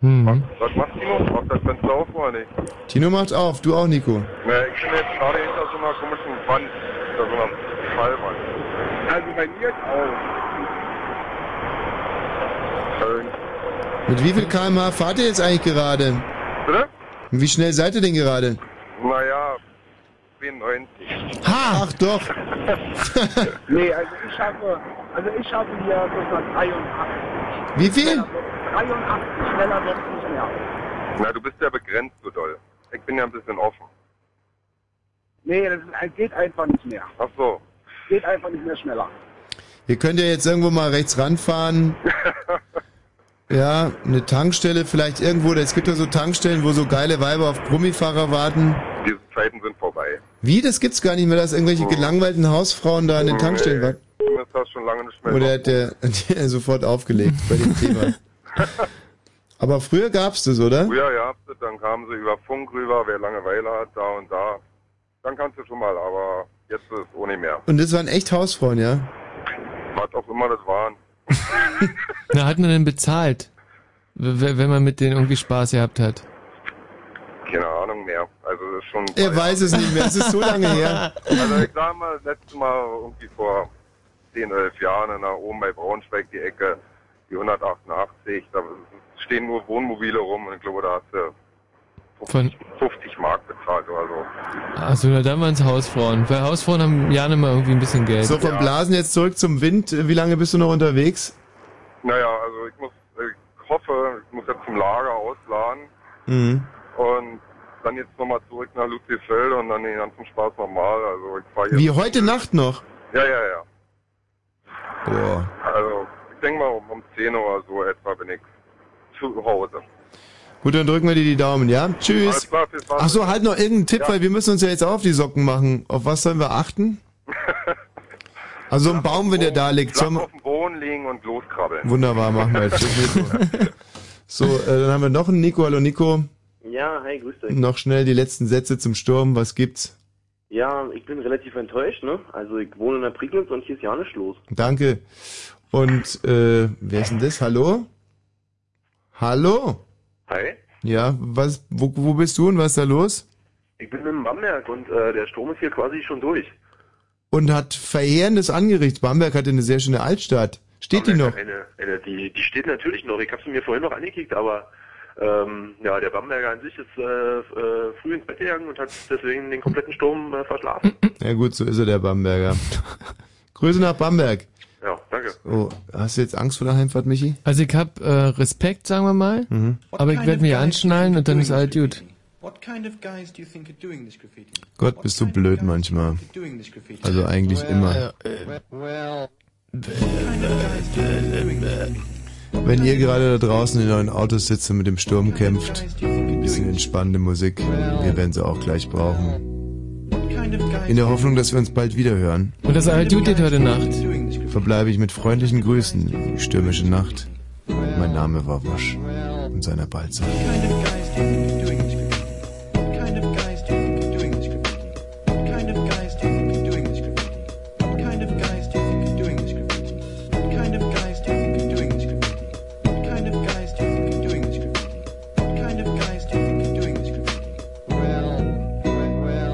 S1: Hm.
S32: Was macht Tino? Macht das Fenster auf oder nicht?
S1: Tino macht auf, du auch, Nico.
S32: Ne, ich bin jetzt gerade hinter so einer komischen Wand, hinter so einer Schallwand. Also bei mir auch.
S1: Mit wie viel kmh fahrt ihr jetzt eigentlich gerade?
S32: Bitte?
S1: Und wie schnell seid ihr denn gerade?
S32: Naja, 94.
S1: Ha! Ach doch.
S14: nee, also ich schaffe, also ich schaffe hier bis nach 83.
S1: Wie viel?
S14: 83 schneller wird nicht mehr.
S32: Na, du bist ja begrenzt, so doll. Ich bin ja ein bisschen offen.
S14: Nee, das ist- geht einfach nicht mehr.
S32: Ach so.
S14: Geht einfach nicht mehr schneller.
S1: Ihr könnt ja jetzt irgendwo mal rechts ranfahren. Ja, eine Tankstelle vielleicht irgendwo. Es gibt ja so Tankstellen, wo so geile Weiber auf Brummifahrer warten.
S32: Diese Zeiten sind vorbei.
S1: Wie? Das gibt's gar nicht mehr, dass irgendwelche
S32: Oh.
S1: gelangweilten Hausfrauen da an den Tankstellen warten.
S32: Zumindest Hm, hast du schon lange nicht mehr.
S1: Oder hat der, der sofort aufgelegt bei dem Thema? Aber früher gab's das, oder?
S32: Früher gehabt, dann kamen sie über Funk rüber, wer Langeweile hat, da und da. Dann kannst du schon mal, aber jetzt ist es ohne mehr.
S1: Und das waren echt Hausfrauen, ja?
S32: Was auch immer das waren.
S2: Na, hat man denn bezahlt? w- w- Wenn man mit denen irgendwie Spaß gehabt hat.
S32: Keine Ahnung mehr. Also das ist schon.
S2: Er weiß es nicht mehr, es ist so lange her.
S32: Also ich sag mal, das letzte Mal irgendwie vor 10, 11 Jahren in der oben bei Braunschweig die Ecke, die 188, da stehen nur Wohnmobile rum und ich glaube, da hast du
S2: Von,
S32: 50 Mark bezahlt oder so.
S2: also, na, dann waren es Hausfrauen. Weil Hausfrauen haben ja immer irgendwie ein bisschen Geld.
S1: So, vom Blasen jetzt zurück zum Wind. Wie lange bist du noch unterwegs?
S32: Naja, also ich muss, ich hoffe, ich muss jetzt zum Lager ausladen
S1: Mhm.
S32: und dann jetzt nochmal zurück nach Ludwigsfelde und dann den ganzen Spaß nochmal. Also ich fahre
S1: Wie heute Nacht noch?
S32: Ja, ja, ja.
S1: Boah.
S32: Also ich denke mal um, um 10 oder so etwa bin ich zu Hause.
S1: Gut, dann drücken wir dir die Daumen, ja? Tschüss.
S32: Alles klar, viel Spaß.
S1: Ach so, halt noch irgendeinen Tipp, weil wir müssen uns ja jetzt auch auf die Socken machen. Auf was sollen wir achten? Also so ein Baum, wenn der da liegt. Sollen wir-
S32: Auf dem Boden liegen und loskrabbeln.
S1: Wunderbar, machen wir jetzt. Tschüss, Nico. So, äh, dann haben wir noch einen Nico. Hallo Nico.
S33: Ja, hi, grüß euch.
S1: Noch schnell die letzten Sätze zum Sturm. Was gibt's?
S9: Ja, ich bin relativ enttäuscht, ne? Also ich wohne in der Prignitz und hier ist ja nichts los.
S1: Danke. Und äh, wer ist denn das? Hallo? Hallo?
S9: Hi,
S1: Ja, was, wo, wo bist du und was ist da los?
S9: ich bin in Bamberg und äh, der Strom ist hier quasi schon durch.
S1: Und hat verheerendes angerichtet. Bamberg hatte eine sehr schöne Altstadt. Steht die noch?
S9: Eine, eine, die, die steht natürlich noch. Ich habe sie mir vorhin noch angekickt, aber ähm, ja, der Bamberger an sich ist äh, f- äh, früh ins Bett gegangen und hat deswegen den kompletten Sturm äh, verschlafen.
S1: Ja gut, so ist er der Bamberger. Grüße nach Bamberg.
S9: Ja, danke.
S1: Oh, hast du jetzt Angst vor der Heimfahrt, Michi?
S2: Also ich habe äh, Respekt, sagen wir mal,
S1: Mhm.
S2: aber ich werde mich anschnallen und dann ist alles gut.
S11: What kind of guys do you think are doing this graffiti?
S1: Gott, bist du blöd manchmal. Also eigentlich immer. Wenn ihr gerade da draußen in euren Autos sitzt und mit dem Sturm kämpft, ein bisschen entspannende Musik. Wir werden sie auch gleich brauchen. In der Hoffnung, dass wir uns bald wieder hören.
S2: Und das halt gut geht heute Nacht.
S1: Verbleibe ich mit freundlichen Grüßen. Die stürmische Nacht. Mein Name war Wasch und seiner Balzer.
S11: What kind of guys do you think are doing this graffiti?